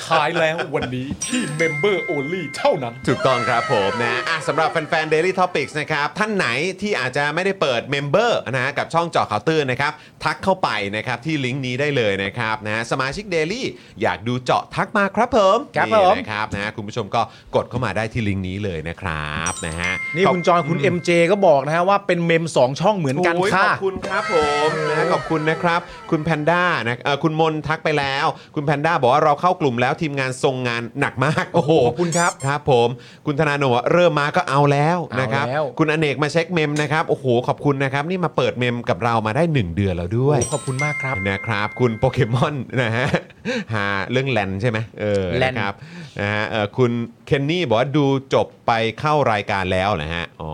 ใช้แล้ววันนี้ที่ Member Only เท่านั้น
ถูกต้องครับผมนะอ่ะสำหรับแฟนๆ Daily Topics นะครับท่านไหนที่อาจจะไม่ได้เปิดเมมเบอร์นะฮะกับช่องเจอข่าวตื้นนะครับทักเข้าไปนะครับที่ลิงก์นี้ได้เลยนะครับนะฮะสมาชิก Daily อยากดูเจาะทักมาครับผม
ครับ
นี่
ผม
นะครับนะฮะคุณผู้ชมก็กดเข้ามาได้ที่ลิงก์นี้เลยนะครับนะฮะ
นี่คุณจอนคุณ MJ ก็บอกนะฮะว่าเป็นเมม 2 ช่องเหมือนกัน
โย
ค่ะ
ขอบคุณครับผมนะฮะขอบคุณนะครับ คุณแพนด้านะเอ่อคุณมนทักไปแล้ว คุณแพนด้าบอกว่าเราเข้ากลุ่มแล้วทีมงานทรงงานหนักมากโอ้โห
ขอบคุณครับ
ครับผมคุณธนาโนบอกว่าเริ่มมาก็เอาแล้ว
เอา
นะครับ
แล้ว
คุณอเนกมาเช็คเมมนะครับโอ้โหขอบคุณนะครับ นี่มาเปิดเมมกับเรามาได้ 1 เดือนแล้วด้วย
โอ้ขอบคุณมากครับ
นะครับ คุณโปเกมอนนะฮะ หาเรื่องแลนใช่ไหมเออ
แลน
นะครับนะฮะเอ่อคุณเคนนี่บอกว่าดูจบไปเข้ารายการแล้วนะฮะอ๋อ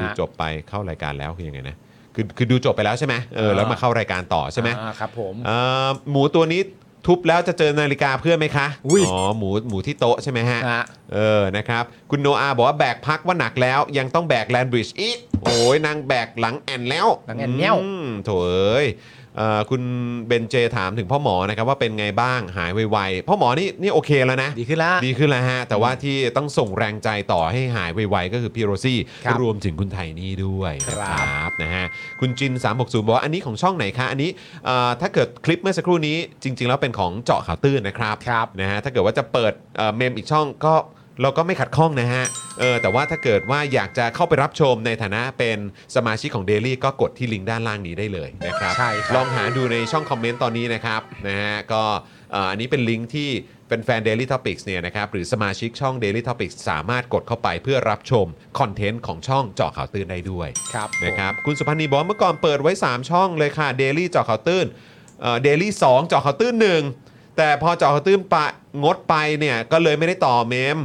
ดูจบไปเข้ารายการแล้วคือยังไงนะคือคือดูจบไปแล้วใช่ไหมเออแล้วมาเข้ารายการต่อใช่ไหม
อ่าครับผม
เอ่อหมูตัวนี้ทุบแล้วจะเจอนาฬิกาเพื่อนไหมคะ
อุ๊ย
อหมูหมูที่โต๊ะใช่ไหมฮะ
ฮะ
เออนะครับ คุณโนอาบอกว่าแบกพักว่าหนักแล้ว ยังต้องแบกแลนบริดจ์อีก โอ้ยนางแบกหลังแอนแล้ว
หลังแอ่นแล้ว
อืมโถเอ้ยเอ่อคุณเบนเจถามถึงพ่อหมอนะครับว่าเป็นไงบ้างหายไวๆพ่อหมอนี่นี่โอเคแล้วนะ
ดีขึ้นละ
ดีขึ้นแล้วฮะ แต่ว่าที่ต้องส่งแรงใจต่อให้หายไวๆก็คือพี่โรซี่
ครับ
รวมถึงคุณไทยนี่ด้วยนะค
ครั
รับนะฮะคุณจิน 360 บอกว่าอันนี้ของช่องไหนคะ อันนี้เอ่อถ้าเกิดคลิปเมื่อสักครู่นี้จริง ๆ แล้วเป็นของเจาะข่าวตื้นนะครับ
ครับ
นะฮะถ้าเกิดว่าจะเปิดเอ่อเมมอีกช่องก็เราก็ไม่ขัดข้องนะฮะเออแต่ว่าถ้าเกิดว่าอยากจะเข้าไปรับชมในฐานะเป็นสมาชิกของ Daily ก็กดที่ลิงก์ด้านล่างนี้ได้เลยนะครับ
ใช่ครับ
ลองหาดูในช่องคอมเมนต์ตอนนี้นะครับนะฮะก็เอ่ออันนี้เป็นลิงก์ที่เป็นแฟน Daily Topics เนี่ยนะครับหรือสมาชิกช่อง Daily Topics สามารถกดเข้าไปเพื่อรับชมคอนเทนต์ของช่องเจาะข่าวตื่นได้ด้วย
ครับ
นะครับคุณสุพันธ์นีบอกว่าเมื่อก่อนเปิดไว้ 3 ช่องเลยค่ะ Daily เจาะข่าวตื่นเดลี่สองเจาะข่าวตื่นหนึ่งแต่พอเจาะข่าวตื่นปะงดไปเนี่ยก็เลยไม่ได้ต่อเมม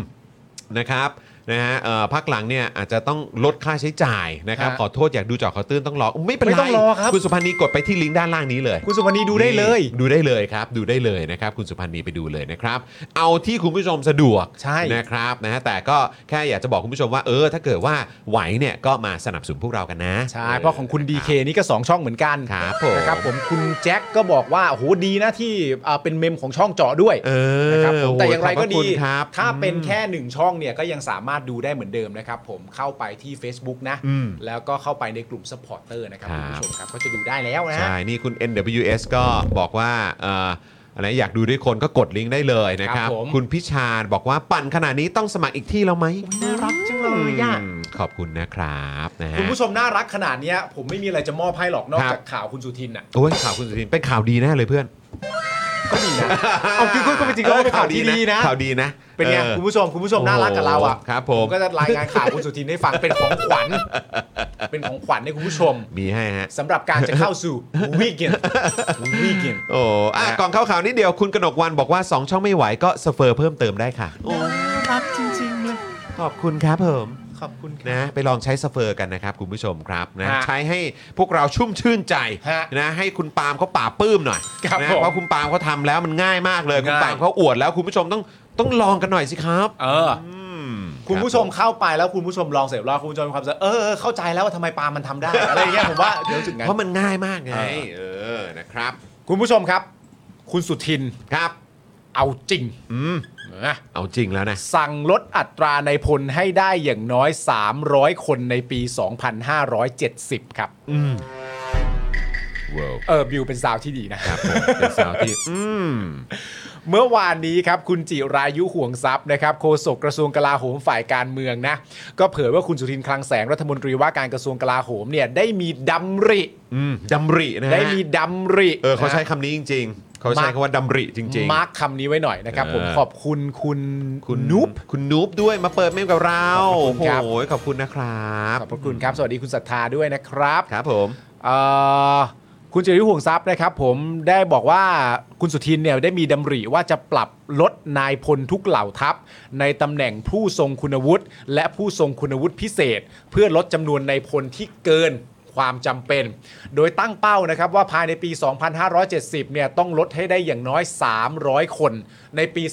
นะครับนะฮะเอ่อพักหลังเนี่ยอาจจะต้องลดค่าใช้จ่ายนะครับ
ฮะ
ขอโทษอยากดูเจอขอตื้นต้องรออุ๊ยไม่เป็น
ไม่
ไร
ต้องรอครับ
คุณสุพันธ์นีกดไปที่ลิงก์ด้านล่างนี้เลย
คุณสุวรรณีดูได้เลย
นี่ดูได้เลยครับ ดูได้เลยนะครับ คุณสุพันธ์นีไปดูเลยนะครับ เอาที่คุณผู้ชมสะดวก
ใช่
นะครับนะฮะแต่ก็แค่อยากจะบอกคุณผู้ชมว่าเออ ถ้าเกิดว่าไหวเนี่ยก็มาสนับสนุนพวกเรากันนะ
ใช่เพราะของคุณ DK นี่ก็ 2 ช่องเหมือนกัน
ครับผม
นะครับผมคุณแจ็คก็บอกว่าโอ้โหดีนะที่อ่าเป็นเมมของช่องเจาะด้วย
เออ
นะครับผมแต่อย่างไร
โโหขบ
ก็
พะคุ
ดี
ณครับ
ถ้าเป็น
อืม
แค่หนึ่งช่องเนี่ยก็ยังสามารถดูได้เหมือนเดิมนะครับผมเข้าไปที่ Facebook นะ
อืม
แล้วก็เข้าไปในกลุ่ม s u p p อร์เตอร์นะครับ
ครั
คุ
บ
ณผู้ชมครับก็จะดูได้แล้วนะ
ใช่ นี่คุณ NWS ก็บอกว่าเอ่ออะไรอยากดูด้วยคนก็กดลิงก์ได้เลยนะครับ
ครับผม
คุณพิชาญบอกว่าปั่นขนาดนี้ต้องสมัครอีกที่แล้วไหม
น่ารักจังเลยอ่ะ
อืมขอบคุณนะครับนะฮะ
คุณผู้ชมน่ารักขนาดเนี้ยผมไม่มีอะไรจะมอบให้หรอกนอก
ครับ
จากข่าวคุณสุทินอ่ะ
โอ้ยข่าวคุณสุทินเป็นข่าวดีแน่เลยเพื่อน
ก็ดี นะ เอาคือก็เป็นจริงๆก็เป็นข่าวที่ดีนะ
ข่าวดีนะ
เป็นไง
ออ
คุณผู้ชมคุณผู้ชมน่ารักกับเราอ่ะ
โอ้โหครับผม
ก็จะรายงานข่าวคุณสุทินให้ฟังเป็นของขวัญ เป็นของขวัญให้คุณผู้ชม
มีให้ฮะ
สำหรับการจะเข้าสู่วีเกนวีเกน
โอ้อ่ะ
นะฮะ
ก่อนเข้าข่าวนิดเดียวคุณกนกวันบอกว่า 2 ช่องไม่ไหวก็สเฟอร์เพิ่มเติมได้ค่ะ โอ้
รักจริงๆเลย
ขอบคุณครับผม
ขอบคุณครั
นะ
บ
ไปลองใช้สเฟอร์กันนะครับคุณผู้ชมครับนะ
ฮะ
ใช้ให้พวกเราชุ่มชื่นใจ
ฮะ
นะให้คุณปาล์มเขาป่าบปลื้มหน่อย
ครับ
นะ
ผม
เพราะคุณปาล์มเขาทำแล้วมันง่ายมากเลย คุณ
ง่าย
ปาล์มเขาอวดแล้วคุณผู้ชมต้องต้องลองกันหน่อยสิครับ
เออ
อืม
คุณผู้ชมเข้าไปแล้วคุณผู้ชมลองเสร็จแล้วคุณผู้ชมมีความรู้สึกเออเออเข้าใจแล้วว่าทำไมปาล์มมันทำได้อะไรอย่างเงี้ยผมว่าเดี๋ยวรู้สึก
ครับ
งั้น
เพราะมันง่ายมากไง
เออ
เออนะครับ
คุณผู้ชมครับ คุณสุทิน
ครับ
เอาจริง
อืม
นะ
เอาจริงแล้วนะ
สั่งลดอัตราในพลให้ได้อย่างน้อย 300 คนในปี 2570 ครับ
อืมว้าว
เออ บิวเป็นสาวที่ดีนะ
ครับผมเป็นสาว ที่อืม
เมื่อวานนี้ครับ คุณจิรายุห่วงทรัพย์นะครับโฆษกกระทรวงกลาโหมฝ่ายการเมืองนะ ก็เผยว่าคุณสุทินคลังแสงรัฐมนตรีว่าการกระทรวงกลาโหมเนี่ยได้มีดำริ
อืมดำรินะฮะ
ได้มีดำริ
เออเขาใช้
นะ
คำนี้จริง ๆ เขาใช้
มาร์ค
คำว่าดำริจริง ๆ
มาร์คคำนี้ไว้หน่อยนะครับ ผม
เออ
ขอบคุณคุณ
คุณ
นุ๊บ
คุณนูบด้วยมาเปิดเมมกับเรา
ขอบคุณครับ
โอ้ยขอบคุณนะครับ
ขอบพระคุณครับ สวัสดีคุณศรัทธาด้วยนะครับ
ครับผม
เอ่อ คุณเจริญห่วงทรัพย์นะครับผมได้บอกว่าคุณสุทินเนี่ยได้มีดำริว่าจะปรับลดนายพลทุกเหล่าทัพ ในตำแหน่งผู้ทรงคุณวุฒิและผู้ทรงคุณวุฒิพิเศษ เพื่อลดจำนวนนายพลที่เกินความจำเป็น โดยตั้งเป้านะครับว่าภายในปี 2570 เนี่ยต้องลดให้ได้อย่างน้อย 300 คนในปี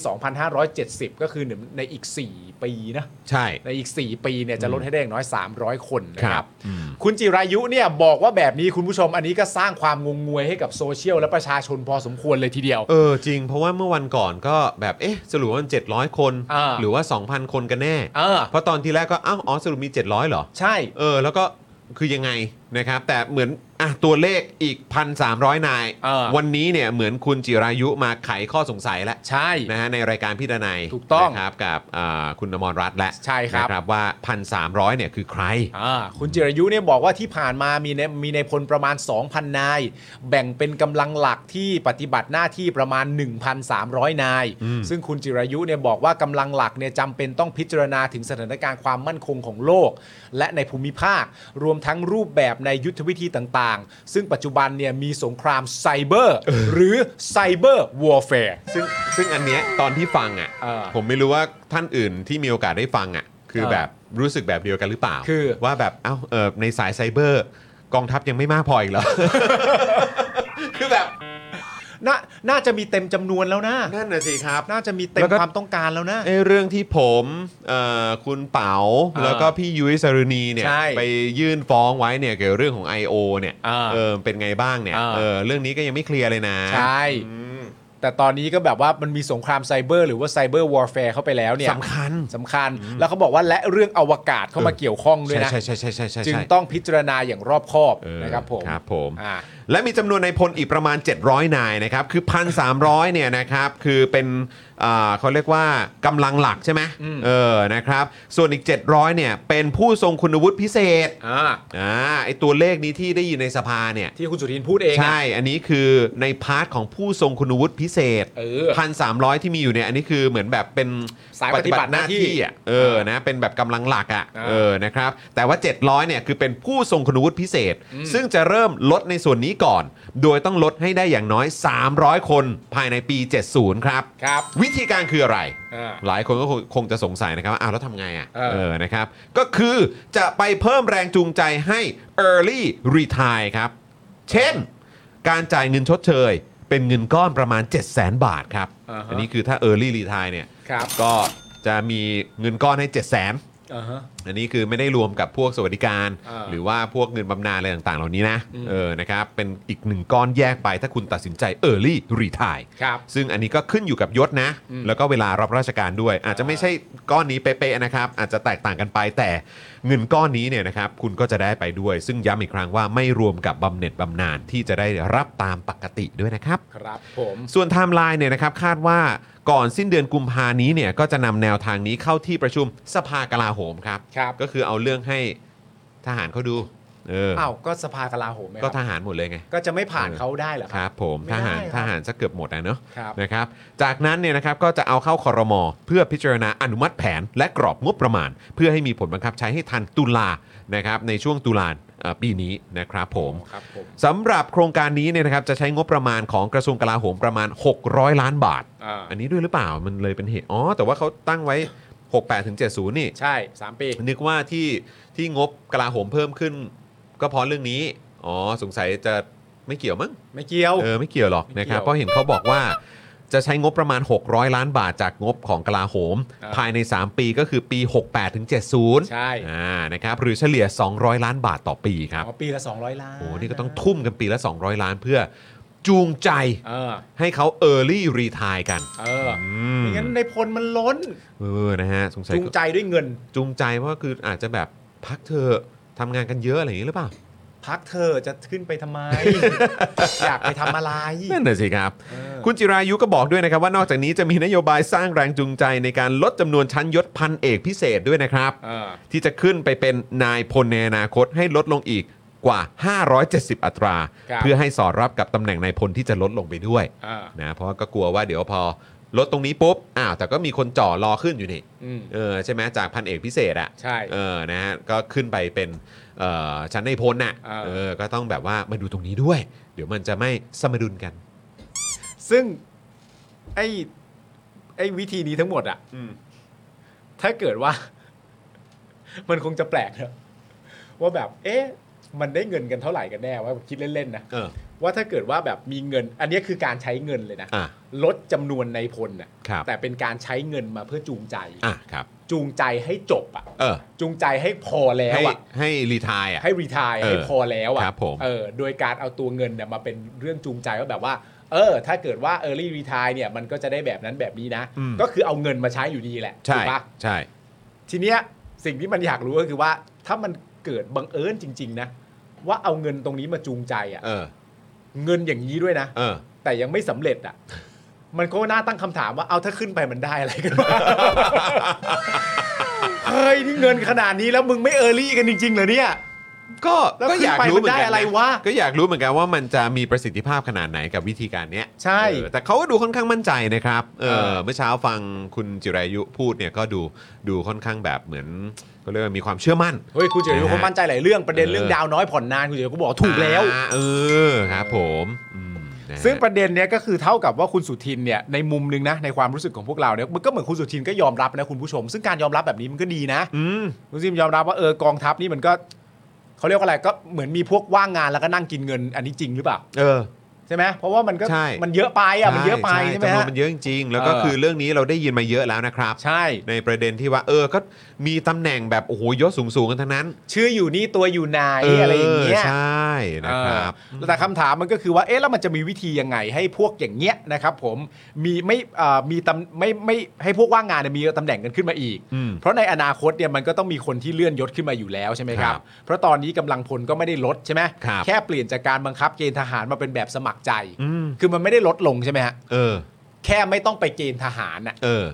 2570 ก็คือหนึ่งในอีก 4 ปีนะ
ใช่
ในอีก 4 ปีเนี่ยจะลดให้ได้อย่างน้อย 300 คนนะค
ครั
รั
บบ
คุณจิรายุเนี่ยบอกว่าแบบนี้คุณผู้ชมอันนี้ก็สร้างความงงงวยให้กับโซเชียลและประชาชนพอสมควรเลยทีเดียว
เออจริง เพราะว่าเมื่อวันก่อนก็แบบเอ๊ะสรุปว่ามัน700 คน
อ่า
หรือว่า 2,000 คนกันแน่
เออ
เพราะตอนที่แรกก็อ้าวอ๋อสรุปมี 700เหรอ
ใช่
เออ แล้วก็คือยังไงนะครับ แต่เหมือนอ่ะตัวเลขอีก 1,300 นาย
เออ
วันนี้เนี่ยเหมือนคุณจิรายุมาไขข้อสงสัยแล้ว
ใช่
นะฮะในรายการพี่ดนัย
ถูกต้อง
นะครับกับอ่าคุณนมรรัตน์และ
ใช่ครับ
นะครับว่า 1,300เนี่ยคือใคร
อ่าคุณจิรายุเนี่ยบอกว่าที่ผ่านมามีในมีในพลประมาณ 2,000 นาย แบ่งเป็นกำลังหลักที่ปฏิบัติหน้าที่ประมาณ 1,300 นาย ซึ่งคุณจิรายุเนี่ยบอกว่ากำลังหลักเนี่ยจำเป็นต้องพิจารณาถึงสถานการณ์ความมั่นคงของโลก และในภูมิภาค รวมทั้งรูปแบบในยุทธวิธีต่างๆ ซึ่งปัจจุบันเนี่ยมีสงครามไซเบอร์ หรือไซเบอร์วอร์แฟร์
ซึ่งซึ่งอันเนี้ยตอนที่ฟังอ่ะ
เออ
ผมไม่รู้ว่าท่านอื่นที่มีโอกาสได้ฟังอ่ะคือ
เออ
แบบรู้สึกแบบเดียวกันหรือเปล่า
คือ
ว่าแบบเอ้าเออในสายไซเบอร์ กองทัพยังไม่มากพออีกเหรอ คือแบบ
น่าน่าจะมีเต็มจำนวนแล้วนะ
นั่นน่ะสิครับ
น่าจะมีเต็ม
แล้วก็
ความต้องการแล้วนะ
ไอ้เรื่องที่ผมเอ่อคุณเป๋า
เออ
แล้วก็พี่ยุ้ยสรุณีเนี่ย
ใช่
ไปยื่นฟ้องไว้เนี่ยเกี่ยวเรื่องของ I.O. เนี่ย
อ่า
เออเป็นไงบ้างเนี่ย
อ่า
เออเรื่องนี้ก็ยังไม่เคลียร์เลยนะ
ใช่
อืม
แต่ตอนนี้ก็แบบว่ามันมีสงครามไซเบอร์หรือว่าไซเบอร์วอร์แฟร์เข้าไปแล้วเนี่ย
สำคัญ
สำคัญ แล้วเขาบอกว่าและเรื่องอวกาศเข้ามา
เออ
เกี่ยวข้องด้วยนะ
ใช่ใช่ใช่ใช่ใช่
จึง
ใช่
ต้องพิจารณาอย่างรอบคอบ
เออ
นะครับผม
ครับผม
อ่า
และมีจำนวนในายพลอีกประมาณ 700 นายนะครับ คือ 1,300เนี่ยนะครับคือเป็นอ่าเขาเรียกว่ากำลังหลักใช่ไหม
อืม
เออนะครับ ส่วนอีก 700เนี่ยเป็นผู้ทรงคุณวุฒิพิเศษ
อ่า
อ่าไอตัวเลขนี้ที่ได้ยินในสภาเนี่ย
ที่คุณสุทินพูดเองอะ
ใช่ อันนี้คือในพาร์ทของผู้ทรงคุณวุฒิพิเศษ
เออ
พันสามร้อยที่มีอยู่เนี่ย อันนี้คือเหมือนแบบเป็น
สายปฏิบัติหน้าที่
อ่ะเออ นะ เป็นแบบกำลังหลักอ่ะ
อ่า
เออ นะครับ แต่ว่า 700เนี่ยคือเป็นผู้ทรงคุณวุฒิพิเศษ
อืม
ซึ่งจะเริ่มลดในส่วนนี้ก่อน โดยต้องลดให้ได้อย่างน้อย 300 คนภายในปี 70 ครับ
ครับ
วิธีการคืออะไร
อ่า
หลายคนก็คงคงจะสงสัยนะครับว่าอ้าวแล้วทำไงอ่ะ
เออ
นะครับ ก็คือจะไปเพิ่มแรงจูงใจให้ early retire ครับ เช่น การจ่ายเงินชดเชย เป็นเงินก้อนประมาณ 7 0 0 0 0 0 บาทครับ
อ่าฮะ
นนี้คือถ้า early retire เนี่ย
ครับ
ก็จะมีเงินก้อนให้ 7 0 0 0 0 0
อ่าฮะ
อันนี้คือไม่ได้รวมกับพวกสวัสดิการ
อ่า
หรือว่าพวกเงินบำนาญอะไรต่างๆ เหล่านี้นะ
อืม
เออนะครับเป็นอีกหนึ่งก้อนแยกไปถ้าคุณตัดสินใจ Early Retire
ครับ
ซึ่งอันนี้ก็ขึ้นอยู่กับยศนะ
อืม
แล้วก็เวลารับราชการด้วย อาจจะไม่ใช่ก้อนนี้เป๊ะๆนะครับ อาจจะแตกต่างกันไปแต่เงินก้อนนี้เนี่ยนะครับคุณก็จะได้ไปด้วย ซึ่งย้ำอีกครั้งว่าไม่รวมกับบำเหน็จบำนาญที่จะได้รับตามปกติด้วยนะครับ
ครับผม
ส่วนไทม์ไลน์เนี่ยนะครับคาดว่าก่อนสิ้นเดือนกุมภานี้เนี่ยก็จะนำแนวทางนี้เข้าที่ประชุมสภากลาโหมครับ
ครับ
ก็คือเอาเรื่องให้ทหารเขาดูเออ
อ้าวก็สภากลาโหมไหมค
ก็
รับ
ทหารหมดเลยไง
ก็จะไม่ผ่าน
เออ
เขาได้เหรอ
ค
ครั
รับ บผม
ไม่
ท
ได้
หาร
ครับ
ทหารจะเกือบหมดนะเนอะ
ครับ
นะครับ จากนั้นเนี่ยนะครับก็จะเอาเข้าคอรมอเพื่อพิจารณาอนุมัติแผนและกรอบงบประมาณ เพื่อให้มีผลบังคับใช้ให้ทันตุลานะครับในช่วงตุลาเอ่อปีนี้นะครับผม
ครับผม
สำหรับโครงการนี้เนี่ยนะครับจะใช้งบประมาณของกระทรวงกลาโหมประมาณ 600 ล้านบาท
อ่า
อันนี้ด้วยหรือเปล่ามันเลยเป็นเหตุ อ๋อ แต่ว่าเขาตั้งไว้ 68ถึง70 นี่
ใช่สามปี
นึกว่าที่ที่งบกลาโหมเพิ่มขึ้น ก็เพราะเรื่องนี้ อ๋อ สงสัยจะไม่เกี่ยวมั้ง
ไม่เกี่ยว
เออ ไม่เกี่ยวหรอก
ไม่เกี่ยว
นะครับ เพราะเห็นเขาบอกว่าจะใช้งบประมาณ 600 ล้านบาทจากงบของกลาโหม
อ่า
ภายใน 3 ปีก็คือปี 68ถึง70
ใช่
อ่านะครับหรือเฉลี่ย 200 ล้านบาทต่อปีครับ
อ๋อปีละ200 ล้าน
โอ้โหนี่ก็ต้องทุ่มกันปีละ 200 ล้านเพื่อจูงใจ
เออ
ให้เขา Early Retire กัน
เออ
อืม
ไม่งั้นในพลมันล้น
เออนะฮะ สงสัย
จูงใจด้วยเงิน
จูงใจเพราะว่าคืออาจจะแบบพักเธอะทำงานกันเยอะอะไรอย่างนี้หรือเปล่า
พักเธอจะขึ้นไป ทำไม อยากไปทำอะไร
นั่นน่ะสิครับ
เออ
คุณจิรายุก็บอกด้วยนะครับว่านอกจากนี้จะมีนโยบายสร้างแรงจูงใจในการลดจำนวนชั้นยศพันเอกพิเศษด้วยนะครับ
เออ
ที่จะขึ้นไปเป็นนายพลในอนาคตให้ลดลงอีกกว่า 570 อัตรา
ครับ
เพื่อให้สอดรับกับตำแหน่งนายพลที่จะลดลงไปด้วย
เออ
นะเพราะว่าก็กลัวว่าเดี๋ยวพอ ลดตรงนี้ปุ๊บอ้าวแต่ก็มีคนจ่อรอขึ้นอยู่นี่
อืม
เออใช่ไหมจากพันเอกพิเศษอะ
ใช่
เออ นะฮะ ก็ขึ้นไปเป็นเอ่อชั้นในพลน่ะ
เออ
เออ ก็ต้องแบบว่ามาดูตรงนี้ด้วย เดี๋ยวมันจะไม่สมดุลกัน
ซึ่งไอ้ไอ้วิธีนี้ทั้งหมดอะถ้าเกิดว่า มันคงจะแปลกเนอะว่าแบบ เอ๊ะ มันได้เงินกันเท่าไหร่กันแน่ว่าคิดเล่นๆนะ
เออ
ว่าถ้าเกิดว่าแบบมีเงิน อันนี้คือการใช้เงินเลยนะ
อ่ะ
ลดจำนวนในพลน่ะ
ครับ
แต่เป็นการใช้เงินมาเพื่อจูงใจ
อ่ะ ครับ
จูงใจให้จบอะ
เออ
จูงใจให้พอแล้ว
ให้
อะ
ให้รีทายอ่ะ
ให้รีทาย
เออ
ให้พอแล้วอะ
ครับผม
เออ โดยการเอาตัวเงินเนี่ยมาเป็นเรื่องจูงใจว่าแบบว่า เออ ถ้าเกิดว่าเออร์ลี่รีทายเนี่ยมันก็จะได้แบบนั้นแบบนี้นะ ก็คือเอาเงินมาใช้อยู่ดีแหละ
ใช่
ถูกปะ
ใช่
ทีเนี้ยสิ่งที่มันอยากรู้ก็คือว่า ถ้ามันเกิดบังเอิญจริง ๆ นะ ว่าเอาเงินตรงนี้มาจูงใจอะ
เออ
เงินอย่างนี้ด้วยนะ
เออ
แต่ยังไม่สำเร็จอ่ะ มันก็น่าตั้งคำถามว่าเอาถ้าขึ้นไปมันได้อะไร กันวะ เฮ้ยนี่เงินขนาดนี้แล้วมึงไม่เออรี่กันจริงๆเหรอเนี่ย
ก็
แล้ว
ก็อยาก
ขึ้นไป
รู้เหมือน
มันได้
กัน
อะไรวะ
ก็อยากรู้เหมือนกันว่ามันจะมีประสิทธิภาพขนาดไหนกับวิธีการเนี้ย
ใช่
เออแต่เขาก็ดูค่อนข้างมั่นใจนะครับ เอ
เอ
อ
อ
เมื่อเช้าฟังคุณจิรายุพูดเนี่ยก็ดู ดูค่อนข้างแบบเหมือนเขาเรียกว่ามีความเชื่อมั่น
เฮ้ยคุณเฉลิม
นะฮะ
เขามั่นใจหลายเรื่องประเด็นเรื่องดาวน้อยผ่อนนานคุณเฉลิมก็บอกถูกแล้ว
อ่าเออ ครับ ผมอืมนะฮะ
ซึ่งประเด็นเนี้ยก็คือเท่ากับว่าคุณสุทินเนี่ยในมุมหนึงนะในความรู้สึกของพวกเราเนี่ยมันก็เหมือนคุณสุทินก็ยอมรับนะคุณผู้ชม ซึ่งการยอมรับแบบนี้มันก็ดีนะ
อืม
คุณสุทินยอมรับว่าเออกองทัพนี่มันก็เขาเรียกว่าอะไรก็เหมือนมีพวกว่างงานแล้วก็นั่งกินเงินอันนี้จริงหรือเปล่า
เออ
ใช่ไหมเพราะว่ามันก็
ใช่
มันเยอะไปอ่ะมันเยอะไปใช่ไหม
จำนวน
ฮะ
มันเยอะจริงๆ แล้วก็
เออ
คือเรื่องนี้เราได้ยินมาเยอะแล้วนะครับ
ใช่
ในประเด็นที่ว่า เออ ก็มีตำแหน่งแบบโอ้โหยศสูงๆกันทั้งนั้น
ชื่ออยู่นี่ตัวอยู่ไหนอะไรอย่างเงี้ย
ใช่นะครับ
เออแต่คำถามมันก็คือว่าเอ๊ะแล้วมันจะมีวิธียังไงให้พวกอย่างเงี้ยนะครับ ผมมีไม่เอ่อมีตำไม่ไม่ให้พวกว่างงานเนยมีตำแหน่งกันขึ้นมาอีก
อืม
เพราะในอนาคตเนี่ยมันก็ต้องมีคนที่เลื่อนยศขึ้นมาอยู่แล้วใช่ไหมครับ
ครับ
เพราะตอนนี้กำลังพลก็ไม่ได้ลดใช่ไหม
ครับ
แค่เปลี่ยนจากการบังคับเกณฑ์ทหารมาเป็นแบบสมัครใจ
อืม
คือมันไม่ได้ลดลงใช่ไหมฮะ
เออ
แค่ไม่ต้องไปเกณฑ์ทหารน่ะ
เออ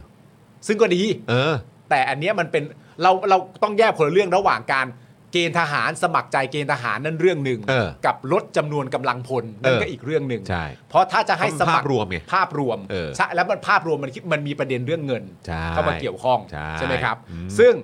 ซึ่งก็ดี
เออ
แต่อันเนี้ยมันเป็นเราเราต้องแยกคนละเรื่องระหว่างการเกณฑ์ทหารสมัครใจเกณฑ์ทหารนั่นเรื่องหนึ่ง
เออ
กับลดจำนวนกำลังพลนั่น
เออ
ก็อีกเรื่องหนึ่ง
ใช่
เพราะถ้าจะให้สมัค
ภาพรวมไง
ภาพรวม
เออ
ใช่แล้วมันภาพรวมมันคิดมันมีประเด็นเรื่องเงิน
ใช่
เข้ามาเกี่ยวข้อง
ใช่
ไหมครับ
อืม
ซึ่ง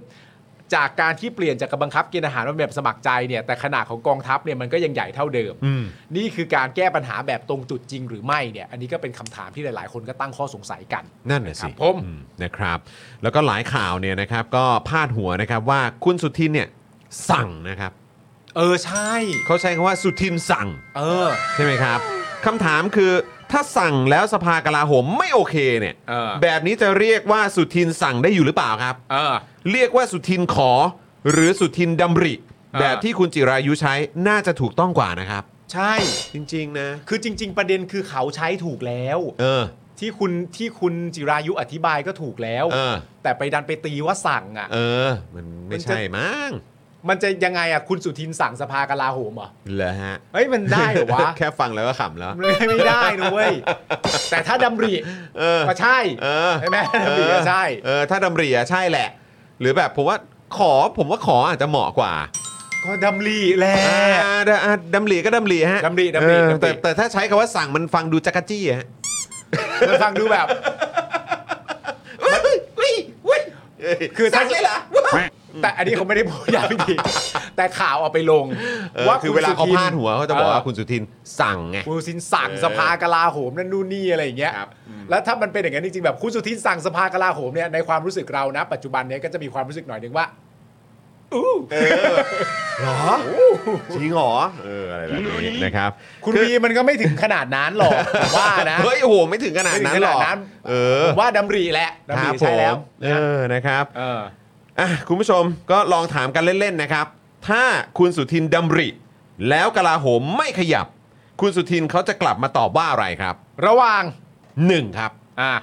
จากการที่เปลี่ยนจากกำบังคับเกณฑ์ทหารมาเป็นแบบสมัครใจเนี่ยแต่ขนาดของกองทัพเนี่ยมันก็ยังใหญ่เท่าเดิม
อืม
นี่คือการแก้ปัญหาแบบตรงจุดจริงหรือไม่เนี่ย อันนี้ก็เป็นคำถามที่หลาย ๆ คนก็ตั้งข้อสงสัยกัน
นั่นน่ะสิ
ครับผม
อืนะครับ แล้วก็หลายข่าวเนี่ยนะครับ ก็พาดหัวนะครับว่าคุณสุทินเนี่ยสั่งนะครับ
เออใช่
เขาใช้คำว่าสุทินสั่ง
เออ
ใช่ไหมครับคำถามคือถ้าสั่งแล้วสภากลาโหมไม่โอเคเนี่ย
เออ
แบบนี้จะเรียกว่าสุทินสั่งได้อยู่หรือเปล่าครับ
เออ
เรียกว่าสุทินขอ หรือสุทินดำริ
ออ
แบบที่คุณจิรายุใช้น่าจะถูกต้องกว่านะครับ
ใช่
จริง ๆ นะ
คือจริง ๆ ประเด็นคือเขาใช้ถูกแล้ว
เออ
ที่คุณที่คุณจิรายุอธิบายก็ถูกแล้ว
เออ
แต่ไปดันไปตีว่าสั่งอ่ะ
เออ มันไม่ใช่มั้ง
มันจะยังไงอ่ะคุณสุทินสั่งสภากลาโหมเหรอ
เหรอฮะ
เฮ้ยมันได้เหรอ วะ
แค่ฟังแล้วก็ขำแล้ว
ไม่ไม่ได้นะเว้ย แต่ถ้าดำริ
เออ
ก็ใช่
เออ
ใช่ไหมดำริก็ใช่
เออ ถ้าดำริอะใช่แหละ หรือแบบผมว่าขอผมว่าขออาจจะเหมาะกว่า
ก็ดำริแหละ
อ่าดอ่าดำหลีก็ดำหลีฮะ
ดำหลีดำหลี
เออ
ดำหลี
แต่แต่ถ้าใช้คำว่าสั่งมันฟังดูจักรจี้อะฮะ
มันฟังดูแบบ คือถ้า
สั่งเลยเหรอ
แต่อันนี้เขาไม่ได้พูดอย่างพิธีแต่ข่าวเอาไปลง
เออคือเวลาเขาพาดหัวเขาจะบอกว่า
เ
คุณสุทินสั่งไง
คุณสุทินสั่งสภากลาโหมนั่นนู่นนี่อะไรอย่างเงี้ย
ครับอืม
แล้วถ้ามันเป็นอย่างนั้นจริงๆแบบคุณสุทินสั่งสภากลาโหมเนี่ยในความรู้สึกเรานะ ปัจจุบันเนี้ยก็จะมีความรู้สึกหน่อยหนึ่งว่าอู้
หรอจริงเหรอเอออะไรแบบนี้นะครับ
คุณบีมันก็ไม่ถึงขนาดนั้น หรอกผมว่านะ
เฮ้ยโอ้โหไม่ถึงขนาดนั้นหรอก
ไม่ถึงขนาดนั้น
เออ
ผมว่าดำรีแหละดำ
ค
รี
รับผ
ใช่แล้ว
มเออนะครับ
เออ
อ่ะคุณผู้ชมก็ลองถามกันเล่นๆนะครับ ถ้าคุณสุทินดำริ แล้วกลาโหมไม่ขยับ คุณสุทินเขาจะกลับมาตอบว่าอะไรครับ
ระหว่าง
หนึ่งครับ
อ่ะ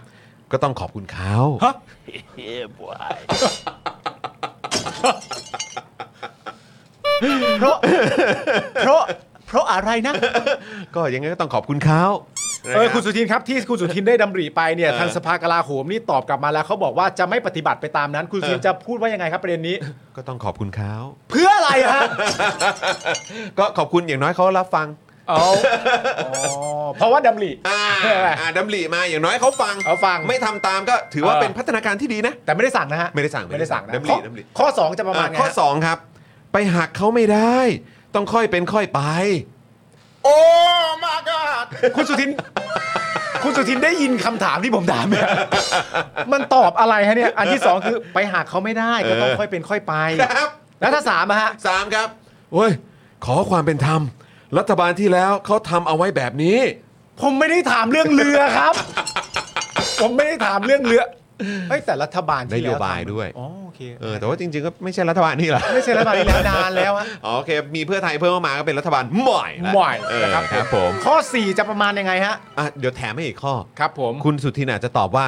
ก็ต้องขอบคุณเขา
ฮะ เพราะเพราะเพราะอะไรนะ
ก็ยังไงก็ต้องขอบคุณเขา
เออ
นะรับ
คุณสุทินครับที่คุณสุทินได้ดำริไปเนี่ย
เออ
ทางสภากลาโหมนี่ตอบกลับมาแล้วเขาบอกว่าจะไม่ปฏิบัติไปตามนั้น คุณสุทินจะพูดว่ายังไงครับประเด็นนี้
ก็ต้องขอบคุณเขา
เพื่ออะไรฮะ
ก็ขอบคุณอย่างน้อยเขารับฟัง
เอาอ๋อเพราะว่าดำริ
อ่าอ่าดำริมาอย่างน้อยเขาฟัง
เขาฟัง
ไม่ทำตามก็ถือว่า
เออ
เป็นพัฒนาการที่ดีนะ
แต่ไม่ได้สั่งนะฮะ
ไม่ได้สั่ง
ไม่ได้สั่งนะ
ดำริ
ข้อ
ดำริ
ข้อสองจะประมาณ
อ่
ไง
ข้อ
ฮะ
2 ครับ ไปหักเขาไม่ได้ ต้องค่อยเป็นค่อยไป
โอ้มากาคุณสุทิน คุณสุทินได้ยินคำถามที่ผมถามไหม มันตอบอะไรฮะเนี่ย อันที่สองคือไปหาเขาไม่ได้ก็ต้องค่อยเป็นค่อยไป
ครับ
แล้วถ้าสามอะฮะ
3 ครับโอ้ย ขอความเป็นธรรม รัฐบาลที่แล้วเขาทำเอาไว้แบบนี้
ผมไม่ได้ถามเรื่องเรือครับ ผมไม่ได้ถามเรื่องเรือเฮ้ยแต่รัฐบาลที่
นโย
แล้ว
บายด้วย
อ๋อโอเค
เออแต่ว่าจริง ๆ ก็ไม่ใช่รัฐบาลนี่หรอ
ไม่ใช่รัฐบาลที่แล้วนานแล้วอะ
อ๋อโอเค มีเพื่อไทยเพิ่มเข้ามาก็เป็นรัฐบาลใหม่ละ
บ่อย
เออ
นะ
ค
ค
รั
รั
บบ ผม
ข้อสี่จะประมาณยังไงฮะ
อ่ะเดี๋ยวแถมให้อีกข้อ
ครับผม
คุณสุทินอาจจะตอบว่า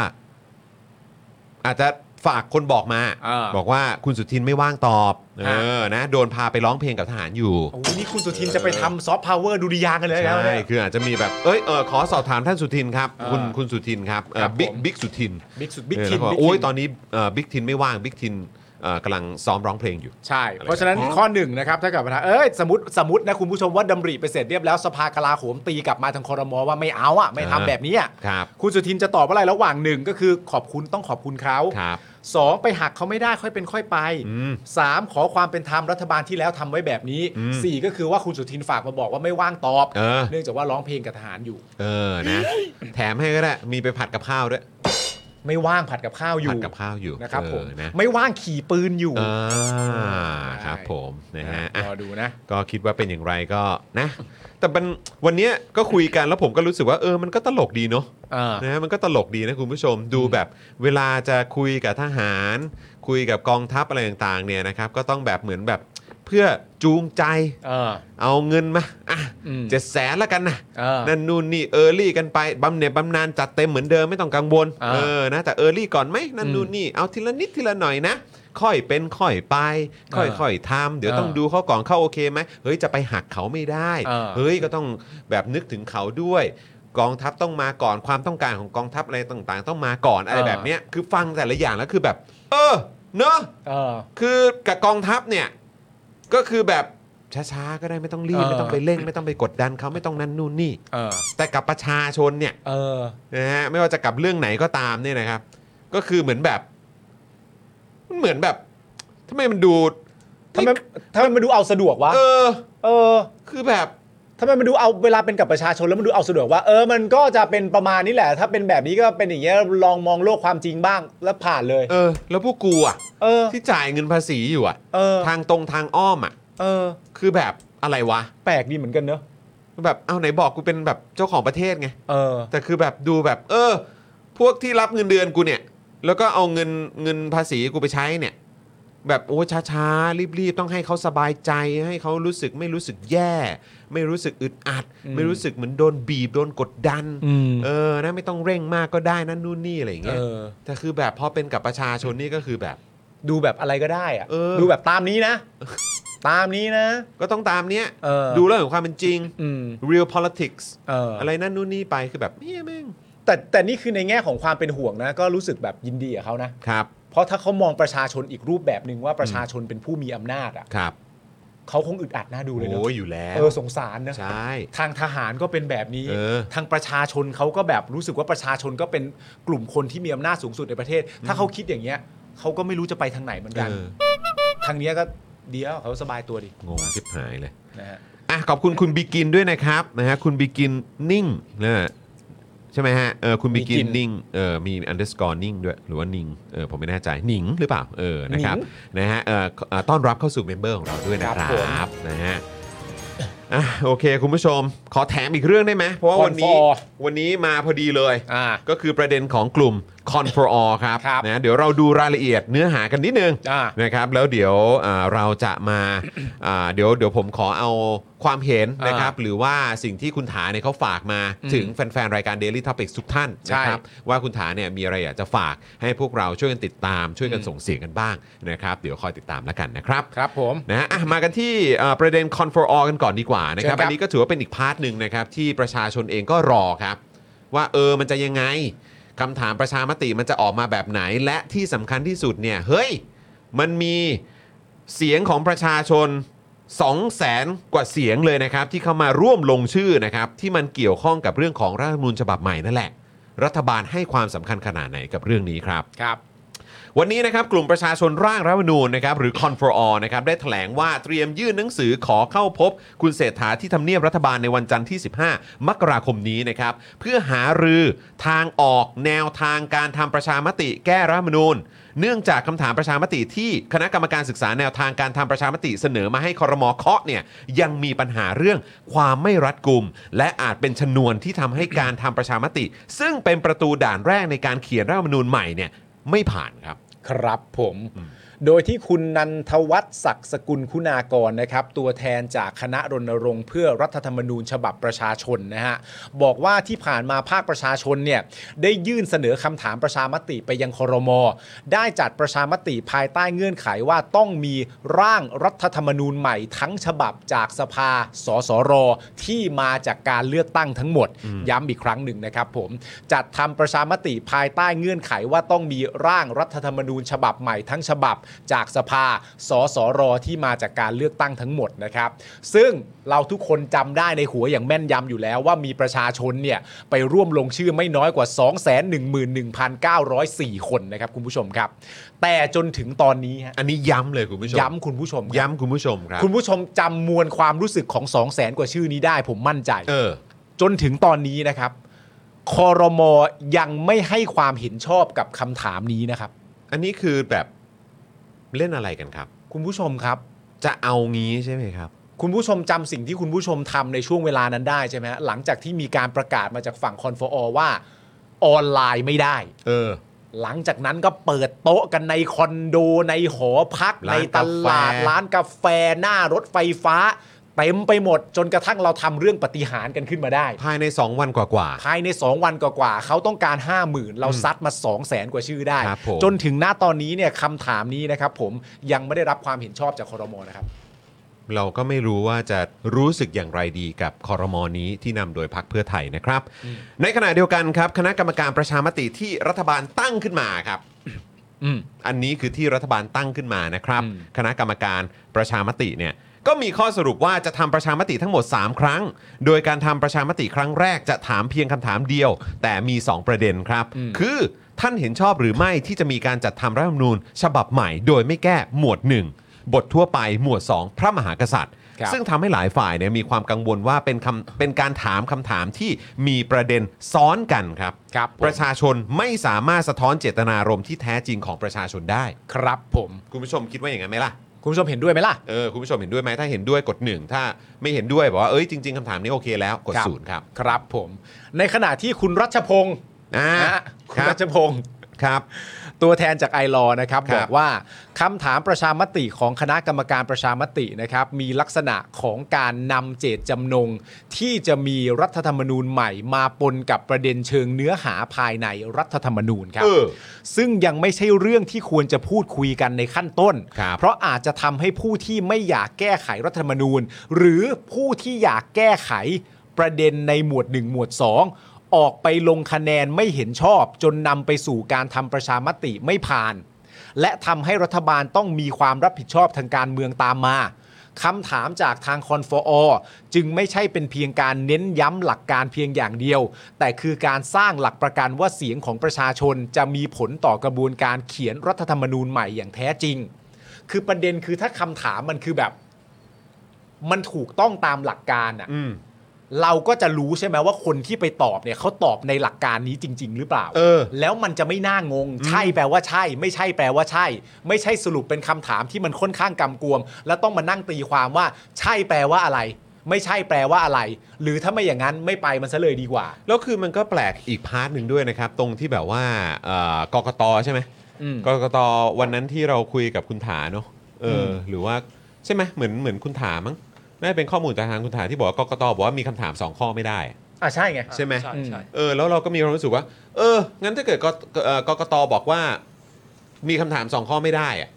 อาจจะฝากคนบอกมา
อ่า
บอกว่าคุณสุทินไม่ว่างตอบเอ
ฮะ
อนะโดนพาไปร้องเพลงกับทหารอยู่
โอ้โหนี่คุณสุทินจะไปทำซอฟต์พาวเวอร์ดูดิยางกันเลยแล้ว
ใช่
เนี่ย
คืออาจจะมีแบบ เอ้ย เออ ขอสอบถามท่านสุทินครับ
อ่า
คุณ คุณสุทินครับเอ่อ
ครับผม
บิ๊ก บิ๊กสุทิน
บิ๊กสุดบิ๊ก
เออ
ทิ
แล้ว
น
ก็
บิ๊ก
โอ้ย
ทิน
ตอนนี้เอ่อบิ๊กทินไม่ว่าง บิ๊กทินเอ่อกำลังซ้อมร้องเพลงอยู่
ใช่ เพราะฉะนั้นข้อหนึ่งนะครับถ้าเกิดปัญหาเอ้ยสมมติสมมตินะคุณผู้ชมว่าดำริไปเสร็จเรียบแล้วสภากลาโหมตีกลับมาทางคอรมอว่าไม่เอาอ่ะไม่ทำ
อ่า
แบบนี้อ่ะ
ครับ
คุณสุทินจะตอบว่าอะไรระหว่างหนึ่งก็คือขอบคุณต้องขอบคุณเขา
ครับ
สองไปหักเขาไม่ได้ค่อยเป็นค่อยไป
อืม
สามขอความเป็นธรรมรัฐบาลที่แล้วทำไว้แบบนี้
อืม
สี่ก็คือว่าคุณสุทินฝากมาบอกว่าไม่ว่างตอบ
เออ
เนื่องจากว่าร้องเพลงกับทหารอยู่
เออ นะ แถมให้ก็ได้ มีไปผัดกับข้าวด้วย
ไม่ว่างผัดกับข้าวอ
ผั
ยู่
ดกับข้าวอยู่
นะครับ
เออ
ผม
นะ
ไม่ว่างขี่ปืนอยู่
อ่า ครับผม นะฮะอ่ะ
รอดูนะ
ก็คิดว่าเป็นอย่างไรก็นะ แต่มันวันเนี้ยก็คุยกันแล้วผมก็รู้สึกว่าเออมันก็ตลกดีเนาะ
อ่าน
นะมันก็ตลกดีนะคุณผู้ชมดูแบบเวลาจะคุยกับทหาร คุยกับกองทัพอะไรต่างๆเนี่ยนะครับก็ต้องแบบเหมือนแบบเพื่อจูงใจเอาเงินมาอ่ะ
อืม
เจ็ดแสนละกันนะ
เออ
นั่นนู่นนี่เออร์ลี่กันไปบำเหน็จบำนาญจัดเต็มเหมือนเดิมไม่ต้องกังวล
อ่า
เออนะแต่เออร์ลี่ก่อนไหมนั่นนู่นนี่เอาทีละนิดทีละหน่อยนะ ค่อยเป็นค่อยไป ค่อยๆ ค่อยทำเดี๋ยว
เออ
ต้องดูเขาก่อนเข้าโอเคไหมเฮ้ยจะไปหักเขาไม่ได้
เออ
เฮ้ยก็ต้องแบบนึกถึงเขาด้วย กองทัพต้องมาก่อนความต้องการของกองทัพอะไรต่างๆ ต้องมาก่อนอะไรแบบเนี้ยคือฟังแต่ละอย่างแล้วคือแบบ เออเนอะ
เออ
คือกับกองทัพเนี่ยก็คือแบบช้าๆก็ได้ไม่ต้องรีบ
เออ
ไม่ต้องไปเร่ง ไม่ต้องไปกดดันเขาไม่ต้องนั่นนู่นนี่
เออ
แต่กับประชาชนเนี่ย
เออ
นะฮะไม่ว่าจะกับเรื่องไหนก็ตามเนี่ยนะครับ ก็คือเหมือนแบบมันเหมือนแบบทำไมมันดู
ทำไมทำไมมันดูเอาสะดวกวะ
เออ
เออ
คือแบบ
ทำไมมันดูเอาเวลาเป็นกับประชาชนแล้วมันดูเอาสะดวกว่า เออ มันก็จะเป็นประมาณนี้แหละ ถ้าเป็นแบบนี้ก็เป็นอย่างเงี้ย ลองมองโลกความจริงบ้าง แล้วผ่านเลย
เออ แล้วพวกกูอ่ะ
เออ
ที่จ่ายเงินภาษีอยู่อ่ะ
เออ
ทางตรงทางอ้อมอ่ะ
เออ
คือแบบอะไรวะ
แปลกดีเหมือนกันเนอะ
แบบเอาไหนบอกกูเป็นแบบเจ้าของประเทศไง
เออ
แต่คือแบบดูแบบ เออ พวกที่รับเงินเดือนกูเนี่ย แล้วก็เอาเงินเงินภาษีกูไปใช้เนี่ย แบบโอ้ช้าๆ รีบๆ ต้องให้เขาสบายใจให้เขารู้สึกไม่รู้สึกแย่ ไม่รู้สึกอึดอัด ไม่รู้สึกเหมือนโดนบีบโดนกดดัน
อืม
เออนะไม่ต้องเร่งมากก็ได้นั่นนู่นนี่อะไรอย่าง
เอ
เงี้ย
อ
แต่คือแบบพอเป็นกับประชาชนนี่ก็คือแบบ
ดูแบบอะไรก็ได้อะ
เออ
ดูแบบตามนี้นะ ตามนี้นะ
ก็ต้องตามเนี้ย
เออ
ดูเรื่องของความเป็นจริง
อืม
real politics
เอออ
อะไรนั่นนู่นนี่ไปคือแบบเฮียแม่ง
แต่แต่นี่คือในแง่ของความเป็นห่วงนะ ก็รู้สึกแบบยินดีกับเขานะ
ครับ
เพราะถ้าเขามองประชาชนอีกรูปแบบหนึ่งว่าประชาชนเป็นผู้มีอำนาจอ่ะ
ครับ
เขาคงอึดอัดน่าดูเลยเนอะ
โอ้ยอยู่แล้ว
เออสงสารนะ
ใช่
ทางทหารก็เป็นแบบนี้
เออ
ทางประชาชนเขาก็แบบรู้สึกว่าประชาชนก็เป็นกลุ่มคนที่มีอำนาจสูงสุดในประเทศ ถ้าเขาคิดอย่างเงี้ยเขาก็ไม่รู้จะไปทางไหนเหมือน
เอ
กัน
อ
ทางเนี้ยก็เดียวเขาสบายตัวดี
งงชิบหายเลย
นะฮะ
อ่ะขอบคุณคุณบิกินด้วยนะครับนะฮะคุณบิกินนิ่งนะฮะใช่ไหมฮะเออคุณบิกิน
Begin
นิ่งเออมี underscore นิ่งด้วยหรือว่านิ่งเออผมไม่แน่ใจหนิงหรือเปล่าเออนะครับ
หนิ
นะฮะเออเอ่อต้อนรับเข้าสู่เมมเบอร์ของเราด้วยนะค
ครั
รับ
บบผม
นะฮะอ่ะโอเค คุณผู้ชม ขอแถมอีกเรื่องได้ไหมเพราะว่าวันนี้
Confort
วันนี้มาพอดีเลย
อ่า
ก็คือประเด็นของกลุ่ม c o n for All ครับ
ครับ
นะเดี๋ยวเราดูรายละเอียดเนื้อหากันนิดนึง
อ่า
นะครับแล้วเดี๋ยวอ่าเราจะมา อ่าเดี๋ยวเดี๋ยวผมขอเอาความเห็น
อ่าน
นะครับหรือว่าสิ่งที่คุณถาเนี่ยเขาฝากมาถึงแฟนๆ รายการ Daily Topics ทุกท่าน
ใช่
นะครับว่าคุณถาเนี่ยมีอะไรอยากจะฝากให้พวกเราช่วยกันติดตามช่วยกัน
อืม
ส่งเสียงกันบ้างนะครับเดี๋ยวคอยติดตามแล้วกันนะครับ
ครับผม
นะฮะอ่ะมากันที่เอ่อประเด็น c o n for all กันก่อนดีกว่านะครับ
เชิญครับ
อันนี้ก็ถือว่าเป็นอีกพาร์ทหนึ่งนะครับ ที่ประชาชนเองก็รอครับ ว่าเออมันจะยังไงคำถามประชามติมันจะออกมาแบบไหน และที่สำคัญที่สุดเนี่ย เฮ้ย มันมีเสียงของประชาชน 2 0 0แสนกว่าเสียงเลยนะครับ ที่เข้ามาร่วมลงชื่อนะครับ ที่มันเกี่ยวข้องกับเรื่องของรัฐธรรมนูญฉบับใหม่นั่นแหละ รัฐบาลให้ความสำคัญขนาดไหนกับเรื่องนี้ครับ
ครับ
วันนี้นะครับกลุ่มประชาชนร่างรัฐธรรมนูญนะครับหรือ c o n f o r All นะครับได้แถลงว่าเตรียมยื่นหนังสือขอเข้าพบ คุณเศรษฐาที่ทำเนียบรัฐบาลในวันจันทร์ที่ 15 มกราคมนี้นะครับเพื่อหารือทางออกแนวทางการทำประชามติแก้รัฐธรรมนูญ เนื่องจากคำถามประชามติที่คณะกรรมการศึกษาแนวทางการทำประชามติเสนอมาให้คอรมอเคาะเนี่ยยังมีปัญหาเรื่องความไม่รัดกุม และอาจเป็นชนวนที่ทำให้การทำประชามติ ซึ่งเป็นประตูด่านแรกในการเขียนรัฐธรรมนูญใหม่เนี่ยไม่ผ่านครับ
ครับผม โดยที่คุณนันทวัฒน์ศักดิ์สกุลคุณากรนะครับ ตัวแทนจากคณะรณรงค์เพื่อรัฐธรรมนูญฉบับประชาชนนะฮะ บอกว่าที่ผ่านมาภาคประชาชนเนี่ย ได้ยื่นเสนอคำถามประชามติไปยังครม ได้จัดประชามติภายใต้เงื่อนไขว่าต้องมีร่างรัฐธรรมนูญใหม่ทั้งฉบับจากสภา สสร ที่มาจากการเลือกตั้งทั้งหมด ย้ำอีกครั้งหนึ่งนะครับผม จัดทำประชามติภายใต้เงื่อนไขว่าต้องมีร่างรัฐธรรมนูญฉบับใหม่ทั้งฉบับ จากสภา สสร ที่มาจากการเลือกตั้งทั้งหมดนะครับ ซึ่งเราทุกคนจำได้ในหัวอย่างแม่นยำอยู่แล้วว่ามีประชาชนเนี่ยไปร่วมลงชื่อไม่น้อยกว่า 211,904 คนนะครับคุณผู้ชมครับ แต่จนถึงตอนนี้ฮะ
อันนี้ย้ำเลยคุณผู้ชม
ย้ำคุณผู้ชมครับ
ย้ำคุณผู้ชมครับ
คุณผู้ชมจำมวลความรู้สึกของ 2 0 0แสนกว่าชื่อนี้ได้ผมมั่นใจ
เออ
จนถึงตอนนี้นะครับคอรมอยังไม่ให้ความเห็นชอบกับคำถามนี้นะครับ
อันนี้คือแบบเล่นอะไรกันครับ
คุณผู้ชมครับ
จะเอางี้ใช่ไหมครับ
คุณผู้ชมจำสิ่งที่คุณผู้ชมทำในช่วงเวลานั้นได้ใช่ไหมฮะหลังจากที่มีการประกาศมาจากฝั่งคอนฟอร์ว่าออนไลน์ไม่ได้
เออ
หลังจากนั้นก็เปิดโต๊ะกันในคอนโดในหอพักใน
ร้าน
ต
กาแฟ
ลาดร้านกาแฟหน้ารถไฟฟ้าเต็มไปหมด จนกระทั่งเราทำเรื่องปฏิหารย์กันขึ้นมาได้
ภายใน 2 วันกว่า
ภายใน 2 วันกว่าๆเขาต้องการ 5 0,000 เราซัดมา 2 0 0แสนกว่าชื่อได้
ครับผม
จนถึงหน้าตอนนี้เนี่ยคำถามนี้นะครับผมยังไม่ได้รับความเห็นชอบจากคอรมอนะครับ
ๆ เราก็ไม่รู้ว่าจะรู้สึกอย่างไรดีกับคอรมอนี้ที่นำโดยพักเพื่อไทยนะครับ ในขณะเดียวกันครับ คณะกรรมการประชามติที่รัฐบาลตั้งขึ้นมาครับ
อืม
อันนี้คือที่รัฐบาลตั้งขึ้นมานะครับ
อืม
คณะกรรมการประชามติเนี่ยก็มีข้อสรุปว่าจะทำประชามติทั้งหมด 3 ครั้ง โดยการทำประชามติครั้งแรกจะถามเพียงคำถามเดียว แต่มี 2 ประเด็นครับ คือท่านเห็นชอบหรือไม่ที่จะมีการจัดทำรัฐธรรมนูญ ฉบับใหม่ โดยไม่แก้หมวด 1 บททั่วไปหมวด 2 พระมหากษัตริย์
ครับ
ซึ่งทำให้หลายฝ่ายเนี่ยมีความกังวลว่าเป็นคำเป็นการถามคำถามที่มีประเด็นซ้อนกันครับ
ครับผม
ประชาชนไม่สามารถสะท้อนเจตนารมณ์ที่แท้จริงของประชาชนได้
ครับผม
คุณผู้ชมคิดว่าอย่างนั้นไหมล่ะ
คุณผู้ชมเห็นด้วยไหมล่ะ
เออคุณผู้ชมเห็นด้วยไหมถ้าเห็นด้วยกดหนึ่งถ้าไม่เห็นด้วยบอกว่าเอ้ยจริงๆคำถามนี้โอเคแล้วกด
ครับ
ศูนย์ครับ
ครับผม ในขณะที่คุณรัชพงศ์
อ่า
นะฮะคุ
ค
ณ
รับ
รัชพงศ์
ครับ
ตัวแทนจากไอรอนะครับ
ครับ บ
อกว่าคำถามประชามติของคณะกรรมการประชามตินะครับ มีลักษณะของการนำเจตจำนง ที่จะมีรัฐธรรมนูญใหม่มาปนกับประเด็นเชิงเนื้อหาภายในรัฐธรรมนูญครับ
เออ
ซึ่งยังไม่ใช่เรื่องที่ควรจะพูดคุยกันในขั้นต้น
ครับ
เพราะอาจจะทำให้ผู้ที่ไม่อยากแก้ไขรัฐธรรมนูญ หรือผู้ที่อยากแก้ไขประเด็นในหมวด 1 หมวด 2 ออกไปลงคะแนนไม่เห็นชอบ จนนำไปสู่การทำประชามติไม่ผ่าน และทำให้รัฐบาลต้องมีความรับผิดชอบทางการเมืองตามมา คำถามจากทางคอนฟออจึงไม่ใช่เป็นเพียงการเน้นย้ำหลักการเพียงอย่างเดียว แต่คือการสร้างหลักประกันว่าเสียงของประชาชนจะมีผลต่อกระบวนการเขียนรัฐธรรมนูญใหม่อย่างแท้จริง คือประเด็นคือถ้าคำถามมันคือแบบ มันถูกต้องตามหลักการอ่ะ
อืม
เราก็จะรู้ใช่ไหมว่าคนที่ไปตอบเนี่ยเขาตอบในหลักการนี้จริง ๆ หรือเปล่า
เออ
แล้วมันจะไม่น่างง ใช่แปลว่าใช่ ไม่ใช่แปลว่าใช่ ไม่ใช่สรุปเป็นคำถามที่มันค่อนข้างกำกวม แล้วต้องมานั่งตีความว่า ใช่แปลว่าอะไร ไม่ใช่แปลว่าอะไร หรือถ้าไม่อย่างนั้นไม่ไปมันซะเลยดีกว่า
แล้วคือมันก็แปลกอีกพาร์ทหนึ่งด้วยนะครับ ตรงที่แบบว่าเอ่อกกตใช่ไหม
อืม
กกตวันนั้นที่เราคุยกับคุณถาเนอะเอออหรือว่าใช่ไหมเหมือนเหมือนคุณถามั้งน่าจะเป็นข้อมูลจากทางคุณถาที่บอกว่ากกตบอกว่ามีคำถามสองข้อไม่ได้
อ่ะใช่ไง
ใช่ไหม
ใช่ใช่
เออแล้วเราก็มีความรู้สึกว่า เออ งั้นถ้าเกิดกเอ่อกกตบอกว่า มีคำถามสองข้อไม่ได้อะ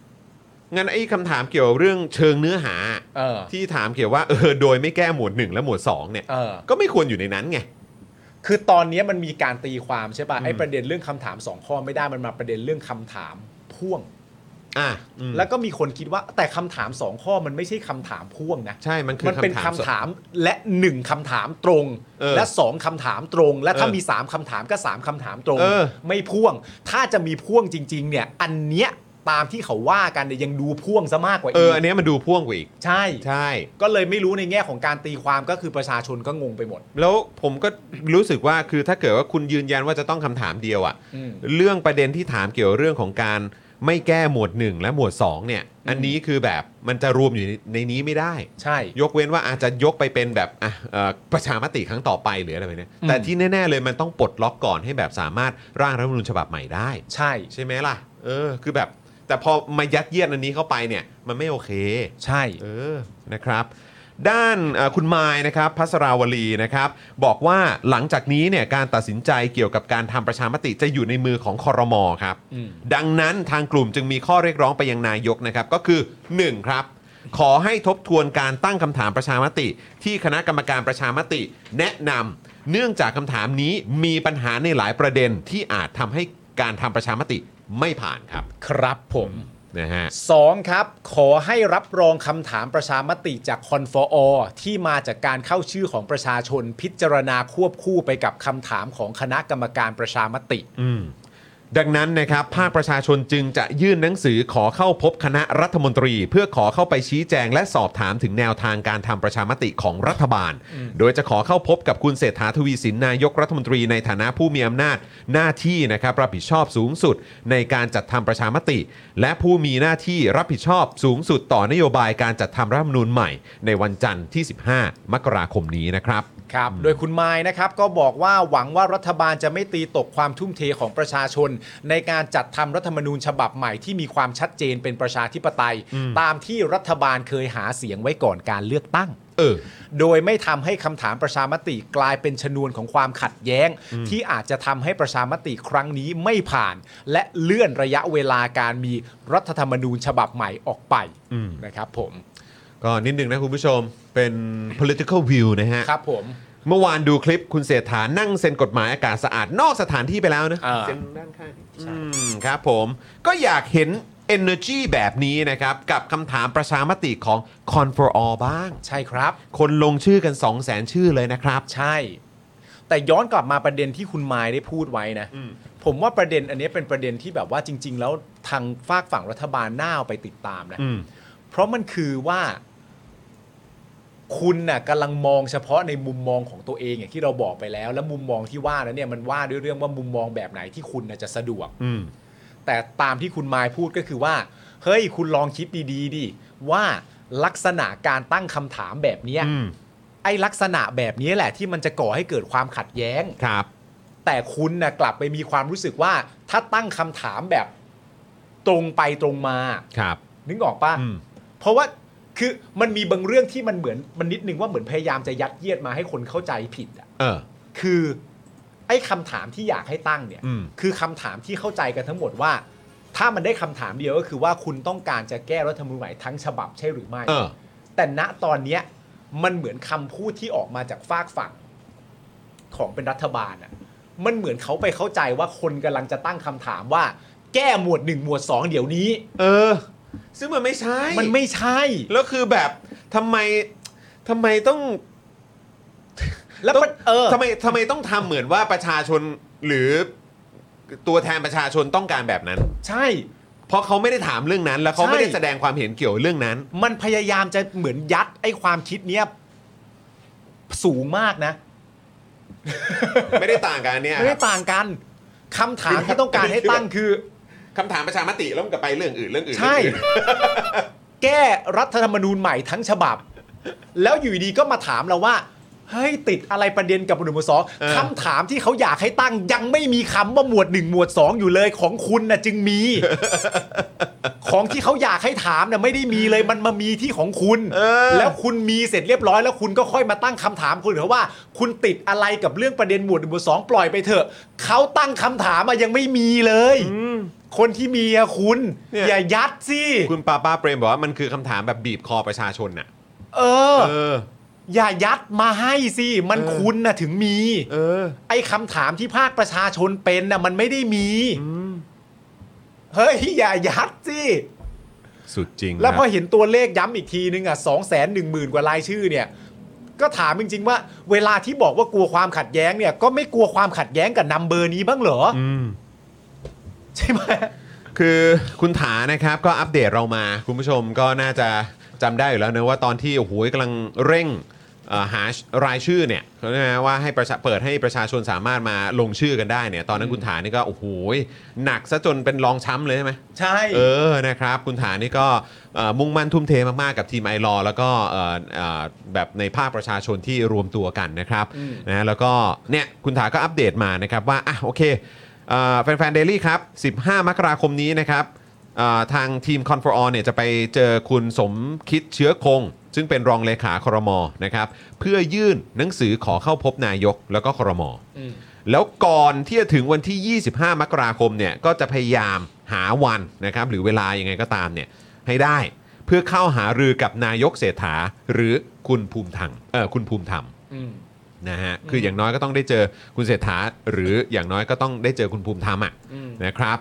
งั้นไอ้คำถามเกี่ยวเรื่องเชิงเนื้อหา
เออ
ที่ถามเกี่ยวว่าเออโดยไม่แก้หมวดหนึ่งและหมวดสองเนี่ย
เออ
ก็ไม่ควรอยู่ในนั้นไง
คือตอนนี้มันมีการตีความใช่ป่ะไอ้ประเด็นเรื่องคำถามสองข้อไม่ได้มันมาประเด็นเรื่องคำถามพ่วง
อ่ะอืม
แล้วก็มีคนคิดว่าแต่คำถามสองข้อมันไม่ใช่คำถามพ่วงนะ
ใช่มันคือ
มันเป็น
คำถาม
คำถามและหนึ่งคำถามตรง
เออ
และสองคำถามตรง และถ้า
เออ
มีสามคำถามก็สามคำถามตรง
เออ
ไม่พ่วง ถ้าจะมีพ่วงจริง ๆ เนี่ย อันเนี้ยตามที่เขาว่ากันเนี่ยยังดูพ่วงซะมากกว่า
เอ
อี
อก อันเนี้ยมันดูพ่วงกว่าอีก
ใช่
ใช่
ก็เลยไม่รู้ในแง่ของการตีความก็คือประชาชนก็งงไปหมด
แล้วผมก็รู้สึกว่าคือถ้าเกิดว่าคุณยืนยันว่าจะต้องคำถามเดียวอะ่ะ
อืม
เรื่องประเด็นที่ถามเกี่ยวเรื่องของการไม่แก้หมวด 1 และหมวด 2 เนี่ย อันนี้คือแบบมันจะรวมอยู่ในในนี้ไม่ได้
ใช่
ยกเว้นว่าอาจจะยกไปเป็นแบบอ่ะเอ่อประชามติครั้งต่อไปหรืออะไรแบบเนี้ย
อืม
แต่ที่แน่ ๆ เลยมันต้องปลดล็อกก่อนให้แบบสามารถร่างรัฐธรรมนูญฉบับใหม่ได้
ใช่
ใช่ไหมล่ะ เออ คือแบบ แต่พอมายัดเยียดอันนี้เข้าไปเนี่ย มันไม่โอเค
ใช่
เออ นะครับ ด้านเอ่อคุณไมายนะครับพัสราวลีนะครับ บอกว่าหลังจากนี้เนี่ยการตัดสินใจเกี่ยวกับการทำประชามติจะอยู่ในมือของคอรมอครับ
อืม
ดังนั้นทางกลุ่มจึงมีข้อเรียกร้องไปยังนายกนะครับ ก็คือ 1 ครับ ขอให้ทบทวนการตั้งคำถามประชามติ ที่คณะกรรมการประชามติ แนะนำเนื่องจากคำถามนี้มีปัญหาในหลายประเด็นที่อาจทำให้การทำประชามติไม่ผ่านครับ
ครับผม
นะฮะ
สองครับ ขอให้รับรองคำถามประชามติจากคอนฟออที่มาจากการเข้าชื่อของประชาชนพิจารณาควบคู่ไปกับคำถามของคณะกรรมการประชามติ
อืมดังนั้นนะครับภาคประชาชนจึงจะยื่นหนังสือขอเข้าพบคณะรัฐมนตรี เพื่อขอเข้าไปชี้แจงและสอบถามถึงแนวทางการทำประชามติของรัฐบาล โดยจะขอเข้าพบกับคุณเศรษฐาทวีสินนายกรัฐมนตรีในฐานะผู้มีอำนาจหน้าที่นะครับรับผิดชอบสูงสุดในการจัดทำประชามติ และผู้มีหน้าที่รับผิดชอบสูงสุดต่อนโยบายการจัดทำรัฐธรรมนูญใหม่ ในวันจันทร์ที่ 15 มกราคมนี้นะครับ
ครับ โดยคุณไม้นะครับก็บอกว่าหวังว่ารัฐบาลจะไม่ตีตกความทุ่มเทของประชาชน ในการจัดทำรัฐธรรมนูญฉบับใหม่ที่มีความชัดเจนเป็นประชาธิปไตย ตามที่รัฐบาลเคยหาเสียงไว้ก่อนการเลือกตั้ง
เออ
โดยไม่ทำให้คำถามประชามติกลายเป็นชนวนของความขัดแย้ง ที่อาจจะทำให้ประชามติครั้งนี้ไม่ผ่าน และเลื่อนระยะเวลาการมีรัฐธรรมนูญฉบับใหม่ออกไป
อืม
นะครับผม
ก็นิดหนึ่งนะคุณผู้ชมเป็น political view นะฮะ
ครับผม
เมื่อวานดูคลิปคุณเศรษฐานั่งเซ็นกฎหมายอากาศสะอาดนอกสถานที่ไปแล้วนะ
อ่า
อืมครับผมก็อยากเห็น energy แบบนี้นะครับ กับคำถามประชามติของ c o n for all บ้าง
ใช่ครับ
คนลงชื่อกัน 2 0 0 0 0 ชื่อเลยนะครับ
ใช่ แต่ย้อนกลับมาประเด็นที่คุณไมายได้พูดไว้นะ ผมว่าประเด็นอันนี้เป็นประเด็นที่แบบว่าจริง ๆ แล้วทางฝากฝั่งรัฐบาลน่าเอาไปติดตามนะ
อืม
เพราะมันคือว่า คุณน่ะกำลังมองเฉพาะในมุมมองของตัวเองอย่างที่เราบอกไปแล้ว แล้วมุมมองที่ว่านั้นเนี่ยมันว่าด้วยเรื่องว่ามุมมองแบบไหนที่คุณน่ะจะสะดวก
อืม
แต่ตามที่คุณมายพูดก็คือว่าเฮ้ยคุณลองคิดดีๆดิว่าลักษณะการตั้งคำถามแบบเนี้ย
อืม
ไอ้ลักษณะแบบนี้แหละที่มันจะก่อให้เกิดความขัดแย้ง
ครับ
แต่คุณนะกลับไปมีความรู้สึกว่า ถ้าตั้งคำถามแบบตรงไปตรงมา
ครับ
นึกออกปะ
อืม
เพราะว่าคือมันมีบางเรื่องที่มันเหมือนมันนิดนึงว่าเหมือนพยายามจะยัดเยียดมาให้คนเข้าใจผิดอะ
เออ
คือ ไอ้คำถามที่อยากให้ตั้งเนี่ย
อืม
คือคำถามที่เข้าใจกันทั้งหมดว่า ถ้ามันได้คำถามเดียวก็คือว่าคุณต้องการจะแก้รัฐธรรมนูญใหม่ทั้งฉบับใช่หรือไม่
เออ
แต่ณตอนเนี้ยมันเหมือนคำพูดที่ออกมาจากฝากฝั่งของเป็นรัฐบาลอ่ะมันเหมือนเขาไปเข้าใจว่าคนกำลังจะตั้งคำถามว่า แก้หมวดหนึ่งหมวดสองเดี๋ยวนี้
เออ ซึ่งมันไม่ใช่
มันไม่ใช่
แล้วคือแบบทำไมทำไมต้อง
แล้วมันเออ
ทำไมทำไมต้องทำเหมือนว่าประชาชนหรือตัวแทนประชาชนต้องการแบบนั้น
ใช่
เพราะเขาไม่ได้ถามเรื่องนั้น แล้วเขา
ใช่
ไม่ได้แสดงความเห็นเกี่ยวเรื่องนั้น
มันพยายามจะเหมือนยัดไอ้ความคิดเนี้ยสูงมากนะ
ไม่ได้ต่างกันอันเนี่ย
ไม่ได้ต่างกันคำถามที่ต้องการให้ตั้งคือ
คำถามประชามติแล้วมันก็ไปเรื่องอื่นเรื่องอื่น
ใช่
เรื่องอื่น
แก้รัฐธรรมนูญใหม่ทั้งฉบับ แล้วอยู่ดีก็มาถามเราว่า เฮ้ย ติดอะไรประเด็นกับหมวดหนึ่งหมวดสองคำถามที่เขาอยากให้ตั้งยังไม่มีคำว่าหมวดหนึ่งหมวดสองอยู่เลยของคุณนะจึง มี ของที่เขาอยากให้ถามน่ะไม่ได้มีเลยมันมามีที่ของคุณแล้วคุณมีเสร็จเรียบร้อยแล้วคุณก็ค่อยมาตั้งคำถามคุณหรือว่า คุณติดอะไรกับเรื่องประเด็นหมวดหนึ่งหมวดสองปล่อยไปเถอะเขาตั้งคำถามมายังไม่มีเลย คนที่มีอะคุณอย่ายัดสิ
คุณป้าป้าเปรมบอกว่ามันคือคำถามแบบบีบคอประชาชนน่ะ
เออ
เออ
อย่ายัดมาให้สิ มันคุณนะถึงมี
เออ
ไอ้คำถามที่ภาคประชาชนเป็นนะมันไม่ได้มี เฮ้ย อย่ายัดสิ
สุดจริง
แล้ว
ค
พ
รั
อบ เห็นตัวเลขย้ำอีกทีนึงอ่ะสองแสนหนึ่งหมื่นกว่ารายชื่อเนี่ย ก็ถามจริง ๆ ว่า เวลาที่บอกว่ากลัวความขัดแย้งเนี่ย ก็ไม่กลัวความขัดแย้งกับนัมเบอร์นี้บ้างเหรออ
อืม
ใช่ไหม
คือคุณถานะครับก็อัปเดตเรามา คุณผู้ชมก็น่าจะจำได้อยู่แล้วนะว่าตอนที่โอ้โหกำลังเร่งเอ่อหารายชื่อเนี่ยเขาเรียกไหมว่าให้ประชาเปิดให้ประชาชนสามารถมาลงชื่อกันได้เนี่ยตอนนั้นคุณถานี่ก็โอ้โหหนักซะจนเป็นรองช้ำเลยใช่ไหม
ใช่
เออ นะครับ คุณฐานนี่ก็เอ่อมุ่งมั่นทุ่มเทมาก ๆ กับทีมไอรอแล้วก็เอ่อเอ่อแบบในภาคประชาชนที่รวมตัวกันนะครับนะแล้วก็เนี่ยคุณฐานก็อัปเดตมานะครับว่า อ่ะ โอเคเอ่อแฟนๆเดลี่ครับ 15 มกราคมนี้นะครับเอ่อทางทีม c o n f o r All เนี่ยจะไปเจอคุณสมคิดเชื้อคง ซึ่งเป็นรองเลขาครมนะครับเพื่อยื่นหนังสือขอเข้าพบนายกแล้วก็ครม แล้วก่อนที่จะถึงวันที่ 25 มกราคมเนี่ยก็จะพยายามหาวันนะครับหรือเวลายังไงก็ตามเนี่ยให้ได้เพื่อเข้าหารือกับนายกเศรษฐาหรือคุณภูมิธรรมเออคุณภูมิธรรมนะฮะคืออย่างน้อยก็ต้องได้เจอคุณเศรษฐาหรืออย่างน้อยก็ต้องได้เจอคุณภูมิธรรมอ่ะนะครับ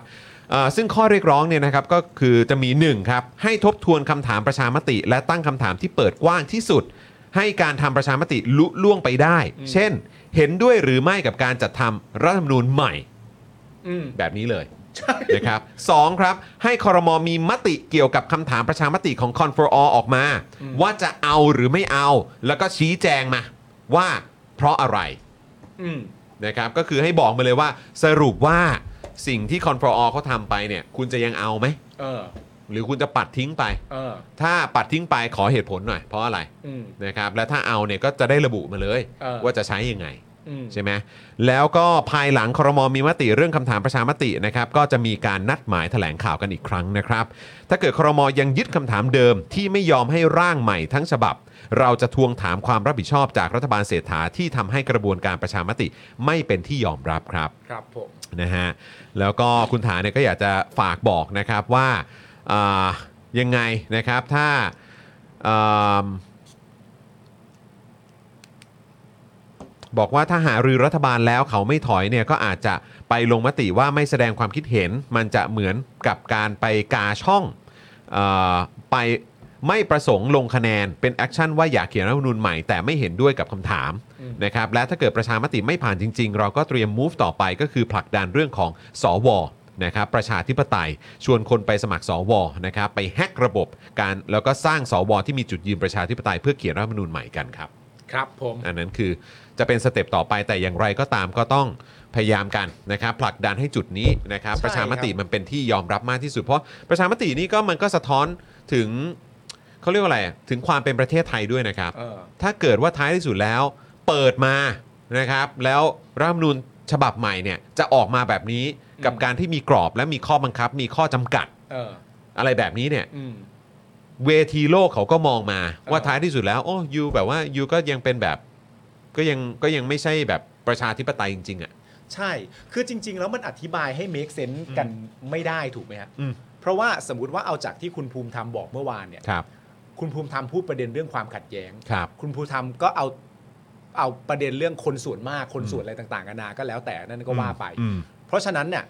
เอ่อซึ่งข้อเรียกร้องเนี่ยนะครับก็คือจะมีหนึ่งครับให้ทบทวนคำถามประชามติ และตั้งคำถามที่เปิดกว้างที่สุด ให้การทำประชามติลุล่วงไปได้ เช่น เห็นด้วยหรือไม่กับการจัดทำรัฐธรรมนูญใหม่
อืม
แบบนี้เลยนะครับสองครับให้คอรมอมีมติเกี่ยวกับคำถามประชามติของ c o n f o r All ออกมา ว่าจะเอาหรือไม่เอา แล้วก็ชี้แจงมา ว่าเพราะอะไร
อืม
นะครับก็คือให้บอกมาเลยว่าสรุปว่าสิ่งที่ c o n f o r All เขาทำไปเนี่ยคุณจะยังเอาไหม
เออ
หรือคุณจะปัดทิ้งไป
เออ
ถ้าปัดทิ้งไปขอเหตุผลหน่อย เพราะอะไร
อืม
นะครับและถ้าเอาเนี่ยก็จะได้ระบุมาเลย
เออ
ว่าจะใช้ยังไง
อืม
ใช่ไหมแล้วก็ภายหลังครมมีมติเรื่องคำถามประชามตินะครับ ก็จะมีการนัดหมายแถลงข่าวกันอีกครั้งนะครับ ถ้าเกิดครมยังยึดคำถามเดิมที่ไม่ยอมให้ร่างใหม่ทั้งฉบับ เราจะทวงถามความรับผิดชอบจากรัฐบาลเศรษฐาที่ทำให้กระบวนการประชามติไม่เป็นที่ยอมรับครับ
ครับผม
นะฮะแล้วก็คุณฐานเนี่ยก็อยากจะฝากบอกนะครับว่าอ่ายังไงนะครับถ้าอ่าบอกว่าถ้าหารือรัฐบาลแล้วเขาไม่ถอยเนี่ยก็อาจจะไปลงมติว่าไม่แสดงความคิดเห็น มันจะเหมือนกับการไปกาช่องเออไปไม่ประสงค์ลงคะแนนเป็นแอคชั่นว่าอยากเขียนรัฐธรรมนูญใหม่แต่ไม่เห็นด้วยกับคำถาม นะครับและถ้าเกิดประชามติไม่ผ่านจริง ๆ เราก็เตรียม move ต่อไปก็คือผลักดันเรื่องของสวนะครับประชาธิปไตย ชวนคนไปสมัครสวนะครับไปแฮกระบบการแล้วก็สร้างสวที่มีจุดยืนประชาธิปไตยเพื่อเขียนรัฐธรรมนูญใหม่กันครับ
ครับผม
อันนั้นคือจะเป็นสเต็ปต่อไปแต่อย่างไรก็ตามก็ต้องพยายามกันนะครับผลักดันให้จุดนี้นะครับ
ใช่
ประชามติ
ครับ
มันเป็นที่ยอมรับมากที่สุด เพราะประชามตินี่ก็มันก็สะท้อนถึงเขาเรียกว่าอะไรถึงความเป็นประเทศไทยด้วยนะครับ
เออ
ถ้าเกิดว่าท้ายที่สุดแล้วเปิดมานะครับ แล้วรัฐธรรมนูญฉบับใหม่เนี่ยจะออกมาแบบนี้กับการที่มีกรอบและมีข้อบังคับ มีข้อจำกัด
เออ
อะไรแบบนี้เนี่ย
อืม
เวทีโลกเขาก็มองมาว่าท้ายที่สุดแล้วโอ้ยูแบบว่ายูก็ยังเป็นแบบ ก็ยังก็ยังไม่ใช่แบบประชาธิปไตยจริง ๆ อ่ะ
ใช่ คือจริง ๆ แล้วมันอธิบายให้ make sense กันไม่ได้ถูกไหมฮะ
อืม
เพราะว่าสมมติว่าเอาจากที่คุณภูมิธรรมบอกเมื่อวานเนี่ย
ครับ
คุณภูมิธรรมพูดประเด็นเรื่องความขัดแย้ง
ครับ
คุณภูมิธรรมก็เอาเอาประเด็นเรื่องคนส่วนมากคนส่วนอะไรต่างๆนานาก็แล้วแต่นั่นก็ว่าไป
อืม
เพราะฉะนั้นเนี่ย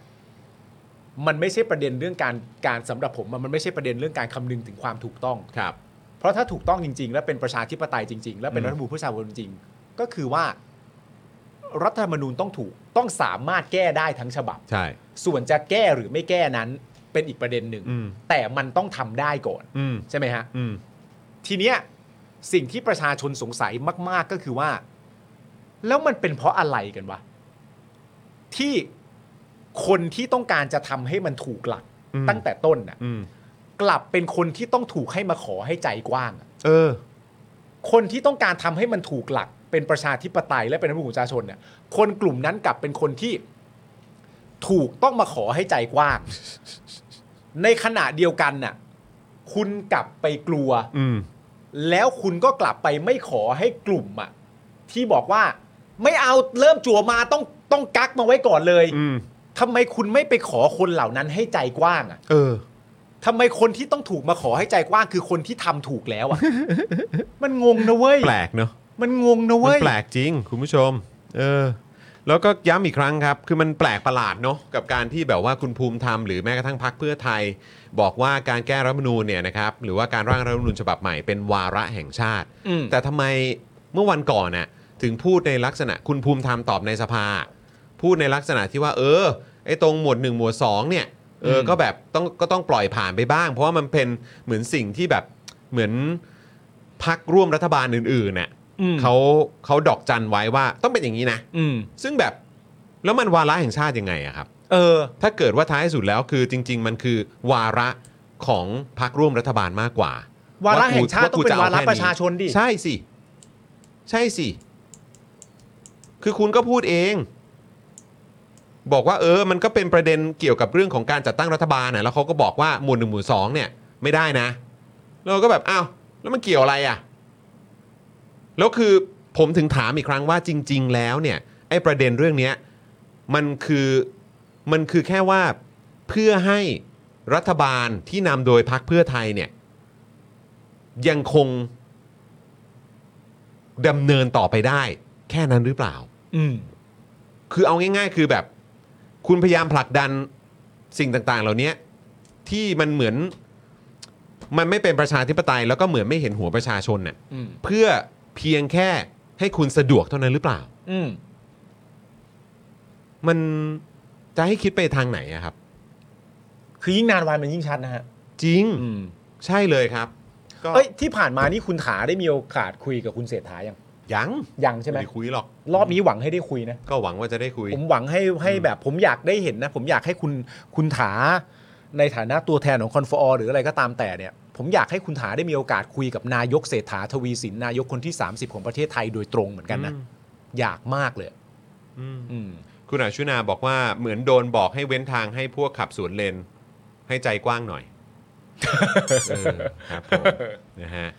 มันไม่ใช่ประเด็นเรื่องการการสำหรับผมอะมันไม่ใช่ประเด็นเรื่องการคำนึงถึงความถูกต้อง
ครับ
เพราะถ้าถูกต้องจริง ๆ และเป็นประชาธิปไตยจริง ๆ และเป็น
อืม
รัฐธรรมนูญผู้ชาวนจริงๆก็คือว่า รัฐธรรมนูญต้องถูกต้องสามารถแก้ได้ทั้งฉบับ
ใช่
ส่วนจะแก้หรือไม่แก้นั้นเป็นอีกประเด็นหนึ่ง
อืม
แต่มันต้องทำได้ก่อน
อืม
ใช่ไหมฮะ
อืม
ทีเนี้ยสิ่งที่ประชาชนสงสัยมาก ๆ ก็คือว่า แล้วมันเป็นเพราะอะไรกันวะ ที่คนที่ต้องการจะทำให้มันถูกหลัก ตั้งแต่ต้นน่ะ
อืม
กลับเป็นคนที่ต้องถูกให้มาขอให้ใจกว้างอะ
เออ
คนที่ต้องการทำให้มันถูกหลัก เป็นประชาธิปไตยและเป็นระบบประชาชนเนี่ย คนกลุ่มนั้นกลับเป็นคนที่ถูกต้องมาขอให้ใจกว้าง ในขณะเดียวกันน่ะ คุณกลับไปกลัว
อืม
แล้วคุณก็กลับไปไม่ขอให้กลุ่มอะที่บอกว่า ไม่เอาเริ่มจั่วมาต้องต้องกักมาไว้ก่อนเลย
อืม
ทำไมคุณไม่ไปขอคนเหล่านั้นให้ใจกว้างอะ
เออ
ทำไมคนที่ต้องถูกมาขอให้ใจกว้าง คือคนที่ทำถูกแล้วอะ มันงงนะเว้ย
แปลกเนอะ
มันงงนะ
มัน
เว้ย
แปลกจริง คุณผู้ชม เออ แล้วก็ย้ำอีกครั้งครับ คือมันแปลกประหลาดเนาะกับการที่แบบว่าคุณภูมิธรรมหรือแม้กระทั่งพรรคเพื่อไทย บอกว่าการแก้รัฐธรรมนูญเนี่ยนะครับหรือว่าการร่างรัฐธรรมนูญฉบับใหม่เป็นวาระแห่งชาติ
อืม
แต่ทำไมเมื่อวันก่อนน่ะถึงพูดในลักษณะคุณภูมิธรรมตอบในสภา พูดในลักษณะที่ว่า เออไอ้ตรงหมวด 1 หมวด 2 เนี่ยเอออ
ม
ก็แบบต้องก็ต้องปล่อยผ่านไปบ้าง เพราะว่ามันเป็นเหมือนสิ่งที่แบบเหมือนพักร่วมรัฐบาลอื่นๆเนี่ย
อืม
เขาเขาดอกจันไว้ว่าต้องเป็นอย่างนี้นะ
อืม
ซึ่งแบบแล้วมันวาระแห่งชาติยังไงอะครับ
เออ
ถ้าเกิดว่าท้ายสุดแล้วคือจริง ๆ มันคือวาระของพรรคร่วมรัฐบาลมากกว่าว
าระแห่งชาติ
กู
ต้องเป็นวาระ
จอแค่
ประชาชนดิ
ใช่สิ ใช่สิ คือคุณก็พูดเอง บอกว่าเออ มันก็เป็นประเด็นเกี่ยวกับเรื่องของการจัดตั้งรัฐบาลนะแล้วเขาก็บอกว่าหมวดหนึ่งหมวดสองเนี่ย ไม่ได้นะ เราก็แบบอ้าวแล้วมันเกี่ยวอะไรอ่ะ แล้วคือผมถึงถามอีกครั้งว่าจริง ๆ แล้วเนี่ย ไอ้ประเด็นเรื่องเนี้ยมันคือมันคือแค่ว่าเพื่อให้รัฐบาลที่นำโดยพรรคเพื่อไทยเนี่ย ยังคงดำเนินต่อไปได้ แค่นั้นหรือเปล่า
อืม
คือเอาง่าย ๆ คือแบบ คุณพยายามผลักดันสิ่งต่าง ๆ เหล่านี้ที่มันเหมือนมันไม่เป็นประชาธิปไตย แล้วก็เหมือนไม่เห็นหัวประชาชนเนี่ย
อืม
เพื่อเพียงแค่ให้คุณสะดวกเท่านั้นหรือเปล่า
อืม
มันจะให้คิดไปทางไหนอะครับ
คือยิ่งนานวันมันยิ่งชัดนะฮะ
จริง
อืม
ใช่เลยครับ ก็
เอ้ย ที่ผ่านมานี่คุณถาได้มีโอกาสคุยกับคุณเศรษฐายัง
ยัง
ยังใช่ไหม
ด้คุยหรอก
รอบนี้หวังให้ได้คุยนะ
ก็หวังว่าจะได้คุย
ผมหวังให้ให้แบบผมอยากได้เห็นนะ ผมอยากให้คุณคุณถาในฐานะตัวแทนของคอนฟอร์หรืออะไรก็ตามแต่เนี่ย ผมอยากให้คุณถาได้มีโอกาสคุยกับนายกเศรษฐาทวีสินนายกคนที่ 30 ของประเทศไทยโดยตรงเหมือนกันนะ
อืม
อยากมากเลย
อืม
อืม
คุณอาชุนาบอกว่าเหมือนโดนบอกให้เว้นทางให้พวกขับสวนเลน ให้ใจกว้างหน่อย เออครับผมนะฮะ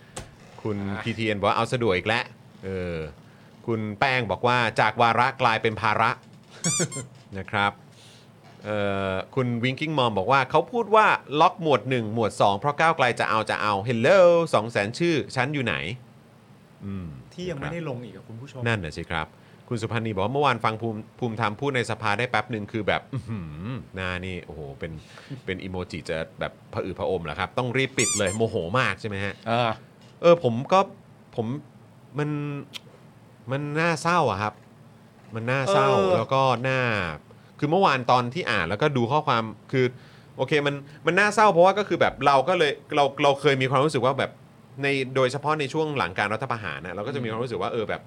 คุณพีเทียนบอกว่าเอาสะดวกอีกแล้วเออคุณแป้งบอกว่าจากวาระกลายเป็นภาระ นะครับเอ่อคุณวิงกิ้งมอมบอกว่าเขาพูดว่าล็อกหมวด 1 หมวด 2 เพราะก้าวไกลจะเอาจะเอาเฮลโลสองแสนชื่อ ฉันอยู่ไหนอืม
ที่ยังไม่ได้ลงอีกกับคุณผู้ชม
นั่นน่ะสิครับ คุณสุพันธ์นีบอกว่าเมื่อวานฟังภูมิภูมิธรรมพูดในสภาได้แป๊บหนึ่งคือแบบอื้อหือหน้านี่โอ้โหเป็นเป็นอีโมจิจะแบบผะอือผะอมเหรอครับ ต้องรีบปิดเลยโมโหมากใช่ไหมฮะ
อ่า
เออผมก็ผมมันมันน่าเศร้าอะครับ มันน่าเศร้า
เออ
แล้วก็น่าคือเมื่อวานตอนที่อ่านแล้วก็ดูข้อความคือโอเคมันมันน่าเศร้าเพราะว่าก็คือแบบเราก็เลยเราเราเคยมีความรู้สึกว่าแบบในโดยเฉพาะในช่วงหลังการรัฐประหารนะเราก็จะมีความรู้สึกว่าเออแบบ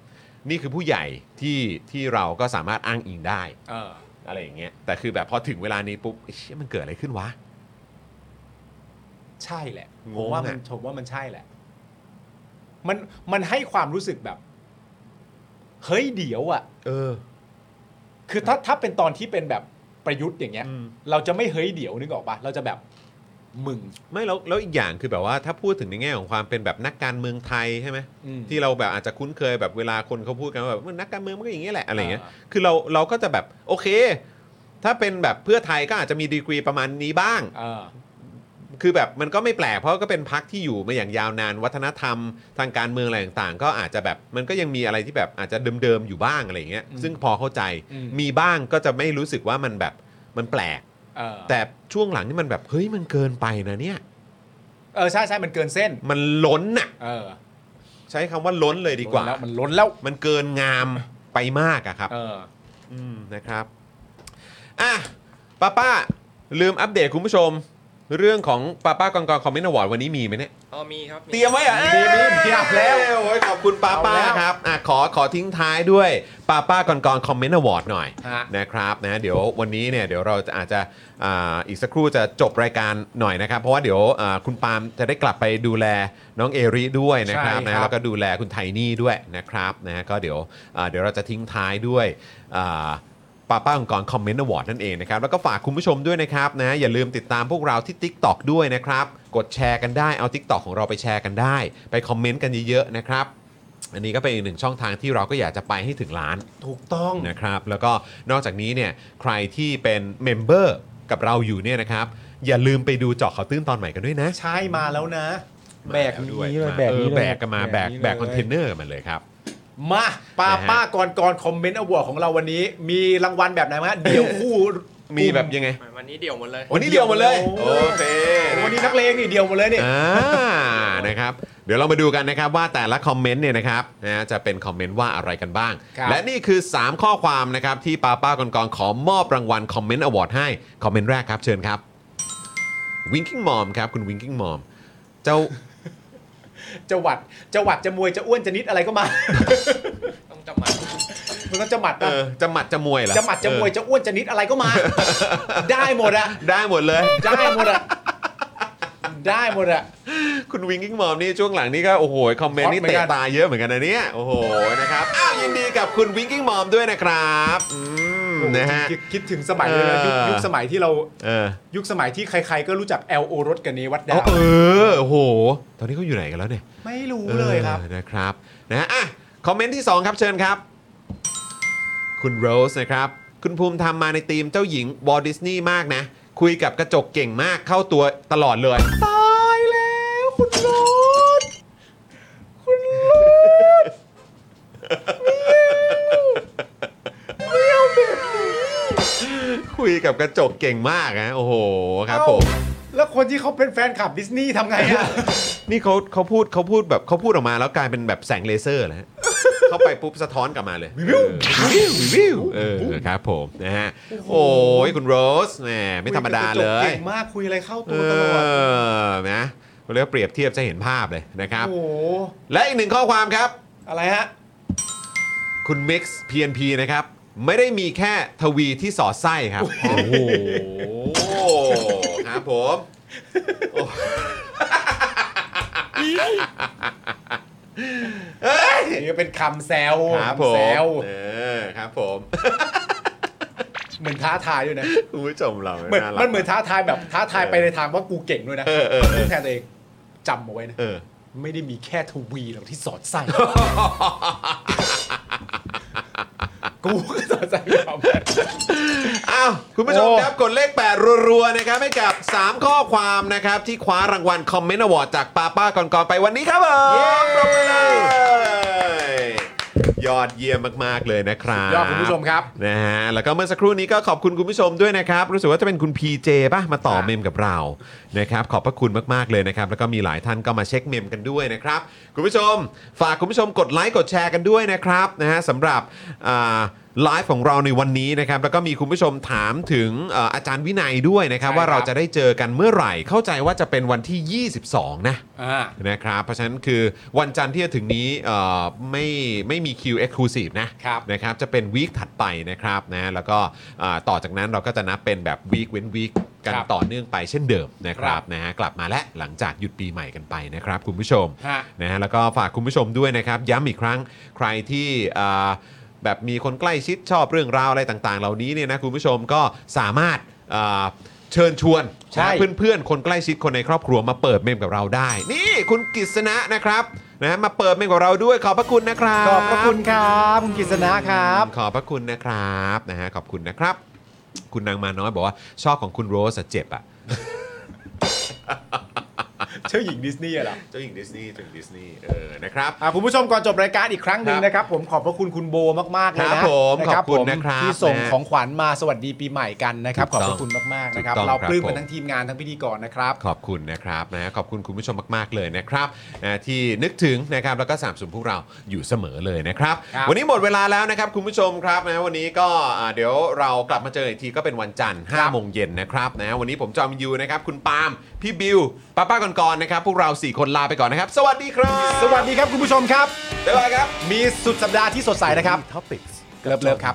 นี่คือผู้ใหญ่ที่ที่เราก็สามารถอ้างอิงได้
เออ
อะไรอย่างเงี้ยแต่คือแบบพอถึงเวลานี้ปุ๊บเชี่ยมันเกิดอะไรขึ้นวะ
ใช่แหละ
งง
ผมว่ามัน
อะ
ผมว่ามันใช่แหละ มันมันให้ความรู้สึกแบบ เฮ้ยเดี๋ยวอ่ะ
เออ
คือถ้าถ้าเป็นตอนที่เป็นแบบประยุทธ์อย่างเงี้ย
อืม
เราจะไม่เฮ้ยเดี๋ยวนึกออกปะเราจะแบบมึง
ไม่แล้วแล้วอีกอย่างคือแบบว่าถ้าพูดถึงในแง่ของความเป็นแบบนักการเมืองไทยใช่ไหม
อืม
ที่เราแบบอาจจะคุ้นเคยแบบเวลาคนเขาพูดกันว่าแบบมันนักการเมืองมันก็อย่างนี้ยแหละอะไรเงี้ย
อ่า
คือเราเราก็จะแบบโอเค ถ้าเป็นแบบเพื่อไทยก็อาจจะมีดีกรีประมาณนี้บ้าง
เออ
คือแบบมันก็ไม่แปลกเพราะก็เป็นพักที่อยู่มาอย่างยาวนานวัฒนธรรม ทางการเมืองอะไรต่างๆ ก็อาจจะแบบมันก็ยังมีอะไรที่แบบอาจจะเดิมๆอยู่บ้างอะไรเงี้ย
อืม
ซึ่งพอเข้าใจ
อืม
มีบ้างก็จะไม่รู้สึกว่ามันแบบมันแปลก
เออ
แต่ช่วงหลังนี่มันแบบเฮ้ยมันเกินไปนะเนี่ย
เออใช่ใช่มันเกินเส้น
มันล้นน่ะ
เออ
ใช้คำว่าล้นเลยดีกว่า
ล้นแล้วมันล้นแล้ว
มันเกินงามไปมากอะครับ
เออ
มนะครับ อ่ะป้าป้าลืมอัปเดตคุณผู้ชม เรื่องของป้าป้ากองกองคอมเมนต์อวอร์ดวันนี้มีไหมเนี่ย
อ๋อมีครับ
เตรียมไว้เหรอ
มีมีเตรียมแล้ว
โอ้ยขอบคุณป้าป้า
เอาแล้ว
ครับอ่ะขอขอทิ้งท้ายด้วยป้าป้ากอนกอนคอมเมนต์อวอร์ดหน่อย
ฮะ
นะครับนะเดี๋ยววันนี้เนี่ยเดี๋ยวเราจะอาจจะอ่าอีกสักครู่จะจบรายการหน่อยนะครับ เพราะว่าเดี๋ยวอ่าคุณปาล์มจะได้กลับไปดูแลน้องเอริด้วยนะครับ
ใช่ครับ
นะแล้วก็ดูแลคุณไทนี่ด้วยนะครับนะก็เดี๋ยวอ่าเดี๋ยวเราจะทิ้งท้ายด้วยอ่า ป้าป้าองค์กรคอมเมนต์อวอร์ดนั่นเองนะครับ แล้วก็ฝากคุณผู้ชมด้วยนะครับนะอย่าลืมติดตามพวกเราที่ TikTok ด้วยนะครับ กดแชร์กันได้เอา TikTok ของเราไปแชร์กันได้ ไปคอมเมนต์กันเยอะๆนะครับ อันนี้ก็เป็นอีกหนึ่งช่องทางที่เราก็อยากจะไปให้ถึงล้าน
ถูกต้อง
นะครับแล้วก็นอกจากนี้เนี่ยใครที่เป็นเมมเบอร์กับเราอยู่เนี่ยนะครับ อย่าลืมไปดูเจาะข่าวตื้นตอนใหม่กันด้วยนะ
ใช่มาแล้วนะ แบก
มาล้วด้วย
นี้
เลย
มา
แบก
เอ
นี้
อ
เลย
แบกกันมาแบก
แบ
แบก
กนี้เลย
คอนเทนเนอร์มาเลยครับ
มาป้า
นะฮะ
ป้าก่อนก่อนคอมเมนต์อวอร์ของเราวันนี้ มีรางวัลแบบไหนไหมฮะ เดี่ยวคู่
มีแบบยังไง
วันนี้เดี่ยวหมดเลย
วันนี้เดียวหมดเลย
โอ้
โอเค
วันนี้นักเลงนี่เดี่ยวหมดเลยนี่
อ่านะครับเดี๋ยวเรามาดูกันนะครับว่าแต่ละคอมเมนต์เนี่ยนะครับนะจะเป็นคอมเมนต์ว่าอะไรกันบ้าง
ครับ
และนี่คือ 3 ข้อความนะครับที่ป้าป้ากอนๆขอมอบรางวัลคอมเมนต์อวอร์ดให้คอมเมนต์แรกครับเชิญครับ Winking Mom ครับคุณ Winking Mom เจ้า
จะหวัดจะหวัดจะมวยจะอ้วนจะนิดอะไรก็มา
ต้องจำหมัน
มันต้องจะหมัด
เอ
ปะ
อจะหมัดจะมวยเหรอ
จะหมัดจะมวย
เอ
จะอ้วนจะนิดอะไรก็มา ได้หมดอะ
อได้หมดเลย
ได้หมดอะได้หมดอะ
คุณวิงกิ้งมอมนี่ช่วงหลังนี่ก็โอ้โหคอมเมนต์นี่
ฮอตเหมือน
เตะ
กัน
ตาเยอะเหมือนกันนะเนี่ยโอ้โหนะครับอ้าวยินดีกับคุณวิงกิ้งมอมด้วยนะครับอืมนะฮะ
คิดคิดถึงสมัยเลยนะยุค
เออ
ยุคสมัยที่เรา
เออ
ยุคสมัยที่ใคร ๆ ก็รู้จักแอลโอรสกันนี้วัดดา
เอา
ว
เออโอ้โห ตอนนี้เขาอยู่ไหนกันแล้วเนี่ย
ไม่รู้เลยครับ
ออนะครับนะอ่ะคอมเมนต์ที่ 2 ครับเชิญครับ คุณโรสนะครับ คุณภูมิทำมาในทีมเจ้าหญิงวอลดิสนีย์มากนะ คุยกับกระจกเก่งมากเข้าตัวตลอดเลย
ตายแล้วคุณโรสคุณโรสเมียวเมียวแบบนี้
คุยกับกระจกเก่งมากนะโอ้โหครับผม
เอ้าแล้วคนที่เขาเป็นแฟนคลับดิสนีย์ทำไงอะ
นี่เขาเขาพูดเขาพูดแบบเขาพูดออกมาแล้วกลายเป็นแบบแสงเลเซอร์นะ ฮะ เข้าไปปุ๊บสะท้อนกลับมาเลยวิววิววิวเออครับผมนะฮะโอ้ยคุณโรสแหมไม่ธรรมดาเล
คุกับก
ย
ระจกเก่งมากคุยอะไรเข้า
เอ
ตัวตลอด
อนะเรียกว่าเปรียบเทียบจะเห็นภาพเลยนะครับ
โอ้โห
และอีกหนึ่งข้อความครับ
อะไรฮะ
คุณมิกซ์ PNP นะครับ ไม่ได้มีแค่ทวีที่สอดไส้ครับ โอ้โหครับผมโอ้เอ้ย
นี่เป็นคำแซว
ครับผม
แซว
เออครับผม
เหมือนท้าทายด้วยนะ
คุณผู้ชมเรา
เหมือน
ารก
มันเหมือนท้าทายแบบท้าทายไปในทางว่ากูเก่งด้วยนะ
เออเออเออ
พูดแทนตัวเองจำเอาไว้นะ
เออ
ไม่ได้มีแค่ทวีหรอกที่สอด ใส่ กูก็สอดใส่ความ
อ้าวคุณผู้ชม
โอ้
ครับกดเลข 8 รัวๆ นะครับ ให้กับ 3 ข้อความนะครับ ที่คว้ารางวัลคอมเมนต์อวอร์ดจากป้าป้าก่อนๆ ไปวันนี้ครับผมปรบมือเลยยอดเยี่ยมมากๆเลยนะครับ
ยอดคุณผู้ชมครับ
นะฮะแล้วก็เมื่อสักครู่นี้ก็ขอบคุณคุณผู้ชมด้วยนะครับ รู้สึกว่าจะเป็นคุณ PJ ป่ะมาต่อเมมกับเรานะครับขอบพระคุณมากๆเลยนะครับ แล้วก็มีหลายท่านก็มาเช็คเมมกันด้วยนะครับคุณผู้ชม ฝากคุณผู้ชมกดไลค์กดแชร์กันด้วยนะครับนะฮะสำหรับอ่า ไลฟ์ของเราในวันนี้นะครับ แล้วก็มีคุณผู้ชมถามถึงเอ่ออาจารย์วินัยด้วยนะครับ
ใช่
ว่าเรา
ครับ
จะได้เจอกันเมื่อไหร่ เข้าใจว่าจะเป็นวันที่ 22 นะ
อ่า
นะครับ เพราะฉะนั้นคือวันจันทร์ที่จะถึงนี้เอ่อไม่ไม่มีคิว Exclusive นะครับ นะครับ จะเป็นวีคถัดไปนะครับนะแล้วก็อ่าต่อจากนั้นเราก็จะนับเป็นแบบวีคเว้นวีคกัน
ครับ
ต่อเนื่องไปเช่นเดิมนะค
ครั
รับบ นะฮะกลับมาและหลังจากหยุดปีใหม่กันไปนะครับคุณผู้ชม
ฮะ
นะฮะแล้วก็ฝากคุณผู้ชมด้วยนะครับ ย้ำอีกครั้งใครที่อ่าแบบมีคนใกล้ชิดชอบเรื่องราวอะไรต่างๆ เหล่านี้เนี่ยนะคุณผู้ชมก็สามารถอ่าเชิญชวน
ใช่
นะเพื่อนๆ คนใกล้ชิดคนในครอบครัวมาเปิดเมมกับเราได้ นี่คุณกฤษณะนะครับนะฮะมาเปิดเมมกับเราด้วยขอบพระคุณนะครับ
ขอบพระคุณครับคุณกฤษณะครับ
ขอบพระคุณนะครับนะฮะขอบคุณนะครับ คุณนางมาน้อยบอกว่าชอบของคุณโรสอะเจ็บอ่ะ
เชื่อหญิงดิสนีย์เหรอ
เจ้าหญิงดิสนีย์เจ้าหญิงดิสนีย์เออนะครับ
อ่ะคุณผู้ชมก่อนจบรายการอีกครั้งหนึ่
ค
ง
รับ
นะครับ ผมขอบพระคุณคุณโบมากๆเล
ค
ย
รั
นะ
บผม
นะ
ขอบคุณนะครับ
ที่ส่ง
นะฮะ
ของขวัญมาสวัสดีปีใหม่กันนะครับ
ถูก
ข
ต้อบง
อพระคุณมากๆนะครับ
ถูกต้อง
เรา
ครับ
ปลื้มกันทั้งทีมงานทั้งพิธีกรนะครับ
ขอบคุณนะครับนะขอบคุณคุณผู้ชมมาก ๆ เลยนะครับนะที่นึกถึงนะครับแล้วก็สามสนุนพวกเราอยู่เสมอเลยนะครับ
ครับ
วันนี้หมดเวลาแล้วนะครับคุณผู้ชมครับนะวันนี้ก็อ่าเดี๋ยวเรากลับมาเจออีกทีก็เป็นวันจันทร์
ครั
5
บ
โมงเย็นนะครับนะวันนี้ผมจอมยูนะครับคุณปาล์มพี่บิวป้าป้าก่อนๆนะครับพวกเราสี่คนลาไปก่อนนะครับสวัสดีครับ
สวัสดีครับคุณผู้ชมครับ
บ๊ายบายครับ
มีสุดสัปดาห์ที่สดใสนะครับท็อปิกเลิฟเลิฟครับ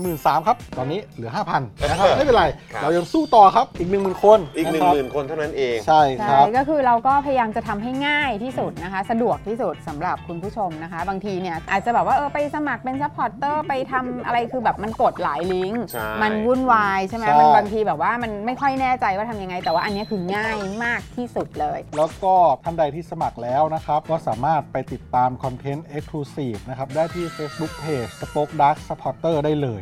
1 3 0 0 0ครับ ตอนนี้เหลือ 5,000นะครับ ไม่เป็นไร เรายังสู้ต่อครับ อีก 10,000 คน
อีกหนึ่ง
ะ
ห
ค
มื่
รับ
นคนเท่านั้นเอง
ใช่ค
ใช่
รับ
ก็คือเราก็พยายามจะทำให้ง่ายที่สุดนะคะ สะดวกที่สุดสำหรับคุณผู้ชมนะคะ บางทีเนี่ยอาจจะแบบว่าเออไปสมัครเป็นซัพพอร์ตเตอร์ไปทำอะไรคือแบบมันกดหลายลิงก์
ใช่
มันวุ่นวายใช่ไหม
ใช่
มันบางทีแบบว่ามันไม่ค่อยแน่ใจว่าทำยังไง แต่ว่าอันเนี้ยคือง่ายมากที่สุดเลย
แล้วก็ท่านใดที่สมัครแล้วนะครับ ก็สามารถไปติดตามคอนเทนต์ Exclusive นะครับ ได้ที่ Facebook Page Spoke Dark Supporter ได้เลย